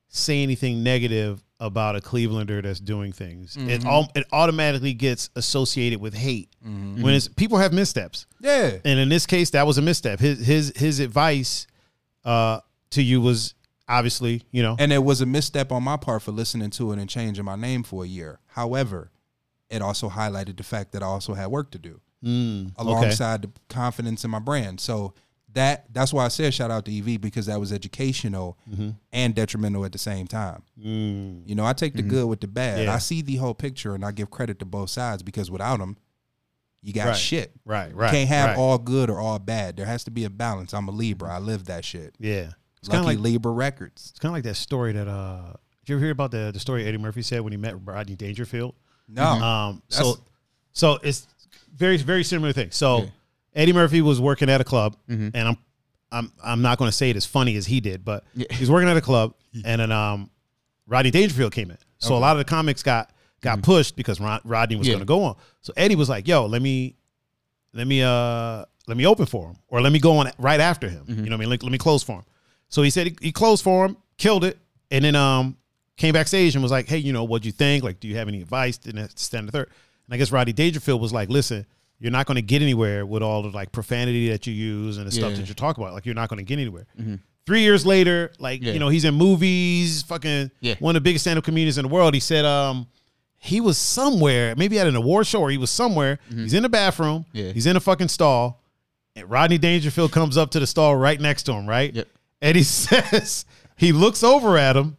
say anything negative about a Cleavelander that's doing things.
Mm-hmm.
It all it automatically gets associated with hate
Mm-hmm.
when it's people have missteps,
yeah.
and in this case, that was a misstep. His his his advice uh, to you was obviously, you know,
And it was a misstep on my part for listening to it and changing my name for a year. However, it also highlighted the fact that I also had work to do
Mm,
alongside the confidence in my brand. So that that's why I said shout out to EV because that was educational
Mm-hmm.
and detrimental at the same time. You know, I take the good with the
Mm.
bad.
Mm-hmm. Yeah.
I see the whole picture and I give credit to both sides because without them, you got
Right.
shit.
right, right,
you can't have
right.
all good or all bad. There has to be a balance. I'm a Libra. I live that shit.
yeah. It's kind of
Lucky
like
Libra Records.
It's kind of like that story that uh did you ever hear about the the story Eddie Murphy said when he met Rodney Dangerfield?
No.
Um so
That's-
so it's very very similar thing. So Eddie Murphy was working at a club
Mm-hmm.
and I'm I'm I'm not going to say it as funny as he did, but he's working at a club and then um Rodney Dangerfield came in. So a lot of the comics got got
Mm-hmm.
pushed because Ron, Rodney was
Yeah.
going to go on. So Eddie was like, "Yo, let me let me uh let me open for him or let me go on right after him
Mm-hmm.
you know what i mean like, let me close for him so he said he, he closed for him killed it and then um came backstage and was like hey you know what'd you think like do you have any advice and that's stand the third and i guess roddy dangerfield was like listen you're not going to get anywhere with all the like profanity that you use and the stuff
Yeah. Mm-hmm.
that you talk about like you're not going to get anywhere three years later like
Yeah.
you know he's in movies fucking
Yeah.
one of the biggest stand-up comedians in the world he said um he was somewhere, maybe at an award show or he was somewhere. He's in the bathroom.
Mm-hmm. Yeah.
He's in a fucking stall. And Rodney Dangerfield comes up to the stall right next to him, right?
Yep.
And he says, he looks over at him,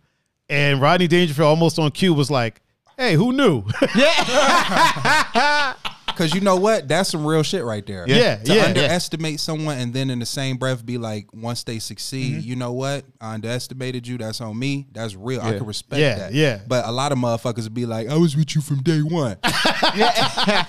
and Rodney Dangerfield almost on cue was like, Hey, who knew?
Cause you know what? That's some real shit right there.
Yeah,
To
yeah, yeah.
underestimate someone and then in the same breath be like, once they succeed,
Mm-hmm.
you know what? I underestimated you. That's on me. That's real. I can respect
Yeah,
that.
yeah.
But a lot of motherfuckers be like, I was with you from day one.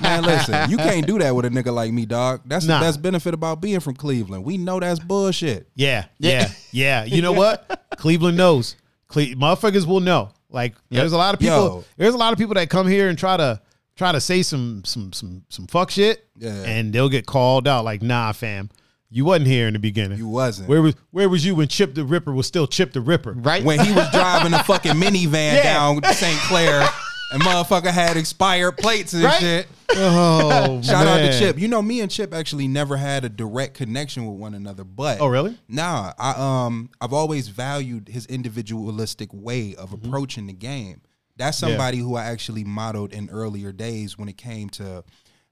Man, listen, you can't do that with a nigga like me, dog. That's
Nah.
the best benefit about being from Cleveland. We know that's bullshit.
yeah, yeah, yeah. You know what? Cleveland knows. Cle- motherfuckers will know. Like there's a lot of people.
Yo.
There's a lot of people that come here and try to try to say some some some some fuck shit,
Yeah.
and they'll get called out. Like, nah, fam, you wasn't here in the beginning.
You wasn't.
Where was where was you when Chip the Ripper was still Chip the Ripper?
Right?
When he was driving a fucking minivan
Yeah.
down St. Clair and motherfucker had expired plates and
Right?
shit.
Oh,
Shout out to
man.
Chip. You know, me and Chip actually never had a direct connection with one another, but
Oh, really?
Nah, I um I've always valued his individualistic way of approaching the game. That's
Mm-hmm. Yeah.
somebody who I actually modeled in earlier days when it came to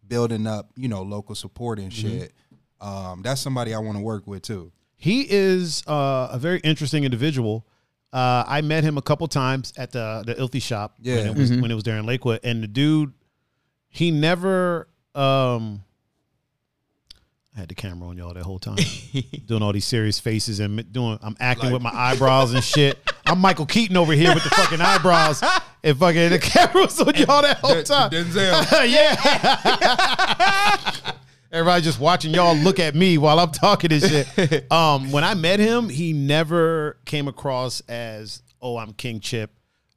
building up, you know, local support and
Mm-hmm.
shit. Um, that's somebody I want to work with too.
He is uh, a very interesting individual. Uh, I met him a couple times at the the Ilthy shop when
Yeah.
it was when it was there in Lakewood, and the dude, he never. Um, I had the camera on y'all that whole time, doing all these serious faces and doing. I'm acting with my eyebrows and shit. I'm Michael Keaton over here with the fucking eyebrows. And fucking the camera was on y'all that whole time.
Denzel.
yeah. Everybody just watching y'all look at me while I'm talking this shit. Um, when I met him, he never came across as, "Oh, I'm King Chip,"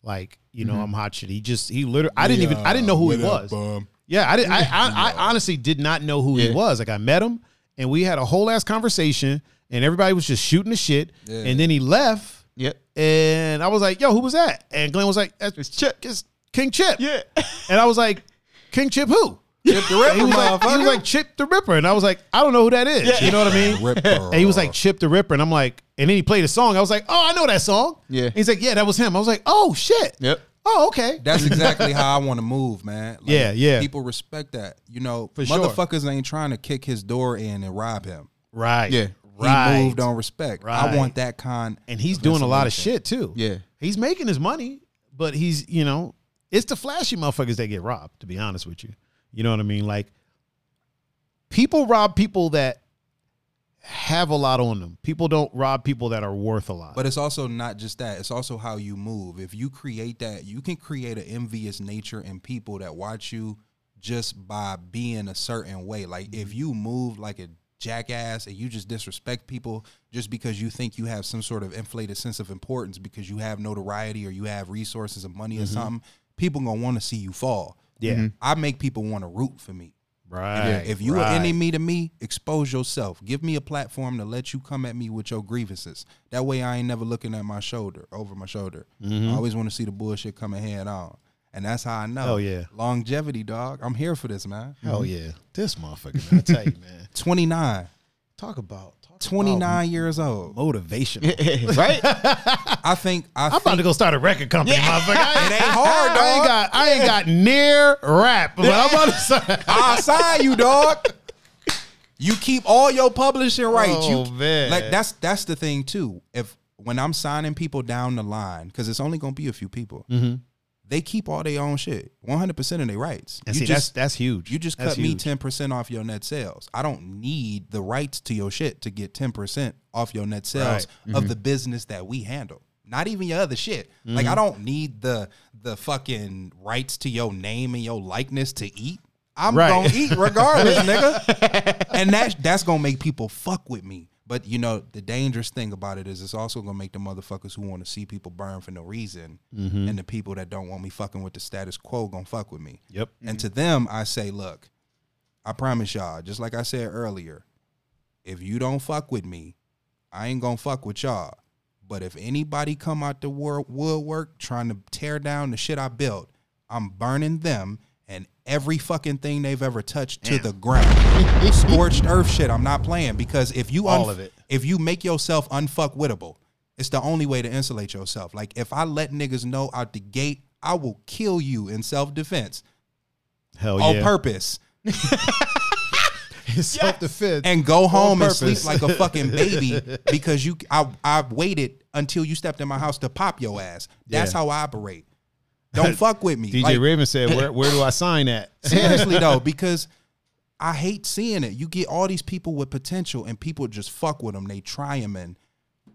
like you know, I'm hot shit. He just he literally, I didn't even, I didn't know who he
What up,
was.
bum?
Yeah, I did. I, I, I honestly did not know who he was. Like I met him, and we had a whole ass conversation, and everybody was just shooting the shit. And then he left,
Yep.
and I was like, "Yo, who was that?" And Glenn was like, "That's Chip, it's King Chip."
Yeah.
and I was like, "King Chip who?"
Chip the
And he
Ripper,
was like, he was like Chip the Ripper, and I was like, I don't know who that is. You know what I mean?
Ripper.
And he was like Chip the Ripper, and I'm like, and then he played a song. I was like, oh, I know that song.
Yeah.
And he's like, yeah, that was him. I was like, oh shit.
Yep.
Oh okay.
That's exactly how I want to move, man. Like,
Yeah, yeah.
People respect that. You know,
For sure.
motherfuckers ain't trying to kick his door in and rob him.
right.
Yeah.
Right.
He moved on respect.
Right.
I want that kind.
And he's doing a lot of shit too.
Yeah.
He's making his money, but he's you know, it's the flashy motherfuckers that get robbed. To be honest with you, you know what I mean? Like, people rob people that have a lot on them. People don't rob people that are worth a lot.
But it's also not just that. It's also how you move. If you create that, you can create an envious nature in people that watch you just by being a certain way. Like if
Mm-hmm.
you move like a jackass and you just disrespect people just because you think you have some sort of inflated sense of importance because you have notoriety or you have resources and money or something, people gonna want to see you fall.
Mm-hmm. yeah.
I make people want to root for me.
Right.
If you
right.
are enemy to me, expose yourself. Give me a platform to let you come at me with your grievances. That way, I ain't never looking at my shoulder, over my shoulder. I
Mm-hmm.
always want to see the bullshit coming head on, and that's how I know.
Hell yeah.
longevity, dog. I'm here for this, man.
Hell yeah. This motherfucker, man, I tell you, man.
29,
Talk about talk
29 years old.
Oh, motivation.
right?
I think I
I'm
think
about to go start a record company, motherfucker. I
it
ain't,
ain't hard, dog.
I ain't got I ain't got near rap, but I'm about to start.
I sign you, dog. You keep all your publishing rights.
Oh,
you,
man.
Like that's that's the thing too. If when I'm signing people down the line, because it's only gonna be a few people,
Mm-hmm.
they keep all their own shit, 100 percent of their rights.
And
you
see, that's
just
that's huge.
you just
That's
cut me
huge.
10 percent off your net sales. I don't need the rights to your shit to get 10 percent off your net sales of
Mm-hmm.
the business that we handle. Not even your other shit. Like I
Mm-hmm.
don't need the the fucking rights to your name and your likeness to eat. I'm
Right.
gonna eat regardless, nigga. And that that's gonna make people fuck with me. But you know, the dangerous thing about it is it's also gonna make the motherfuckers who wanna see people burn for no reason
Mm-hmm.
and the people that don't want me fucking with the status quo gonna fuck with me.
Yep.
And to them I say, look, I promise y'all, just like I said earlier, if you don't fuck with me, I ain't gonna fuck with y'all. But if anybody come out the wor- woodwork trying to tear down the shit I built, I'm burning them and every fucking thing they've ever touched to the ground. Scorched earth shit. I'm not playing because if you
All of it.
if you make yourself unfuckwittable, it's the only way to insulate yourself. Like if I let niggas know out the gate, I will kill you in self defense
Hell
on
Oh, yeah.
purpose
Self defense.
and go home and
purpose.
sleep like a fucking baby because you I I waited until you stepped in my house to pop your ass. That's
Yeah.
how I operate. Don't fuck with me.
DJ
Like,
Raven said, where, where do I sign at?
seriously though, because I hate seeing it. You get all these people with potential and people just fuck with them. They try them and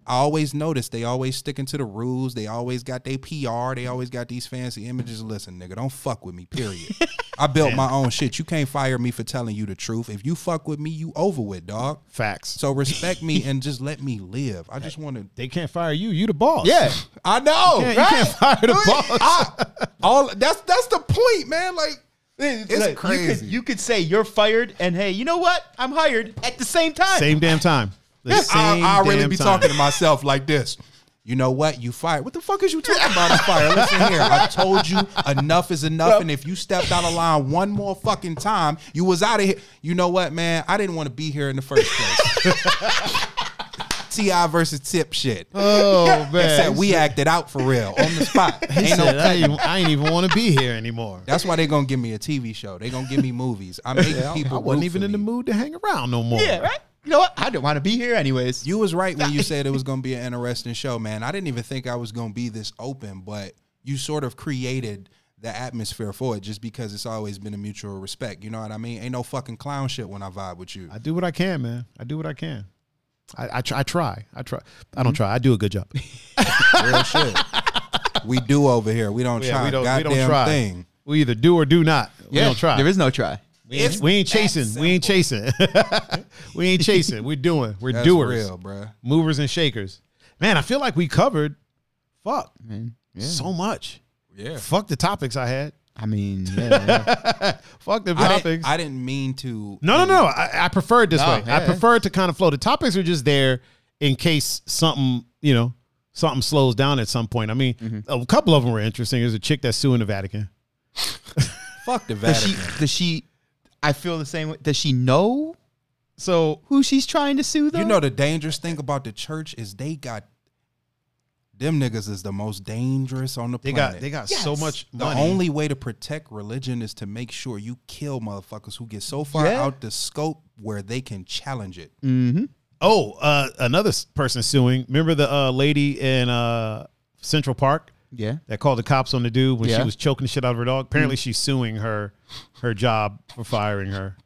I always notice they always sticking to the rules. They always got their PR. They always got these fancy images. Listen, nigga, don't fuck with me, period. I built my own shit. You can't fire me for telling you the truth. If you fuck with me, you over with, dog.
Facts.
So respect me and just let me live. I just want to.
they can't fire you. You the boss.
Yeah.
I know.
You can't fire the boss.
I, all that's that's the point, man. Like it's
Look, You
crazy.
could, you could say you're fired, and hey, you know what? I'm hired at the same time.
Same damn time. The same
I, I really
damn
be
time.
talking to myself like this. You know what? You fired. What the fuck is you talking about? I'm fired. Listen here. I told you enough is enough. And if you stepped out of line one more fucking time, you was out of here. You know what, man? I didn't want to be here in the first place. Ti versus Tip shit.
Oh
Except
man,
we acted out for real on the spot.
He
Ain't no
said, I, ain't, I ain't even want to be here anymore.
That's why they gonna give me a TV show. They gonna give me movies. I'm making people.
I wasn't
root
even
for
in the
me.
mood to hang around no more.
Yeah, right.
You know what? I didn't want to be here anyways.
You was right when you said it was gonna be an interesting show, man. I didn't even think I was gonna be this open, but you sort of created the atmosphere for it just because it's always been a mutual respect. You know what I mean? Ain't no fucking clown shit when I vibe with you.
I do what I can, man. I do what I can. I, I, try, I try. I try. I don't try. I do a good job.
Real shit. We do over here. We don't try. Goddamn thing.
We either do or do not. we don't try.
There is no try.
we, ain't, we ain't chasing. We ain't chasing. we ain't chasing. We're doing. We're
That's
doers.
real, bruh.
Movers and shakers. Man, I feel like we covered fuck so much.
Yeah.
Fuck the topics I had.
I mean, yeah, yeah.
Fuck the
I
topics.
didn't, I didn't mean to.
No, no, no. I, I prefer it this
No,
way. I
yeah.
prefer it to kind of flow. The topics are just there in case something, you know, something slows down at some point. I mean, a couple of them were interesting. There's a chick that's suing the Vatican.
Fuck the
does she?
Vatican.
Does she? I feel the same way. Does she know
So
who she's trying to sue? Though
You know the dangerous thing about the church is they got them niggas is the most dangerous on the
they
planet.
got they got so much
the
money.
only way to protect religion is to make sure you kill motherfuckers who get so far
Yeah.
out the scope where they can challenge it.
Mm. oh, uh, another s- person suing. Remember the uh, lady in uh, Central Park
Yeah.
that called the cops on the dude when she
Yeah.
was choking the shit out of her dog? Apparently, she's suing her her job for firing her,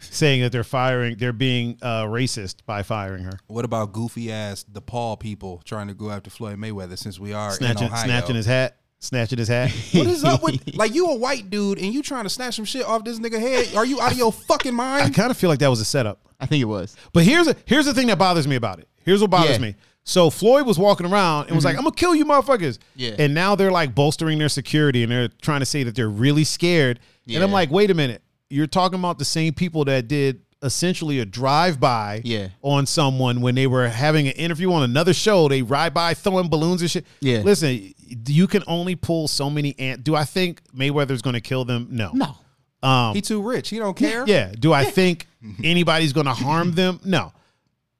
saying that they're firing they're being uh, racist by firing her.
What about goofy ass DePaul people trying to go after Floyd Mayweather since we are in
snatching,
Ohio?
snatching his hat, snatching his hat.
what is up with like you a white dude and you trying to snatch some shit off this nigga head? Are you out of your fucking
I
mind?
kind of feel like that was a setup.
I think it was.
But here's a, here's the thing that bothers me about it. Here's what bothers
Yeah.
me. So Floyd was walking around and was like, "I'm gonna kill you, motherfuckers."
Yeah.
And now they're like bolstering their security and they're trying to say that they're really scared. And I'm
Yeah.
like, wait a minute, you're talking about the same people that did essentially a drive by
Yeah.
on someone when they were having an interview on another show. They ride by throwing balloons and shit.
Yeah.
Listen, you can only pull so many ant. Do I think Mayweather's gonna kill them? No.
No.
He too rich. He don't care.
Yeah. Do I think anybody's going to harm them? No.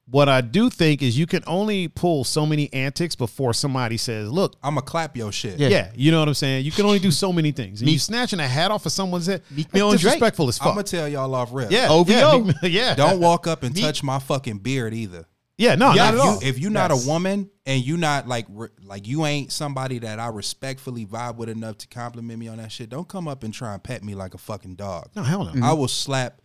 What I do think is you can only pull so many antics before somebody says, look,
I'ma clap your shit.
Yeah.
yeah, you know what I'm saying? You can only do so many things. And you snatching a hat off of someone's head,
Meek Mill and Drake.
disrespectful as fuck.
I'ma tell y'all off rip.
yeah.
OVO.
Yeah. Meek Mill- yeah.
Don't walk up and touch my fucking beard either.
Yeah. No, not at
if you-
all.
If you're not a woman and you not like re- like you ain't somebody that I respectfully vibe with enough to compliment me on that shit, don't come up and try and pet me like a fucking dog.
No, hell no.
I will slap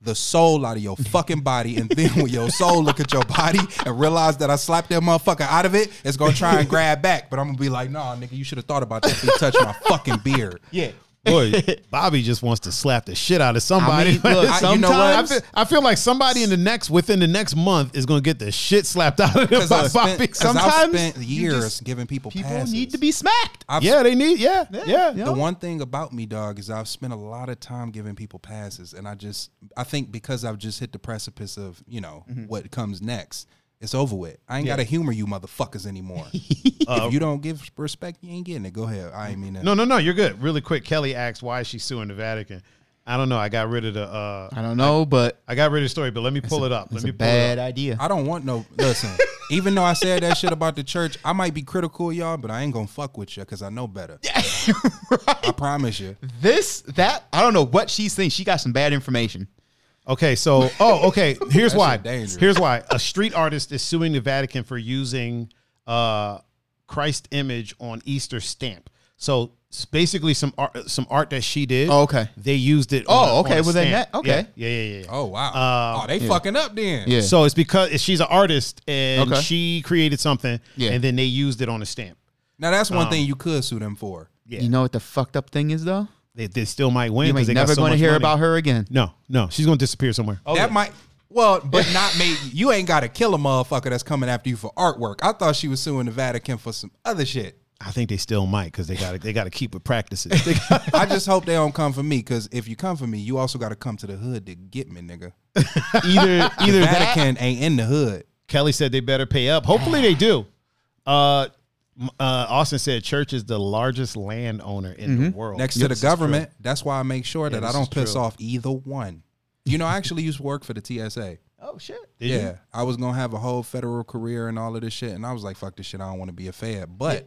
the soul out of your fucking body, and then when your soul look at your body and realize that I slapped that motherfucker out of it, it's gonna try and grab back. But I'm gonna be like, nah, nigga, you should have thought about that. If you touched my fucking beard.
Yeah.
Boy, Bobby just wants to slap the shit out of somebody.
I mean, look,
I- you know what?
I feel, I feel like somebody in the next within the next month is gonna get the shit slapped out of them
Because
by
I spent,
Bobby.
'cause I've
Sometimes,
spent
you
years
just-
giving people
People
passes.
need to be smacked.
I've
yeah, they need. Yeah, yeah.
yeah.
The one thing about me, dog, is I've spent a lot of time giving people passes, and I just, I think because I've just hit the precipice of, you know,
Mm-hmm.
what comes next, it's over with. I ain't gotta humor you motherfuckers anymore. if you don't give respect, you ain't getting it. Go ahead. I ain't mean that.
No, no, no. You're good. Really quick. Kelly asks, "Why is she suing the Vatican?" I don't know. I got rid of the. Uh,
I don't know, but
I got rid of the story, but let me pull it up. Let
it's
me
a
pull it
bad
up.
idea.
I don't want no. Listen, even though I said that shit about the church, I might be critical of y'all, but I ain't gonna fuck with you because I know better. I promise you.
This that I don't know what she's thinking. She got some bad information.
Okay, so oh, okay. Here's
That
why.
shit dangerous.
Here's why. A street artist is suing the Vatican for using uh, Christ image on Easter stamp. So it's basically, some art, some art that she did.
Oh, okay.
They used it.
Oh,
on a- on
okay,
a
well, then
stamp.
that- okay.
Yeah, yeah, yeah. yeah.
Oh wow. oh, they fucking up then.
Yeah.
So it's because she's an artist and
Okay.
she created something,
Yeah.
and then they used it on a stamp.
Now that's one thing you could sue them for.
Yeah.
You know what the fucked up thing is though?
they, they still might win
You
because
ain't
they
never
got so
going to
much
hear
money.
about her again.
No, no, she's going to disappear somewhere. Oh,
that might well, but not me. You ain't got to kill a motherfucker that's coming after you for artwork. I thought she was suing the Vatican for some other shit.
I think they still might because they got to they got to keep with practices. They gotta-
I just hope they don't come for me because if you come for me, you also got to come to the hood to get me, nigga.
Either
The
either that
Vatican ain't in the hood.
Kelly said they better pay up. Hopefully they do. Uh, m- uh, Austin said church is the largest landowner in the world.
next
Yep,
to
this
the
is true.
government. That's why I make sure that
this
I
is
don't piss
true.
off either one. You know, I actually used to work for the TSA.
Oh shit.
Did
yeah,
you?
I was gonna have a whole federal career and all of this shit, and I was like, "Fuck this shit! I don't want to be a fed." But,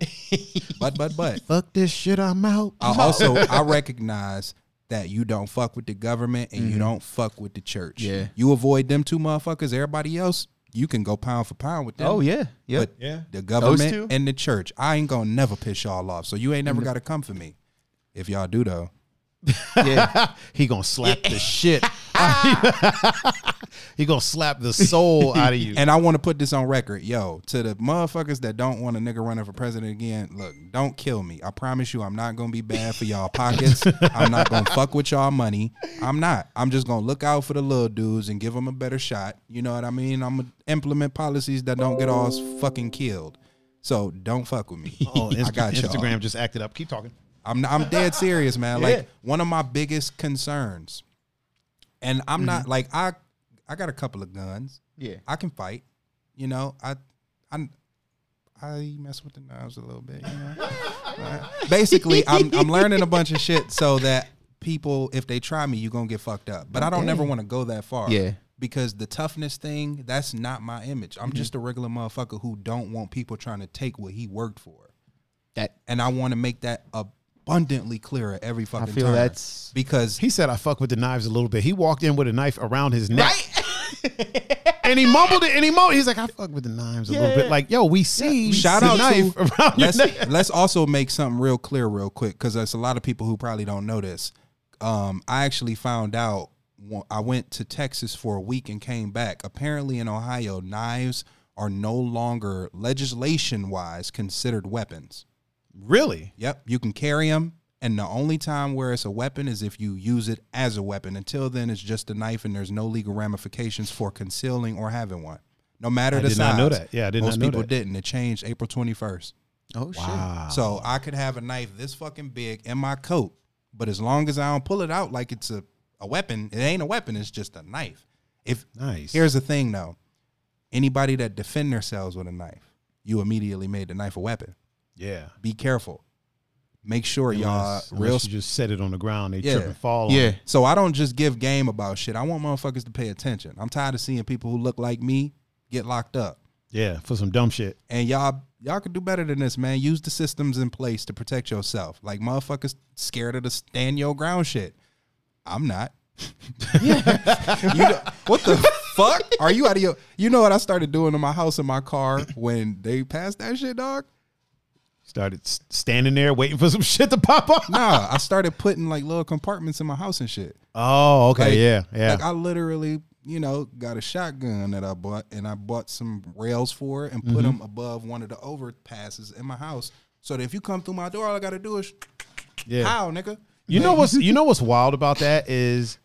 but, but, but,
Fuck this shit. I'm
Oh,
out.
I also I recognize that you don't fuck with the government and you don't fuck with the church.
Mm-hmm. Yeah.
you avoid them two motherfuckers. Everybody else, you can go pound for pound with them.
Oh yeah. Yep.
But
Yeah.
the
two? Mm-hmm.
government and the church, I ain't gonna never piss y'all off. So you ain't never gotta come for me. If y'all do though,
yeah.
He gonna slap the shit. he gonna slap the soul out of you.
And I want to put this on record, yo, to the motherfuckers that don't want a nigga running for president again. Look, don't kill me. I promise you, I'm not gonna be bad for y'all pockets. I'm not gonna fuck with y'all money. I'm not. I'm just gonna look out for the little dudes and give them a better shot. You know what I mean? I'm gonna implement policies that don't get all s- fucking killed. So don't fuck with me.
Oh, Inst-
I got y'all.
Instagram just acted up. Keep talking.
I'm I'm dead serious, man. Like one of my biggest concerns, and I'm not
Mm-hmm.
like I I got a couple of guns.
Yeah.
I can fight. You know, I I I mess with the knives a little bit. You know? Uh, Basically, I'm I'm learning a bunch of shit so that people, if they try me, you gonna get fucked up. But I don't never want to go that far.
Yeah.
Because the toughness thing, that's not my image. I'm just a
Mm-hmm.
regular motherfucker who don't want people trying to take what he worked for
That
and I want to make that abundantly clear at every fucking
feel
turn.
that's-
because
He said I fuck with the knives a little bit. He walked in with a knife around his neck. and he mumbled it and he mumbled. He's like, I fuck with the knives a little bit. Like, yo, we see
shout
the
out
knife
to
around your
let's
neck.
let's also make something real clear real quick because there's a lot of people who probably don't know this. Um, I actually found out when I went to Texas for a week and came back. Apparently, in Ohio, knives are no longer legislation wise considered weapons.
Really?
Yep, you can carry them. And the only time where it's a weapon is if you use it as a weapon. Until then, it's just a knife, and there's no legal ramifications for concealing or having one. No matter
I
the
did not
size.
know that. Yeah, I did
Most
not know
people
that.
didn't. It changed April 21st.
oh
Wow.
So I could have a knife this fucking big in my coat, but as long as I don't pull it out like it's a, a weapon, it ain't a weapon. It's just a knife. If
Nice.
here's the thing though, anybody that defend themselves with a knife, you immediately made the knife a weapon
yeah.
be careful. Make sure
Unless-
y'all
unless
real.
you just set it on the ground, they
Yeah.
trip and fall. on
shit. Yeah.
it.
so I don't just give game about shit. I want motherfuckers to pay attention. I'm tired of seeing people who look like me get locked up.
yeah, for some dumb shit.
And y'all, y'all could do better than this, man. Use the systems in place to protect yourself. Like motherfuckers scared of the stand your ground shit. I'm not. You know- what the fuck? Are you out of your? You know what I started doing in my house in my car when they passed that shit, dog.
Started s- standing there waiting for some shit to pop up.
Nah, I started putting like little compartments in my house and shit.
Oh, okay,
Like-
yeah, yeah.
Like I literally, you know, got a shotgun that I bought, and I bought some rails for it, and
Mm-hmm.
put them above one of the overpasses in my house, so that if you come through my door, all I gotta do is,
Yeah.
how nigga.
You
Like,
know what's you know what's wild about that is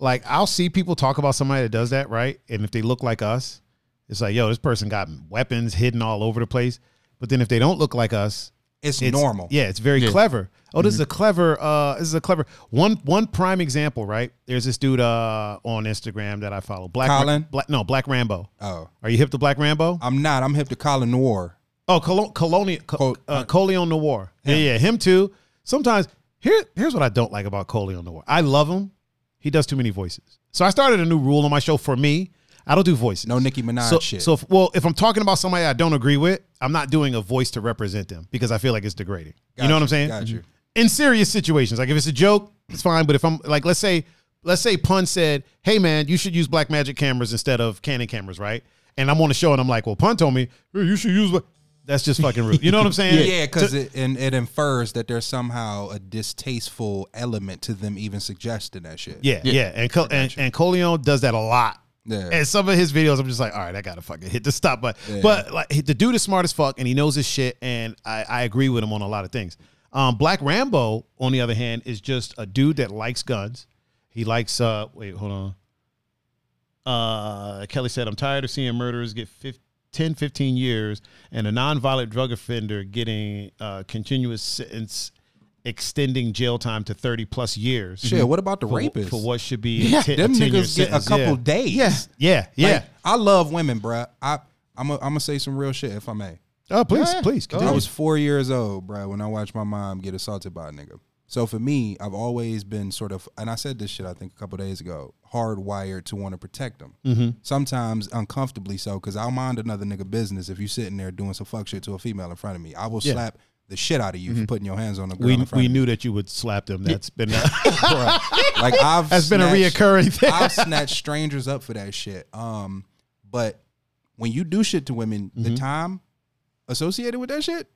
like I'll see people talk about somebody that does that, right? And if they look like us, it's like, yo, this person got weapons hidden all over the place. But then if they don't look like us,
It's,
it's
normal.
Yeah, it's very clever. Oh, this is
Mm-hmm.
a clever uh this is a clever one one prime example, right? There's this dude uh on Instagram that I follow. Black
Colin?
Black, no, Black Rambo.
Oh,
Are you hip to Black Rambo?
I'm not. I'm hip to Colin Noir.
Oh, Colon, Colonial, Col-
Col-
uh, Colion Noir. Yeah, yeah, him too. Sometimes here, here's what I don't like about Colion Noir. I love him. He does too many voices. So I started a new rule on my show for me. I don't do voices.
No Nicki Minaj
so,
shit.
So if, well, if I'm talking about somebody I don't agree with, I'm not doing a voice to represent them because I feel like it's degrading. you know what I'm saying? Mm-hmm.
Got you.
in serious situations. Like if it's a joke, it's fine. But if I'm like, let's say, let's say Pun said, "Hey man, you should use Black Magic cameras instead of Canon cameras, right?" And I'm on the show and I'm like, "Well, Pun told me hey, you should use." What? That's just fucking rude. You know what I'm saying?
Yeah, because it and it infers that there's somehow a distasteful element to them even suggesting that shit.
Yeah, yeah, And Co- and, and Coleon does that a lot.
Yeah.
And some of his videos, I'm just like, all right, I gotta fucking hit the stop button. But like, the dude is smart as fuck, and he knows his shit, and I, I agree with him on a lot of things. Um, Black Rambo, on the other hand, is just a dude that likes guns. He likes. uh Wait, hold on. Uh, Kelly said, I'm tired of seeing murderers get 15, 10, 15 years and a nonviolent drug offender getting uh, continuous sentence extending jail time to 30 plus years.
Shit. What about the
for,
rapists?
for what should be a ten- a
Them
10 year
niggas get
sentence.
a couple
yeah.
days.
Yeah.
Yeah, yeah.
Like, I love women, bruh. I I'm i I'm gonna say some real shit if I may.
Oh, please,
Yeah, yeah.
please.
Go
Continue.
I was four years old, bro, when I watched my mom get assaulted by a nigga. So for me, I've always been sort of, and I said this shit I think a couple days ago, hardwired to want to protect them.
Mm-hmm.
Sometimes uncomfortably so, because I'll mind another nigga business if you sitting there doing some fuck shit to a female in front of me. I will
Yeah. Mm-hmm.
slap the shit out of you for putting your hands on a girl
we
in front
we
of me.
knew that you would slap them. That's been
Bruh. Like I've
that's been a
snatched-
reoccurring thing.
I've snatched strangers up for that shit. Um, but when you do shit to women,
Mm-hmm.
the time associated with that shit,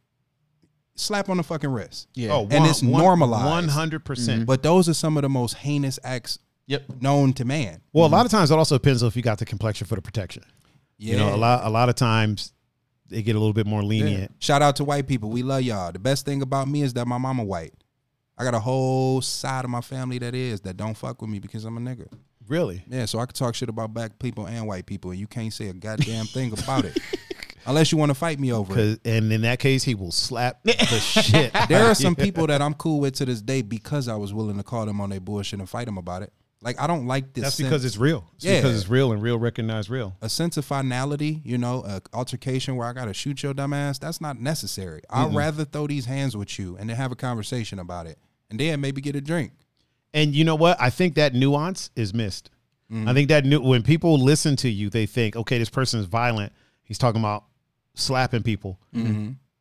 slap on the fucking wrist.
Yeah.
Oh,
and it's normalized.
Oh, One hundred percent.
But those are some of the most heinous acts
Yep.
known to man.
Well, a lot of times it also depends if you got the complexion for the protection.
Yeah.
You know, a lot a lot of times they get a little bit more lenient.
Shout out to white people. We love y'all. The best thing about me is that my mama white. I got a whole side of my family that is that don't fuck with me because I'm a nigga.
Really?
Yeah, so I could talk shit about black people and white people, and you can't say a goddamn thing about it, unless you want to fight me over it.
'Cause- and in that case, he will slap the shit.
There are some people that I'm cool with to this day because I was willing to call them on their bullshit and fight them about it. Like I don't like this.
That's
sense-
because it's real. It's
Yeah.
because it's real and real recognized real.
a sense of finality, you know, a altercation where I gotta shoot your dumb ass. That's not necessary. I'd rather throw these hands with you and then have a conversation about it, and then maybe get a drink.
And you know what? I think that nuance is missed. I think that nu- when people listen to you, they think, okay, this person is violent. He's talking about slapping people.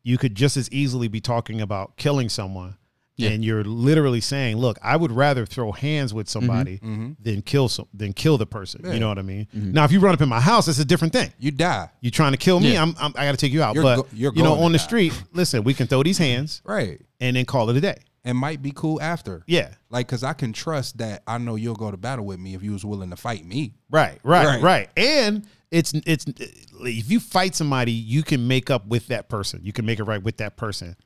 You could just as easily be talking about killing someone. And you're literally saying, look, I would rather throw hands with somebody than kill some than kill the person. You know what I mean? Now, if you run up in my house, it's a different thing.
You die,
You're trying to kill me. I'm, I'm, I got to take you out.
You're
but
go- you're
you know,
going to
on the
die.
street, listen, we can throw these hands
right?
and then call it a day.
And might be cool after.
Yeah.
Like, cause I can trust that I know you'll go to battle with me if you was willing to fight me.
Right, right, right,
Right.
And it's it's if you fight somebody, you can make up with that person. You can make it right with that person.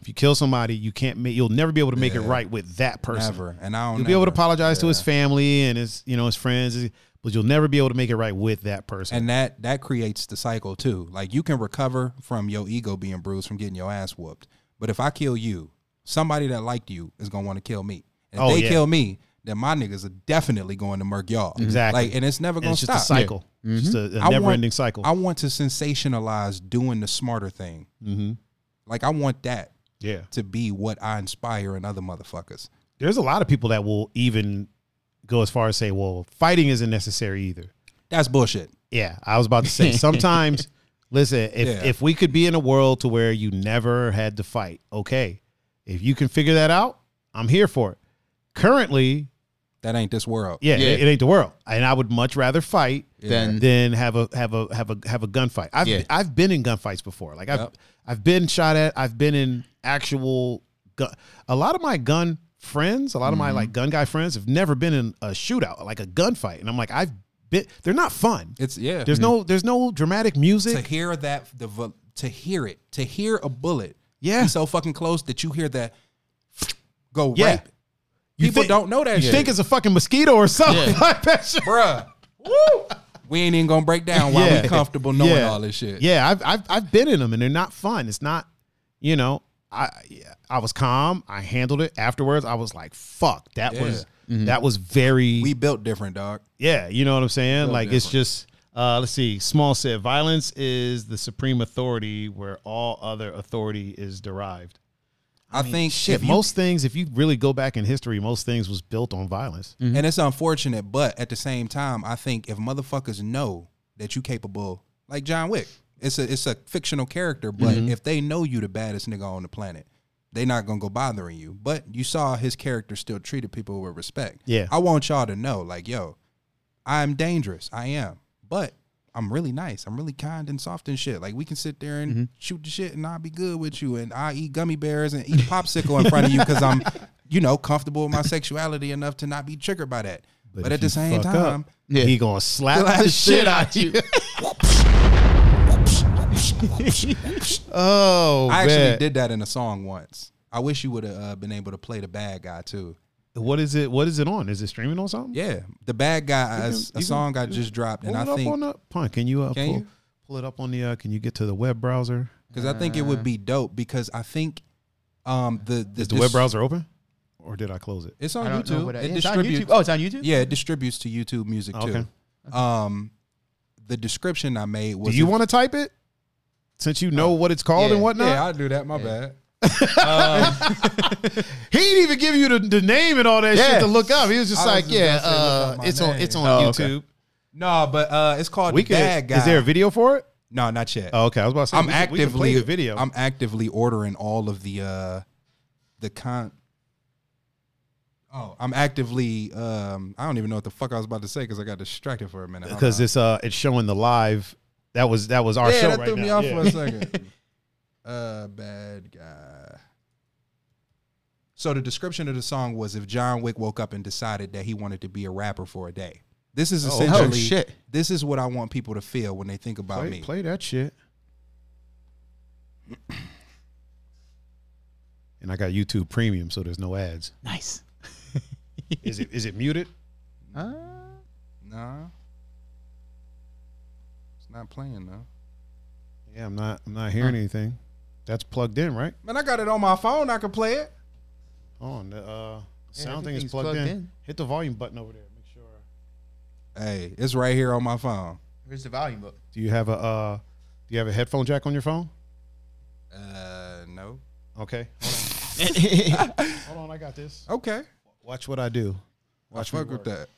If you kill somebody, you can't make you'll never be able to make it right with that person.
Never. And I don't.
You'll be able to
never.
apologize to his family and his you know his friends, but you'll never be able to make it right with that person.
and that that creates the cycle too. Like you can recover from your ego being bruised from getting your ass whooped, but if I kill you, somebody that liked you is gonna want to kill me. And if
Oh,
they
yeah.
kill me, then my niggas are definitely going to murk y'all.
Exactly.
Like, and it's never
And
gonna
it's just
stop. Mm-hmm.
a cycle, just a,
I
never
want-
ending cycle.
I want to sensationalize doing the smarter thing.
Mhm.
Like I want that
yeah,
to be what I inspire in other motherfuckers.
there's a lot of people that will even go as far as say, well, fighting isn't necessary either.
That's bullshit.
Yeah, I was about to say sometimes. listen, if
Yeah.
if we could be in a world to where you never had to fight, okay. If you can figure that out, I'm here for it. Currently,
That ain't this world.
yeah,
Yeah.
It, it ain't the world, and I would much rather fight
Then
than have a have a have a have a gunfight. I've
Yeah.
I've been in gunfights before. Like I've
Yep.
I've been shot at. I've been in actual gun. A lot of my gun friends, a lot of my like gun guy friends, have never been in a shootout, like a gunfight, and I'm like I've been. They're not fun.
It's yeah.
There's no there's no dramatic
to
music.
hear that the vo- to hear it to hear a bullet
Yeah.
be so fucking close that you hear that go
Yeah.
right people
think-
don't know that
You
shit
think it's a fucking mosquito or something like that. shit.
bruh we ain't even gonna break down why
Yeah.
we comfortable knowing
Yeah.
all this shit
Yeah, I've, I've I've been in them and they're not fun. It's not, you know, I yeah, I was calm. I handled it afterwards. I was like, fuck, that was that was very
we built different dog
yeah. You know what I'm saying? Like it's just. Uh, let's see. Small said, "Violence is the supreme authority, where all other authority is derived."
i, think
Shit,
if you-
most things, if you really go back in history, most things was built on violence.
and it's unfortunate but at the same time i think if motherfuckers know that you capable like john wick it's a it's a fictional character but if they know you the baddest nigga on the planet they not gonna go bothering you but you saw his character still treated people with respect
Yeah.
i want y'all to know like yo i'm dangerous i am but i'm really nice i'm really kind and soft and shit like we can sit there
Mm-hmm.
and shoot the shit and i'll be good with you and i eat gummy bears and eat popsicle in front of you because i'm you know comfortable with my sexuality enough to not be triggered by that but,
if
at the
you
same
fuck up,
time
Yeah.
he gonna slap the shit out you. oh,
i actually
man.
did that in a song once i wish you would have uh, been able to play the bad guy too
What is it? What is it on? Is it streaming on something?
yeah the bad guy is
you can-
a song i just dropped
Pull
and
it
i
up
think
on the pun. Can you uh,
Can
pull
you?
pull it up on the? Uh, can you get to the web browser?
because I think it would be dope. Because I think um the the,
Is the
this-
web browser open, or did I close it?
it's
I
on
don't know
YouTube.
what I-
it
it's on YouTube.
distributes.
Oh, it's on YouTube.
Yeah, it distributes to YouTube Music
Okay.
too. Um, the description I made was
Do you
if-
want to type it? since you know what it's called
yeah,
and whatnot.
Yeah, I do that. My bad.
He didn't even give you the, the name and all that
Yeah.
shit to look up. He was just
I was
like,
just
yeah,
gonna say, look
uh,
up my
it's on it's on
name. Oh, okay.
YouTube.
No, but uh, it's called
We
the
could.
Bad Guy.
Is there a video for it?
No, not yet.
Oh, okay. I was about to say
I'm
we could- we could
actively
play the video.
I'm actively ordering all of the uh the con. Oh, I'm actively. um I don't even know what the fuck I was about to say because I got distracted for a minute. Hold
because
on.
it's uh it's showing the live. That was that was our
yeah,
show
that
right
threw
now.
me off
Yeah.
for a second. uh, bad guy. So the description of the song was if John Wick woke up and decided that he wanted to be a rapper for a day. This is
Oh, okay.
essentially
Oh, shit.
this is what I want people to feel when they think about
play,
me.
play that shit. And I got YouTube Premium, so there's no ads.
Nice.
Is it is it muted?
Nah. It's not playing though.
Yeah, I'm not I'm not hearing anything. That's plugged in, right?
Man, I got it on my phone. I can play it.
On the uh, sound thing is
everything's
plugged,
plugged
in.
in.
Hit the volume button over there. Make sure.
Hey, it's right here on my phone.
Where's the volume book?
Do you have a uh, Do you have a headphone jack on your phone?
Uh, no.
Okay. Hold on, I got this.
Okay.
Watch what I do.
Watch fuck with that.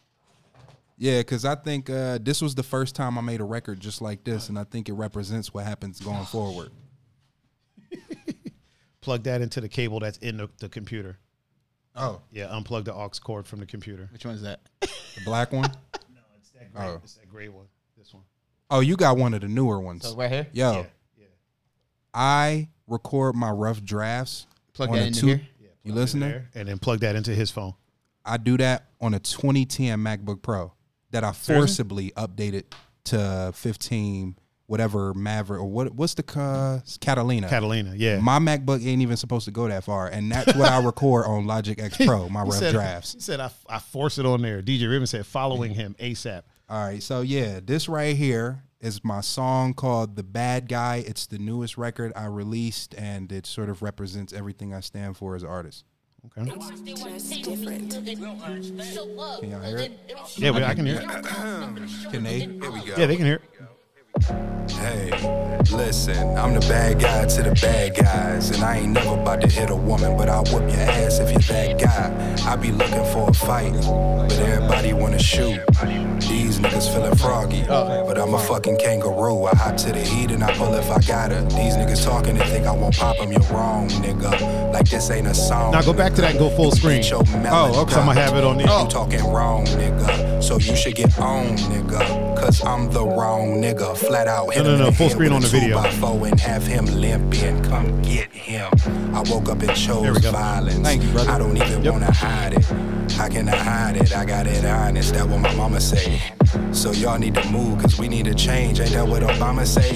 Yeah, because I think uh, this was the first time I made a record just like this, and I think it represents what happens going forward.
Plug that into the cable that's in the, the computer.
Oh,
Yeah, unplug the aux cord from the computer.
Which one's that?
the black one.
No, it's that gray.
Oh.
It's that gray one. This one.
Oh, you got one of the newer ones.
right here.
Yo,
Yeah, yeah.
I record my rough drafts.
Plug
on
that
a
into
two-
here.
yeah plug it
You
in
listening?
there And then plug that into his phone.
I do that on a 2010 MacBook Pro that I forcibly updated to 15 whatever Maverick or what what's the uh, Catalina.
Catalina. Yeah.
My MacBook ain't even supposed to go that far, and that's what I record on Logic X Pro, my
He
rough
said-
drafts.
He said I, I force it on there. DJ Ribbon said following him ASAP.
All right, so yeah, this right here is my song called "The Bad Guy." It's the newest record I released, and it sort of represents everything I stand for as an artist.
Okay.
Just different.
Can y'all hear it?
Yeah, but I can hear. It.
Can they? Here we go.
Yeah, they can hear. It.
Hey, listen, I'm the bad guy to the bad guys, and I ain't never about to hit a woman, but I'll whoop your ass if you're that guy. I be looking for a fight, but everybody wanna shoot. These niggas feeling froggy, but I'm a fucking kangaroo. I hop to the heat and I pull if I gotta. These niggas talking and think I won't pop 'em, you're wrong, nigga. Like this ain't a song.
Now go back to that and go full screen.
Eat your melon
Oh, okay.
So I'm gonna have it on there.
Oh.
you talking wrong, nigga. So you should get on, nigga. Cause I'm the wrong nigga. Flat out. Hit
No,
him
no,
in
no, full
head
screen on
with a
the video.
two by Four and have him limp and come get him. I woke up and
There
chose
we go.
violence.
Thank you, brother.
I don't even wanna hide it. How can I hide it? I got it honest. That what my mama say. So y'all need to move, cause we need a change. Ain't that what Obama say?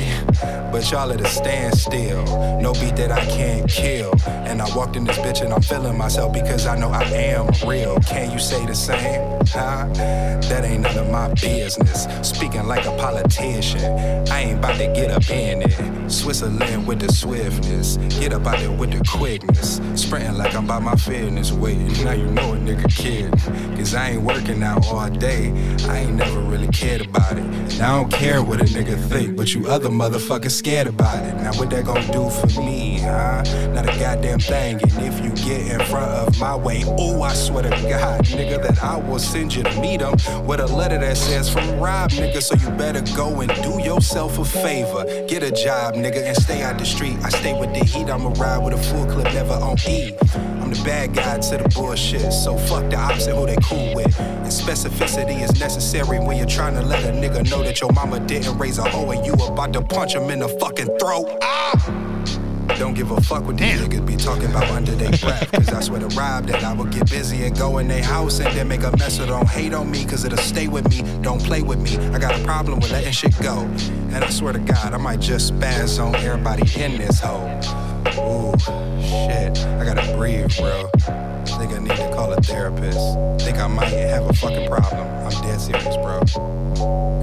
But y'all at a standstill. No beat that I can't kill. And I walked in this bitch and I'm feeling myself because I know I am real. Can you say the same? Huh? That ain't none of my business. Speaking like a politician, I ain't about to get up in it. Switzerland with the swiftness, get up out there with the quickness. Sprinting like I'm by my fitness weight. Now you know a nigga kid. Cause I ain't working out all day. I ain't never really cared about it. And I don't care what a nigga think, but you other motherfuckers scared about it. Now what that gonna do for me, huh? Not a goddamn thing. And if you get in front of my way, oh, I swear to God, nigga, that I will send you to meet him with a letter that says from Rob, nigga. So you better go and do yourself a favor. Get a job, nigga, and stay out the street. I stay with the heat. I'ma ride with a full clip, never on E. I'm the bad guy to the bullshit. So fuck the ops and who they cool with. And specificity is necessary when you're trying to let a nigga know that your mama didn't raise a hoe and you about to punch him in the fucking throat. Ah! Don't give a fuck what these niggas be talking about under their breath. Cause I swear to Rob that I will get busy and go in their house and then make a mess. So don't hate on me, cause it'll stay with me. Don't play with me. I got a problem with letting shit go. And I swear to God, I might just spaz on everybody in this hole. Ooh, shit. I gotta breathe, bro. Think I need to call a therapist. Think I might have a fucking problem. I'm dead serious, bro.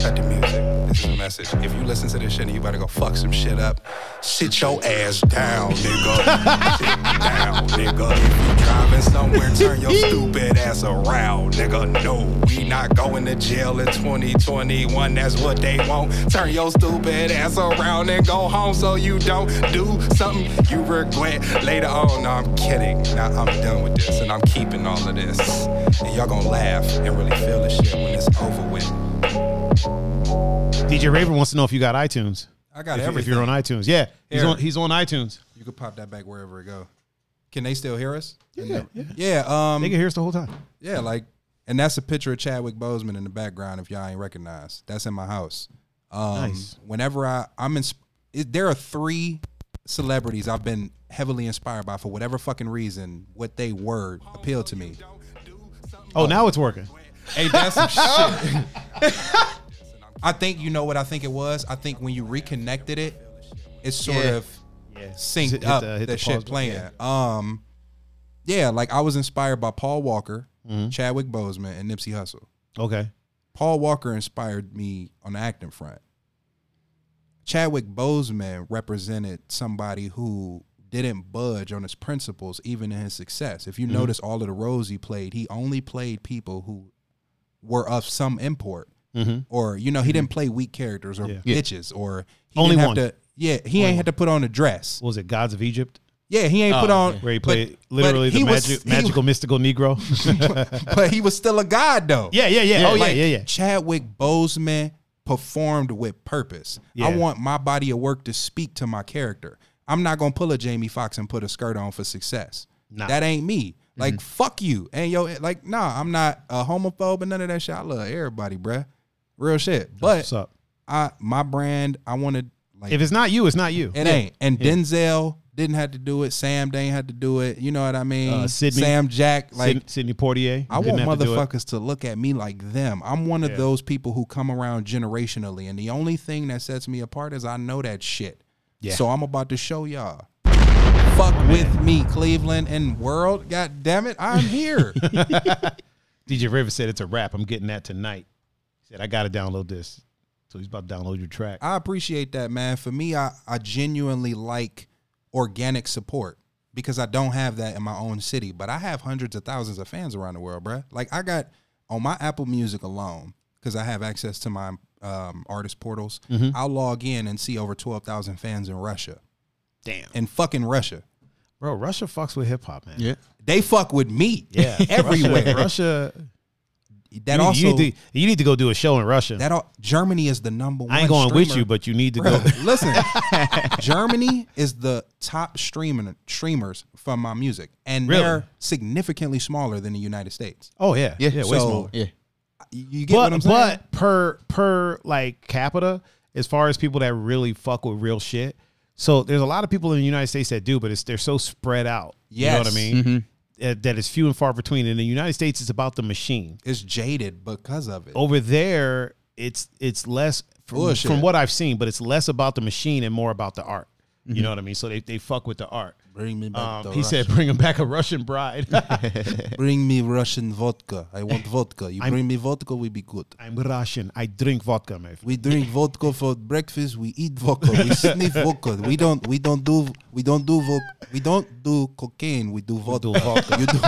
Cut the music. This is a message. If you listen to this shit and you about to go fuck some shit up, sit your ass down, nigga. sit down, nigga. If you driving somewhere, somewhere, turn your stupid ass around, nigga. No, we not going to jail in 2021. That's what they want. Turn your stupid ass around and go home so you don't do something you regret later on. No, I'm kidding. Now I'm done with this and I'm keeping all of this. And y'all gonna laugh and really feel this shit when it's over with.
DJ Raver wants to know if you got iTunes.
I got
if, if
everything.
you're on iTunes, yeah, he's
Here.
on he's on iTunes.
You could pop that back wherever it go. Can they still hear us?
Yeah, yeah.
Yeah,
They can
um,
hear us the whole time.
yeah, like, and that's a picture of Chadwick Boseman in the background. If y'all ain't recognized, that's in my house. Um,
Nice.
Whenever I, I'm in, there are three celebrities I've been heavily inspired by for whatever fucking reason. What they were appealed to me.
Oh, now it's working.
Hey, that's some shit. I think you know what I think it was. I think when you reconnected it, it sort
Yeah.
of
Hit-
synced
hit
up
the-
the,
hit the pause
shit
button,
playing. Um, yeah, like I was inspired by Paul Walker, Chadwick Boseman, and Nipsey Hussle.
Okay.
Paul Walker inspired me on the acting front. Chadwick Boseman represented somebody who didn't budge on his principles, even in his success. If you
Mm-hmm.
notice all of the roles he played, he only played people who were of some import, or you know, he didn't play weak characters or
Mm-hmm. Yeah.
Yeah.
bitches, or he
Only
didn't
one.
have to. Yeah, he ain't had to put on a dress.
What was it Gods of Egypt?
Yeah, he ain't put on
oh, Where he
but-
played
but
literally the
he was-
magic,
he-
magical mystical Negro.
but he was still a god though.
yeah, yeah, yeah. Oh yeah,
Like,
yeah, yeah.
Chadwick Boseman performed with purpose.
Yeah.
I want my body of work to speak to my character. I'm not gonna pull a Jamie Foxx and put a skirt on for success.
Nah. Mm-hmm.
That ain't me. Like fuck you. And yo, like nah, I'm not a homophobe and none of that shit. I love everybody, bruh. Real shit. But
What's up?
I my brand, I wanna like
If it's not you, it's not you.
it ain't. And Denzel didn't have to do it. Sam didn't have to do it. You know what I mean?
Uh, Sydney-
Sam Jack,
Like
like
Sydney Portier.
I
didn't
want
have to do it.
motherfuckers to look at me like them. I'm one of
Yeah.
those people who come around generationally, and the only thing that sets me apart is I know that shit.
Yeah.
So I'm about to show y'all. Fuck with me, Cleveland and world. God damn it, I'm here.
DJ River said it's a rap. I'm getting that tonight. He said I gotta download this. So he's about to download your track.
I appreciate that, man. For me, I, I genuinely like organic support because I don't have that in my own city, but I have hundreds of thousands of fans around the world, bruh. Like I got on my Apple Music alone because I have access to my um, artist portals.
Mm-hmm.
I'll log in and see over twelve thousand fans in Russia,
Damn.
in fucking Russia.
Bro, Russia fucks with hip hop, man.
They fuck with me,
Yeah.
everywhere.
Russia.
That
you,
also
you need to, you need to go do a show in Russia.
that all, Germany is the number one.
I ain't going with
streamer.
you, but you need to go.
Bruh, listen, Germany is the top streaming streamers from my music, and
Really?
they're significantly smaller than the United States.
Oh yeah, yeah,
Yeah,
way
so-
smaller.
Yeah.
You you get
But
what I'm saying?
but per per like capita, as far as people that really fuck with real shit. So there's a lot of people in the United States that do, but it's they're so spread out. You know what I
Yes.
mean? Uh, That is few and far between. In the United States, it's about the machine.
it's jaded because of it.
Over there, it's it's less from,
Bullshit.
from what I've seen, but it's less about the machine and more about the art. You know what I mean? So they, they fuck with the art.
Bring me back.
Um,
the
he said, "Bring him back a Russian bride."
Russian- "Bring me Russian vodka. I want vodka. You bring me vodka, we be good.
I'm Russian. I drink vodka, my friend.
We drink vodka for breakfast. We eat vodka. We sniff vodka. We don't. We don't do. We don't do. Vo- we don't do cocaine. We do vodka. you do.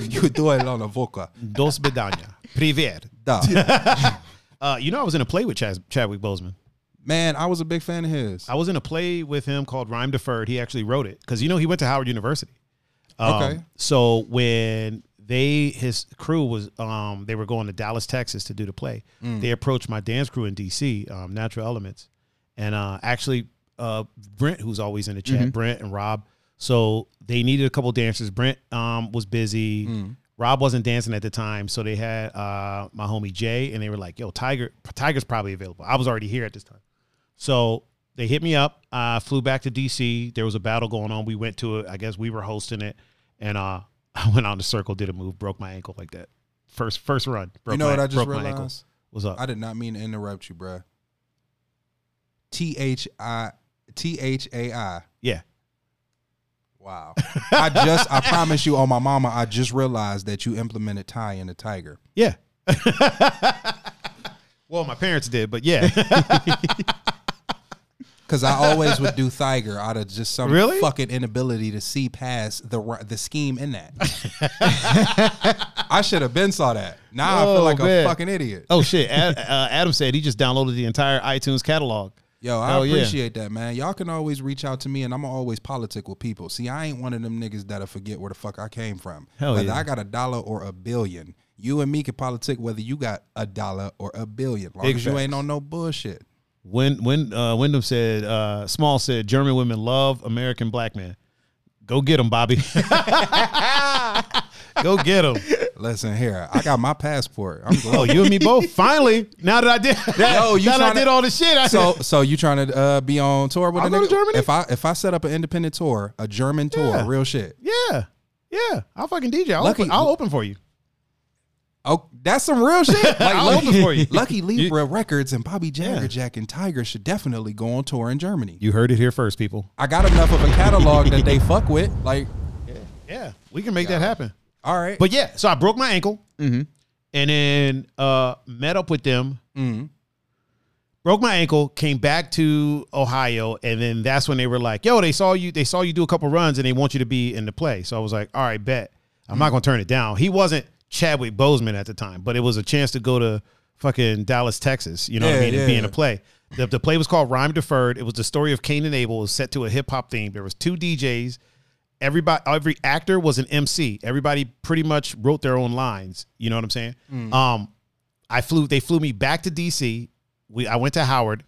You, you do a lot of vodka.
Dos bedanya. Privet.
Duh.
Uh, you know, I was in a play with Chaz- Chadwick Boseman.
Man, I was a big fan of his.
I was in a play with him called Rhyme Deferred. He actually wrote it because you know he went to Howard University. Um,
Okay.
So when they his crew was um they were going to Dallas, Texas to do the play. They approached my dance crew in DC, um, Natural Elements, and uh, actually uh, Brent, who's always in the chat, Brent and Rob. So they needed a couple dancers. Brent um, was busy. Rob wasn't dancing at the time, so they had uh, my homie Jay, and they were like, "Yo, Tiger, Tiger's probably available." I was already here at this time. So they hit me up. I flew back to DC. There was a battle going on. We went to it. I guess we were hosting it, and uh, I went out in the circle, did a move, broke my ankle like that. First first run, broke
You know
my,
what I just
broke my ankle.
realized?
What's up?
I did not mean to interrupt you, bruh. T H I T H A I.
yeah,
Wow. I just I promise you on my mama, I just realized that you implemented Ty in the tiger.
yeah. well, my parents did, but yeah.
Cause I always would do Tiger out of just some
Really?
fucking inability to see past the ri- the scheme in that. I should have been saw that. Now I
Oh,
feel like
man.
a fucking idiot.
Oh shit! Ad, uh, Adam said he just downloaded the entire iTunes catalog.
Yo, I
Hell yeah.
appreciate that, man. Y'all can always reach out to me, and I'm always politic with people. See, I ain't one of them niggas that'll forget where the fuck I came from.
Hell
whether
yeah.
I got a dollar or a billion, you and me can politic whether you got a dollar or a billion, long
Big
as you ain't
facts.
on no bullshit.
When when uh, Wyndham said, uh, Small said, German women love American black men. Go get them, Bobby. Go get them.
Listen here, I got my passport. I'm
Oh,
glowing.
you and me both. Finally, now that I did,
Yo, you
now that I
tryna-
did all this shit. I,
so, so you trying to uh, be on tour with
I'll
a
go
nigga?
to Germany.
If I if I set up an independent tour, a German tour,
Yeah.
real shit.
yeah, yeah, I'll fucking DJ. I'll,
Lucky-
open, I'll open for you.
Oh, that's some real shit. Like,
I'll
Lucky-
open for you.
Lucky Libra Records and Bobby Jaggerjack and Tiger should definitely go on tour in Germany.
You heard it here first, people.
I got enough of a catalog that they fuck with. Like,
Yeah, Mm-hmm. we can make that happen.
all right,
But yeah, so I broke my ankle, and then uh, met up with them. Broke my ankle, came back to Ohio, and then that's when they were like, "Yo, they saw you. They saw you do a couple runs, and they want you to be in the play." So I was like, "All right, bet. I'm
Mm-hmm.
not gonna turn it down." He wasn't Chadwick Bozeman at the time, but it was a chance to go to fucking Dallas, Texas. You know what I
Yeah,
mean? And
yeah,
be in a
yeah.
play. The, the play was called Rhyme Deferred. It was the story of Cain and Abel. It was set to a hip hop theme. There was two DJs everybody every actor was an MC. Everybody pretty much wrote their own lines. You know what I'm saying?
Mm.
Um, I flew they flew me back to DC. We I went to Howard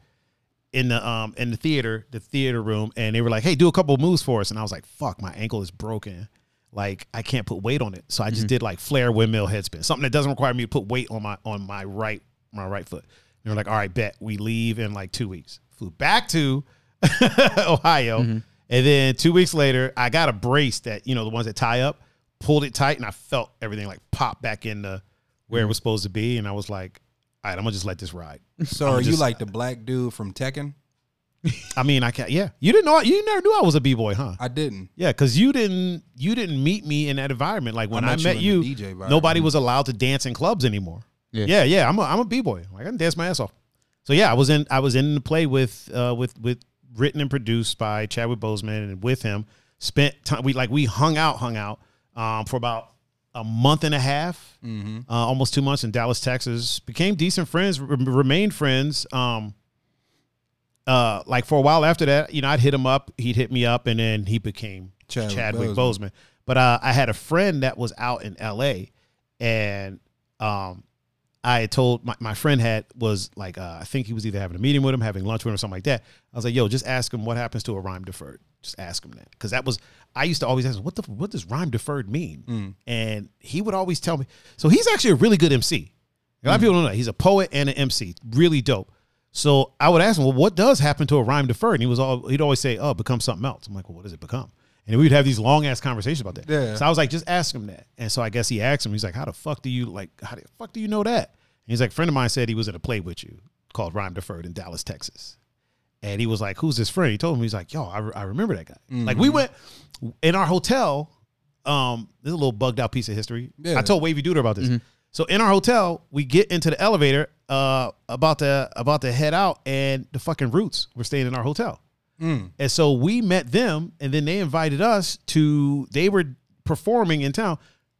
in the um in the theater, the theater room, and they were like, Hey, do a couple of moves for us. And I was like, fuck, my ankle is broken. Like I can't put weight on it. So I just did like flare windmill headspin, something that doesn't require me to put weight on my on my right my right foot. And they were like, all right, bet we leave in like two weeks. Flew back to Ohio. And then two weeks later, I got a brace that, you know, the ones that tie up, pulled it tight, and I felt everything like pop back into where it was supposed to be. And I was like, all right, I'm gonna just let this ride.
so
I'm
are you
just-
like the black dude from Tekken?
I mean, I can't. Yeah, you didn't know. You never knew I was a b boy, huh?
I didn't.
Yeah, because you didn't you didn't meet me in that environment. Like when I,
met you
met
in
you,
the DJ environment.
nobody was allowed to dance in clubs anymore. Yeah,
Yeah.
yeah, I'm a I'm a b boy. I can dance my ass off. So yeah, I was in I was in the play with uh with with written and produced by Chadwick Boseman and with him spent time we like we hung out hung out um for about a month and a half,
Mm-hmm.
uh, almost two months in Dallas, Texas. Became decent friends, re- remained friends. Um, uh, like for a while after that, you know, I'd hit him up, he'd hit me up, and then he became Chadwick,
Chadwick
Boseman.
Boseman.
But uh, I had a friend that was out in L.A. and um, I had told my, my friend had was like uh, I think he was either having a meeting with him, having lunch with him, or something like that. I was like, yo, just ask him what happens to a rhyme deferred. Just ask him that because that was I used to always ask him what the what does rhyme deferred mean, and he would always tell me. So he's actually a really good MC. A lot of people don't know that. he's a poet and an MC, really dope. So I would ask him, well, what does happen to a rhyme deferred? And he was all he'd always say, oh, it becomes something else. I'm like, well, what does it become? And we'd have these long ass conversations about that.
Yeah.
So I was like, just ask him that. And so I guess he asked him, he's like, how the fuck do you like, how the fuck do you know that? And he's like, friend of mine said he was in a play with you called Rhyme Deferred in Dallas, Texas. And he was like, who's this friend? He told him, he's like, yo, I, re- I remember that guy. Like we went in our hotel. Um, this is a little bugged out piece of history.
Yeah.
I told Wavy Duder about this. So in our hotel, we get into the elevator, uh, about to about to head out, and the fucking roots were staying in our hotel. And so we met them, and then they invited us to. They were performing in town.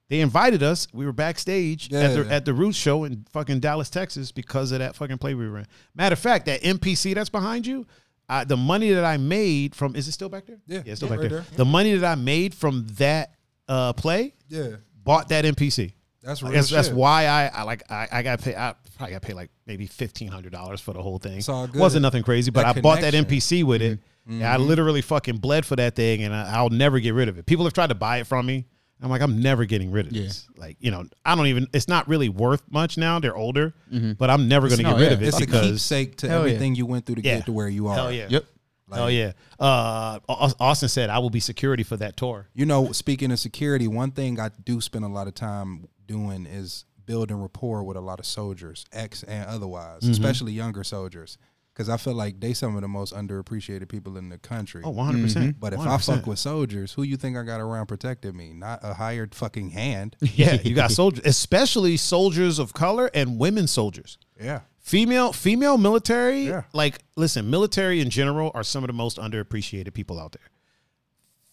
They invited us. We were backstage at the
Yeah.
at the Roots show in fucking Dallas, Texas, because of that fucking play we were in. Matter of fact, that MPC that's behind you, I, the money that I made from is it still back there?
Yeah.
it's still
Yeah,
back
right
there.
there.
The money that I made from that uh, play
Yeah,
bought that MPC.
that's
Like,
real.
That's, that's
shit.
why I, I like I, I got paid. I probably got paid like maybe fifteen hundred dollars for the whole thing.
It's all good.
Wasn't nothing crazy, but
That
I bought that
connection. Mm-hmm.
MPC with it. And I literally fucking bled for that thing, and I, I'll never get rid of it. People have tried to buy it from me. I'm like, I'm never getting rid of this. Like, you know, I don't even. It's not really worth much now. They're older, but I'm never going to
no,
get rid
yeah.
of it
Mm-hmm. It's a
because.
keepsake to
Hell yeah.
everything you went through to
Yeah.
get to where you are.
Hell yeah!
Yep.
Hell yeah! Uh, Au- Austin said, "I will be security for that tour."
You know, speaking of security, one thing I do spend a lot of time doing is building rapport with a lot of soldiers, ex and otherwise,
Mm-hmm.
especially younger soldiers, because I feel like they some of the most underappreciated people in the country.
Oh, 100 percent.
Mm-hmm. But if I fuck with soldiers, who you think I got around protecting me? Not a hired fucking hand.
yeah, you got soldiers, especially soldiers of color and women soldiers.
Yeah.
Female, female military.
Yeah.
Like, listen, military in general are some of the most underappreciated people out there.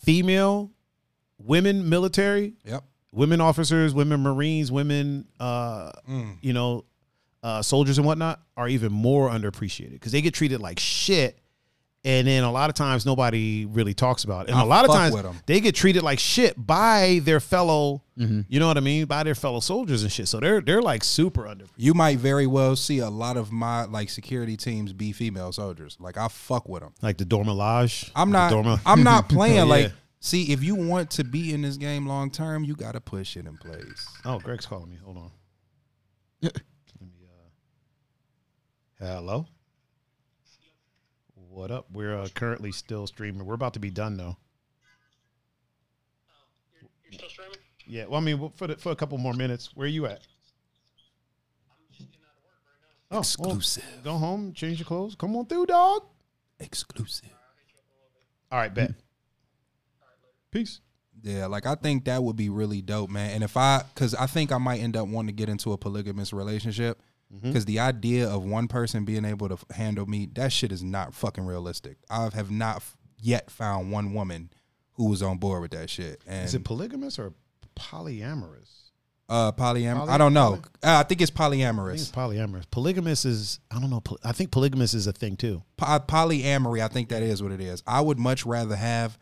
Female, women military,
Yep.
women officers, women Marines, women, uh,
Mm.
you know, uh, soldiers and whatnot are even more underappreciated because they get treated like shit. And then a lot of times nobody really talks about it. And
I
a lot of
fuck
times
with 'em.
they get treated like shit by their fellow, you know what I mean? By their fellow soldiers and shit. So they're they're like super under.
You might very well see a lot of my like security teams be female soldiers. Like I fuck with them.
Like the Dormelage.
I'm
the
not.
Dorma-
I'm not playing.
Yeah.
Like, see, if you want to be in this game long term, you got to put shit in place.
Oh, Greg's calling me. Hold on. Let me, uh, hello. What up? We're uh, currently still streaming. We're about to be done though. Yeah. Well, I mean, well, for the, for a couple more minutes. Where are you at? Oh,
Exclusive.
Well, go home, change your clothes. Come on through, dog.
Exclusive.
All right, bet. Peace.
Yeah, like I think that would be really dope, man. And if I, because I think I might end up wanting to get into a polygamous relationship, because the idea of one person being able to f- handle me, that shit is not fucking realistic. I have not f- yet found one woman who was on board with that shit. And
Is it polygamous or polyamorous?
uh, polyam-
poly-
I don't know.
poly-
Uh, I think it's
I think it's
polyamorous.
polyamorous. Polygamous is I don't know. pol- I think polygamous is a thing too.
Po- uh, polyamory, I think that is what it is. I would much rather have,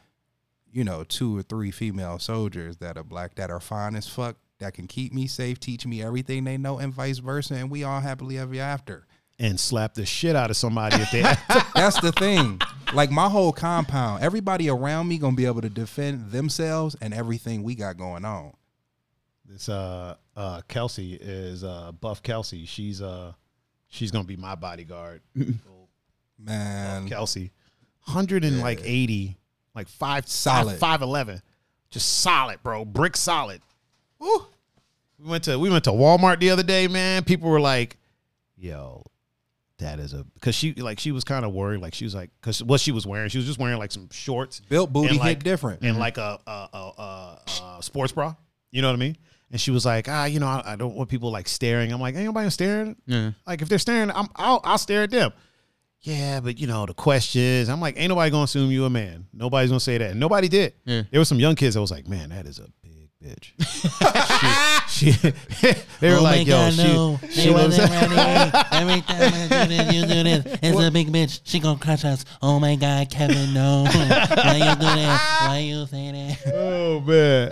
you know, two or three female soldiers that are black that are fine as fuck that can keep me safe, teach me everything they know, and vice versa, and we all happily ever after.
and slap the shit out of somebody if they act.
That's the thing. Like my whole compound, everybody around me gonna be able to defend themselves and everything we got going on.
this uh uh Kelsey is uh buff Kelsey. She's uh she's gonna be my bodyguard.
Man,
Kelsey. Hundred and like eighty, like five
Solid.
five eleven. Just solid, bro. Brick solid.
Ooh.
We went to we went to Walmart the other day, man. People were like, yo, that is a because she like she was kind of worried. Like she was like, cause what she was wearing, she was just wearing like some shorts.
built booty
and,
hit
like,
different. Mm-hmm.
and like a, a, a, a, a sports bra. You know what I mean? And she was like, ah, you know, I, I don't want people like staring. I'm like, ain't nobody staring.
Yeah.
Like if they're staring, I'm I'll, I'll stare at them. Yeah, but you know the questions. I'm like, ain't nobody gonna assume you a man. Nobody's gonna say that. And nobody did.
Yeah.
There was some young kids that was like, man, that is a big bitch. she, she- they were
oh my
like, yo,
God,
she,
no.
she
They
was-
want it, want it. Every time I do this, you do this. It's a big bitch. She gonna crush us. Oh my God, Kevin, no. Why you do that? Why you say that?
oh man,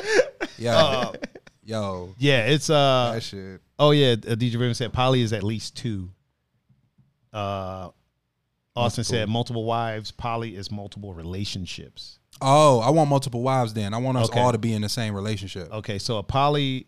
Yo, yo,
yeah, it's uh,
that shit.
Oh yeah, uh, DJ Raven said Polly is at least two. Uh, Austin said multiple wives. Polly is multiple relationships.
Oh, I want multiple wives. Then I want us
Okay.
all to be in the same relationship.
Okay, so a poly,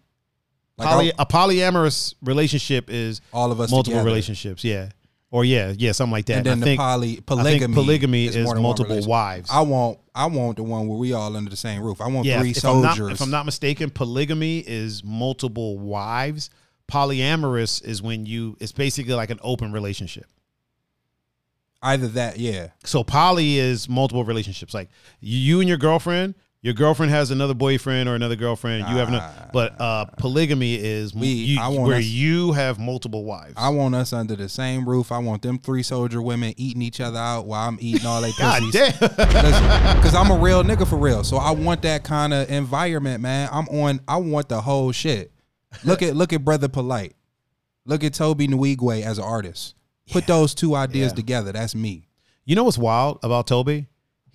Like
poly oh, a
I'll-
polyamorous relationship is
all of us
multiple
together.
relationships. Yeah, or yeah, yeah, something like that.
and then
I
the
think,
poly
I
polygamy.
think polygamy is,
more than one
multiple
relationship.
wives.
I want I want the one where we all under the same roof. I want
yeah,
three
if
soldiers.
I'm not, if I'm not mistaken, polygamy is multiple wives. Polyamorous is when you. It's basically like an open relationship.
either that, yeah.
so poly is multiple relationships like you and your girlfriend your girlfriend has another boyfriend or another girlfriend you have no but uh polygamy is m-
We-
you,
I want
where
us-
you have multiple wives
I want us under the same roof. I want them three soldier women eating each other out while I'm eating all they
god
pussies.
damn
Because I'm a real nigga for real. So I want that kind of environment, man. I'm on. I want the whole shit. Look at look at brother polite. Look at Toby Nwigwe as an artist. Put those two ideas
Yeah.
together. That's me.
you know what's wild about toby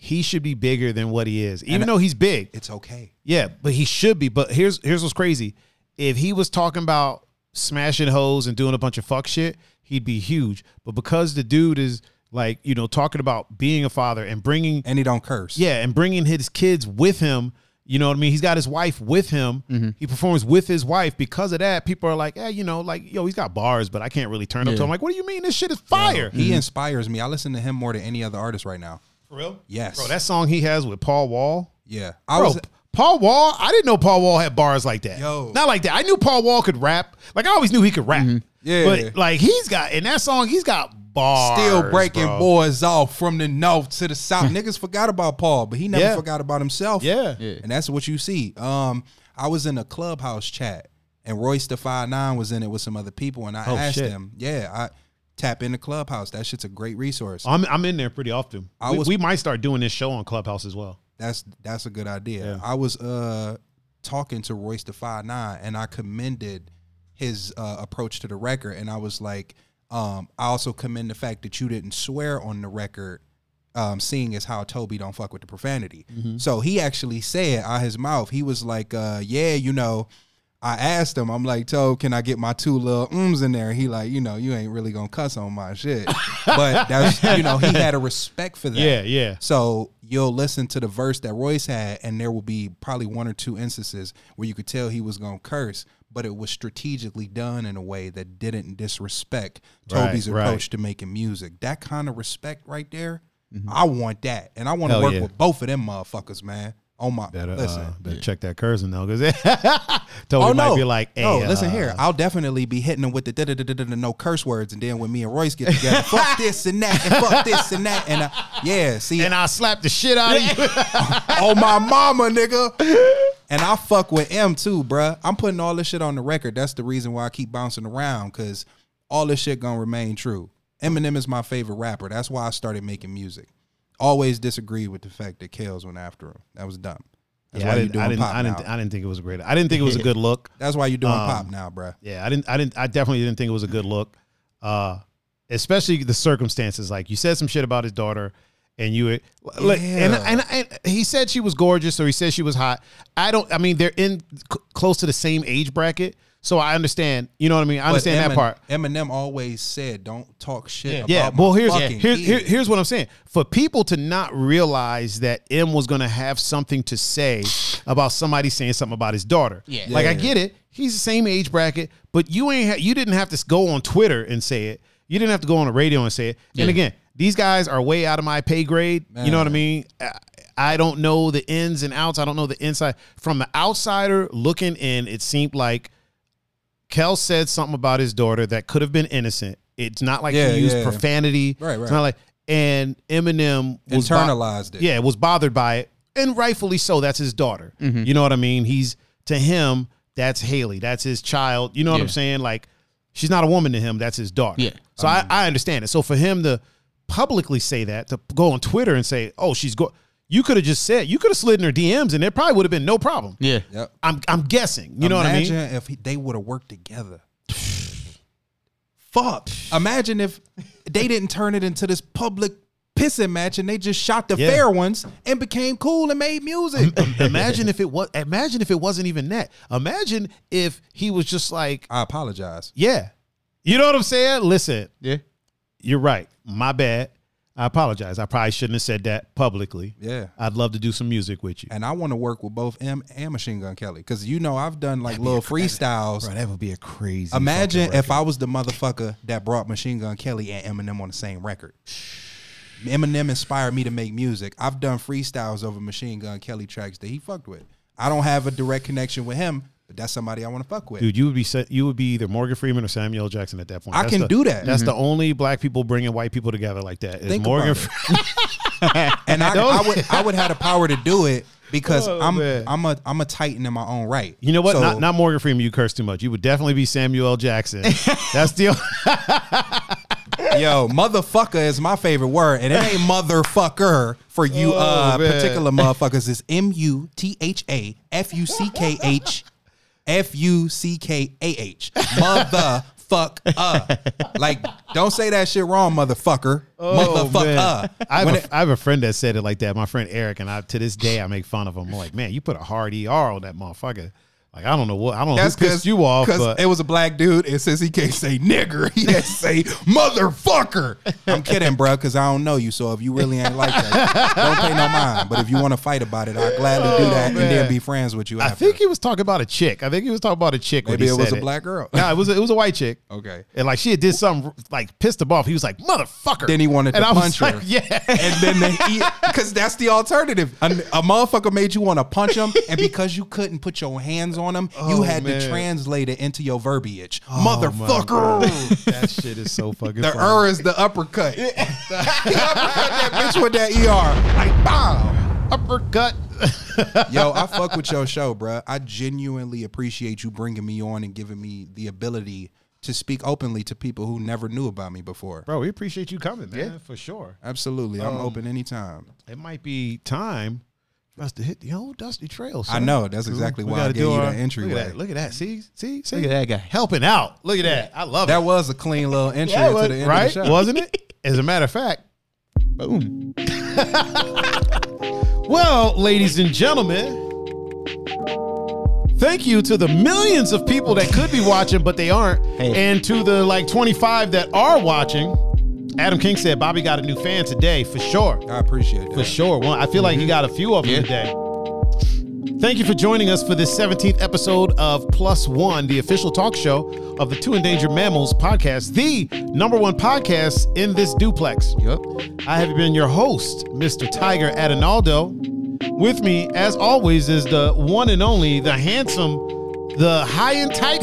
he should be bigger than what he is even
And-
though he's big
It's okay.
yeah but he should be but here's here's what's crazy if he was talking about smashing hoes and doing a bunch of fuck shit he'd be huge but because the dude is like you know talking about being a father and bringing
And he don't curse.
Yeah, and bringing his kids with him. You know what I mean? He's got his wife with him. He performs with his wife. Because of that, people are like, "Yeah, you know, like yo, he's got bars, but I can't really turn up to him." Like, what do you mean? This shit is fire.
He inspires me. I listen to him more than any other artist right now.
For real?
Yes.
Bro, that song he has with Paul Wall.
Yeah. I
Bro,
was
Paul Wall. I didn't know Paul Wall had bars like that.
Yo. Mm-hmm.
not like that. I knew Paul Wall could rap. Like I always knew he could rap.
Yeah.
but like he's got in that song, he's got bars.
still breaking
bro.
boys off from the north to the south. Niggas forgot about Paul, but he never
Yeah.
forgot about himself.
Yeah.
Yeah.
And that's what you see. Um, I was in a clubhouse chat and Royce the Five Nine was in it with some other people, and I
Oh,
asked
shit.
him, Yeah, I Tap into Clubhouse. That shit's a great resource.
I'm I'm in there pretty often.
I
we,
was-
we might start doing this show on Clubhouse as well.
That's that's a good idea.
Yeah.
I was uh talking to Royce the Five Nine, and I commended his uh, approach to the record, and I was like, um, I also commend the fact that you didn't swear on the record. Um, seeing as how Toby don't fuck with the profanity,
Mm-hmm.
so he actually said out his mouth, he was like, uh, "Yeah, you know." I asked him, I'm like, "Tobe, can I get my two little ums in there?" He like, you know, you ain't really gonna cuss on my shit, but that's you know, he had a respect for that.
Yeah, yeah.
So you'll listen to the verse that Royce had, and there will be probably one or two instances where you could tell he was gonna curse, but it was strategically done in a way that didn't disrespect
Right,
Toby's
right.
approach to making music. That kind of respect right there, I want that, and I want to
Mm-hmm. Hell
work
yeah.
with both of them motherfuckers, man. Oh my,
Better,
listen.
uh, better check that cursing though, because Toby
Oh
might
no!
be like, hey,
no, listen
uh,
here. I'll definitely be hitting them with the da da da da da no curse words, and then when me and Royce get together, fuck this and that, and fuck this and that, and uh, yeah, see,
and I slap the shit out of you.
oh my mama, nigga. And I fuck with M too, bruh. I'm putting all this shit on the record. That's the reason why I keep bouncing around, cause all this shit gonna remain true. Eminem is my favorite rapper. That's why I started making music. Always disagreed with the fact that Kels went after him. That was dumb. That's
Yeah,
why
I
you
didn't,
doing
I didn't,
pop
I didn't,
now.
I didn't think it was a great. I didn't think it was a good look.
That's why you doing
um,
pop now, bruh.
Yeah, I didn't, I didn't, I definitely didn't think it was a good look. Uh, especially the circumstances. Like you said some shit about his daughter, and you, like, and,
Yeah.
and and he said she was gorgeous, or he said she was hot. I don't. I mean, they're in c- close to the same age bracket, so I understand. You know what I mean? I
But
understand that
Emin-
part.
Eminem always said, "Don't talk shit." About
Yeah,
my
well, here's
fucking
here's here,
kid."
here's what I'm saying. For people to not realize that M was gonna have something to say about somebody saying something about his daughter. Yeah, like I
Yeah.
get it. He's the same age bracket, but you ain't ha- you didn't have to go on Twitter and say it. You didn't have to go on the radio and say it. And again, these guys are way out of my pay grade. You know what I mean? I, I don't know the ins and outs. I don't know the inside. From the outsider looking in, it seemed like Kel said something about his daughter that could have been innocent. It's not like
Yeah,
he used
yeah.
profanity.
Right,
It's
right.
not like and Eminem was bo-
Internalized it.
Yeah, was bothered by it, and rightfully so. That's his daughter.
Mm-hmm.
You know what I mean? He's to him. That's Haley. That's his child. You know what I'm
Yeah.
saying? Like she's not a woman to him. That's his daughter.
Yeah.
So I, I understand it. So for him to publicly say that, to go on Twitter and say, "Oh, she's go," you could have just said, you could have slid in her DMs, and there probably would have been no problem.
Yeah.
Yep.
I'm I'm guessing. You know what I mean?
Imagine if he, they would have worked together. Fuck. Imagine if they didn't turn it into this public pissing match and they just shot the
Yeah.
fair ones and became cool and made music.
imagine if it was imagine if it wasn't even that imagine if he was just like
I apologize.
yeah you know what i'm saying listen
Yeah.
you're right my bad i apologize i probably shouldn't have said that publicly
Yeah.
i'd love to do some music with you
And I want to work with both M and Machine Gun Kelly because you know I've done like little freestyles.
that would be a crazy
Imagine if I was the motherfucker that brought Machine Gun Kelly and Eminem on the same record. Eminem inspired me to make music. I've done freestyles over Machine Gun Kelly tracks that he fucked with. I don't have a direct connection with him, but that's somebody I want to fuck with.
dude you would be se- you would be either morgan freeman or samuel L. jackson at that point
I
That's
can
the-
do that. Mm-hmm.
that's the only black people bringing white people together like that is
Think
morgan
about it.
Fre-
and I, I would I would have the power to do it because
Oh,
I'm
man.
I'm a I'm a titan in my own right.
you know what
So-
not, not morgan freeman you curse too much you would definitely be samuel L. jackson that's the only-
Yo, motherfucker is my favorite word, and it ain't motherfucker for you uh,
man.
particular motherfuckers. It's M U T H A F U C K H F U C K A H. Motherfucker. Like, don't say that shit wrong, motherfucker. motherfucker.
Oh, I have,
uh? When
a,
it-
I have a friend that said it like that. My friend Eric and I to this day I make fun of him. I'm like, man, you put a hard ER on that motherfucker. Like I don't know what I don't know who pissed you off,
'cause
but
it was a black dude, and since he can't say nigger, he has to say motherfucker. I'm kidding, bro, because I don't know you. So if you really ain't like that, don't pay no mind. But if you want to fight about it, I'll gladly do that and
man.
then be friends with you.
I
After.
think he was talking about a chick. I think he was talking about a chick. when
maybe
he
it was
said
a black girl.
No, it was a, it was a white chick.
Okay.
And like she had did something like pissed him off. He was like, motherfucker.
Then he wanted
and
to
I was
punch her.
like, yeah. Oh,
and then they eat because that's the alternative. A, a motherfucker made you want to punch him, and because you couldn't put your hands on him,
Oh,
you had
man.
to translate it into your verbiage.
my
motherfucker.
that shit is so fucking.
The
funny.
er is the uppercut. he uppercut that bitch with that er. Like bow.
uppercut.
Yo, I fuck with your show, bruh. I genuinely appreciate you bringing me on and giving me the ability to speak openly to people who never knew about me before.
Bro, we appreciate you coming, man, for sure.
Absolutely,
Um,
I'm open anytime.
It might be time for us to hit the old dusty trail.
I
son.
know that's
Cool.
exactly
We
why I
gotta
gave
do
you
our-
that entryway.
Look at that. Look at that. See, see, see.
Look at that guy.
Helping out. Look at that. I love
That
it.
was a clean little entry
Yeah, it
into
was-
the end
right?
of the show.
Wasn't it? As a matter of fact.
Boom.
Well, ladies and gentlemen, thank you to the millions of people that could be watching but they aren't,
Hey.
and to the like 25 that are watching. Adam King said Bobby got a new fan today for sure.
I appreciate that.
For sure. Well, I feel like he got a few of them today. Thank you for joining us for this 17th episode of Plus One, the official talk show of the Two Endangered Mammals podcast, the number one podcast in this duplex.
Yep.
I have been your host, Mr. Tiger Adinaldo. With me, as always, is the one and only, the handsome, the high and tight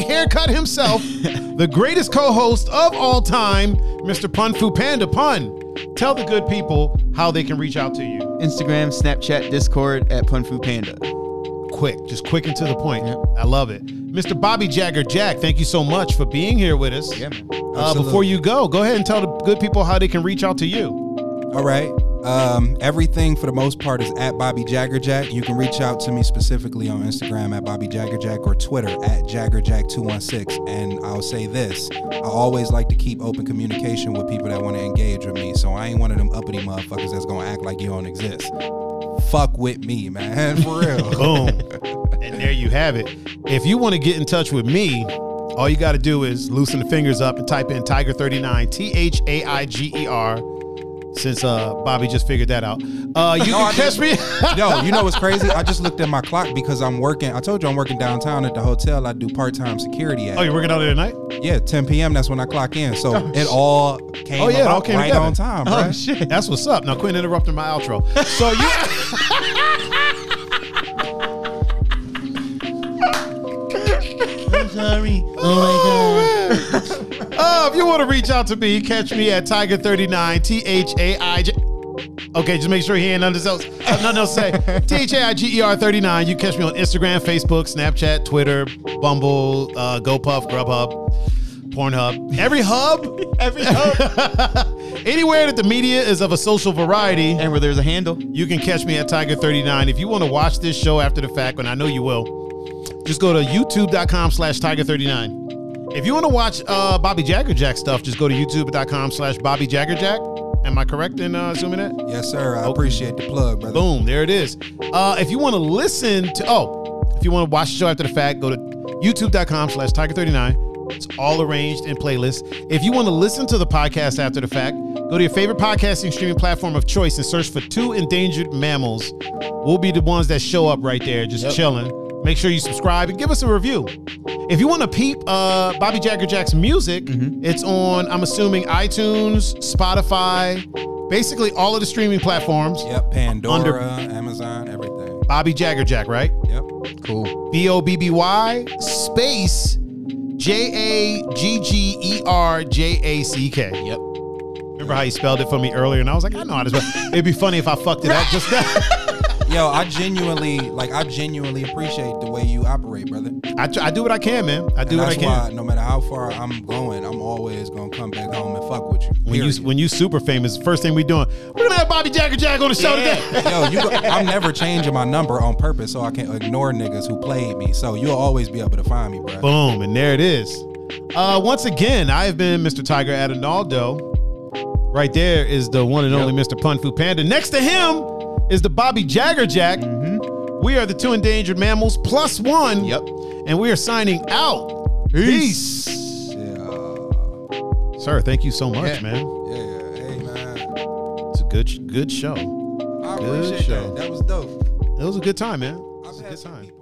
haircut himself, the greatest co host of all time, Mr. Pun Fu Panda. Pun, tell the good people how they can reach out to you.
Instagram, Snapchat, Discord at Punfu Panda.
quick, just quick and to the point. I love it. Mr. Bobby Jagger Jack, thank you so much for being here with us.
Yeah, man.
Uh, before you go, go ahead and tell the good people how they can reach out to you.
All right. Um, everything for the most part is at Bobby Jagger Jack. You can reach out to me specifically on Instagram at Bobby Jagger Jack or Twitter at JaggerJack216. And I'll say this I always like to keep open communication with people that want to engage with me. So I ain't one of them uppity motherfuckers that's going to act like you don't exist. Fuck with me, man. For real.
Boom. and there you have it. If you want to get in touch with me, all you got to do is loosen the fingers up and type in Tiger39, T H A I G E R. Since uh, Bobby just figured that out, uh, you
No, I
can catch me.
Yo, you know what's crazy? I just looked at my clock because I'm working. I told you I'm working downtown at the hotel. I do part time security at.
oh, you're working out there tonight?
Yeah, 10 p.m. That's when I clock in. So it all came.
Oh, yeah, it all
about
came
right
together.
on time, bro.
Oh shit, that's what's up. Now quit interrupting my outro. So you.
I'm sorry. Oh
Uh, if you want to reach out to me, catch me at Tiger39, T H A I J. Okay, just make sure he ain't nothing else. uh, Nothing else to say. T H A I G E R 39. You catch me on Instagram, Facebook, Snapchat, Twitter, Bumble, uh, GoPuff, Grubhub, Pornhub. Every hub. Every hub. Anywhere that the media is of a social variety.
And where there's a handle.
You can catch me at Tiger39. If you want to watch this show after the fact, and I know you will, just go to youtube.com slash Tiger39. If you want to watch uh, Bobby Jaggerjack stuff, just go to youtube.com slash Bobby Jaggerjack. Am I correct in uh, zooming it?
Yes, sir. I appreciate the plug, brother.
Oh. Boom, there it is. Uh, if you want to listen to, oh, if you want to watch the show after the fact, go to youtube.com slash tiger39. It's all arranged in playlists. If you want to listen to the podcast after the fact, go to your favorite podcasting streaming platform of choice and search for Two Endangered Mammals. We'll be the ones that show up right there, just chilling. Make sure you subscribe and give us a review. If you want to peep uh, Bobby Jagger Jack's music, it's on, I'm assuming, iTunes, Spotify, basically all of the streaming platforms.
Yep. Pandora,
Under-
Amazon, everything.
Bobby Jagger Jack, right?
Yep.
Cool.
B O B B Y space J A G G E R J A C K. Yep. Remember how you spelled it for me earlier, and I was like, I know how to spell. It'd be funny if I fucked it up just now.
Yo, I genuinely, like, I genuinely appreciate the way you operate, brother. And
I, tr- I do what I can, man. I do what I
that's
can.
why, no matter how far I'm going, I'm always gonna come back home and fuck with you.
when you
period.
when you super famous, first thing we doing, we're gonna have Bobby Jagger Jack on the show today.
Yo, you go, I'm never changing my number on purpose so I can ignore niggas who played me. So you'll always be able to find me, bro.
Boom, and there it is. Uh, once again, I have been Mr. Tiger Adinaldo. Right there is the one and only Mr. Pun Fu Panda. Next to him is the Bobby Jagger Jack. We are the two endangered mammals plus one.
Mm-hmm. Yep.
And we are signing out. Peace. Sir, thank you so much,
Yeah.
man.
Yeah, hey man,
It's a good good show.
I
Good
appreciate
show.
that. That was dope.
It was a good time, man. It was
I've
a
had
good
some
time.
people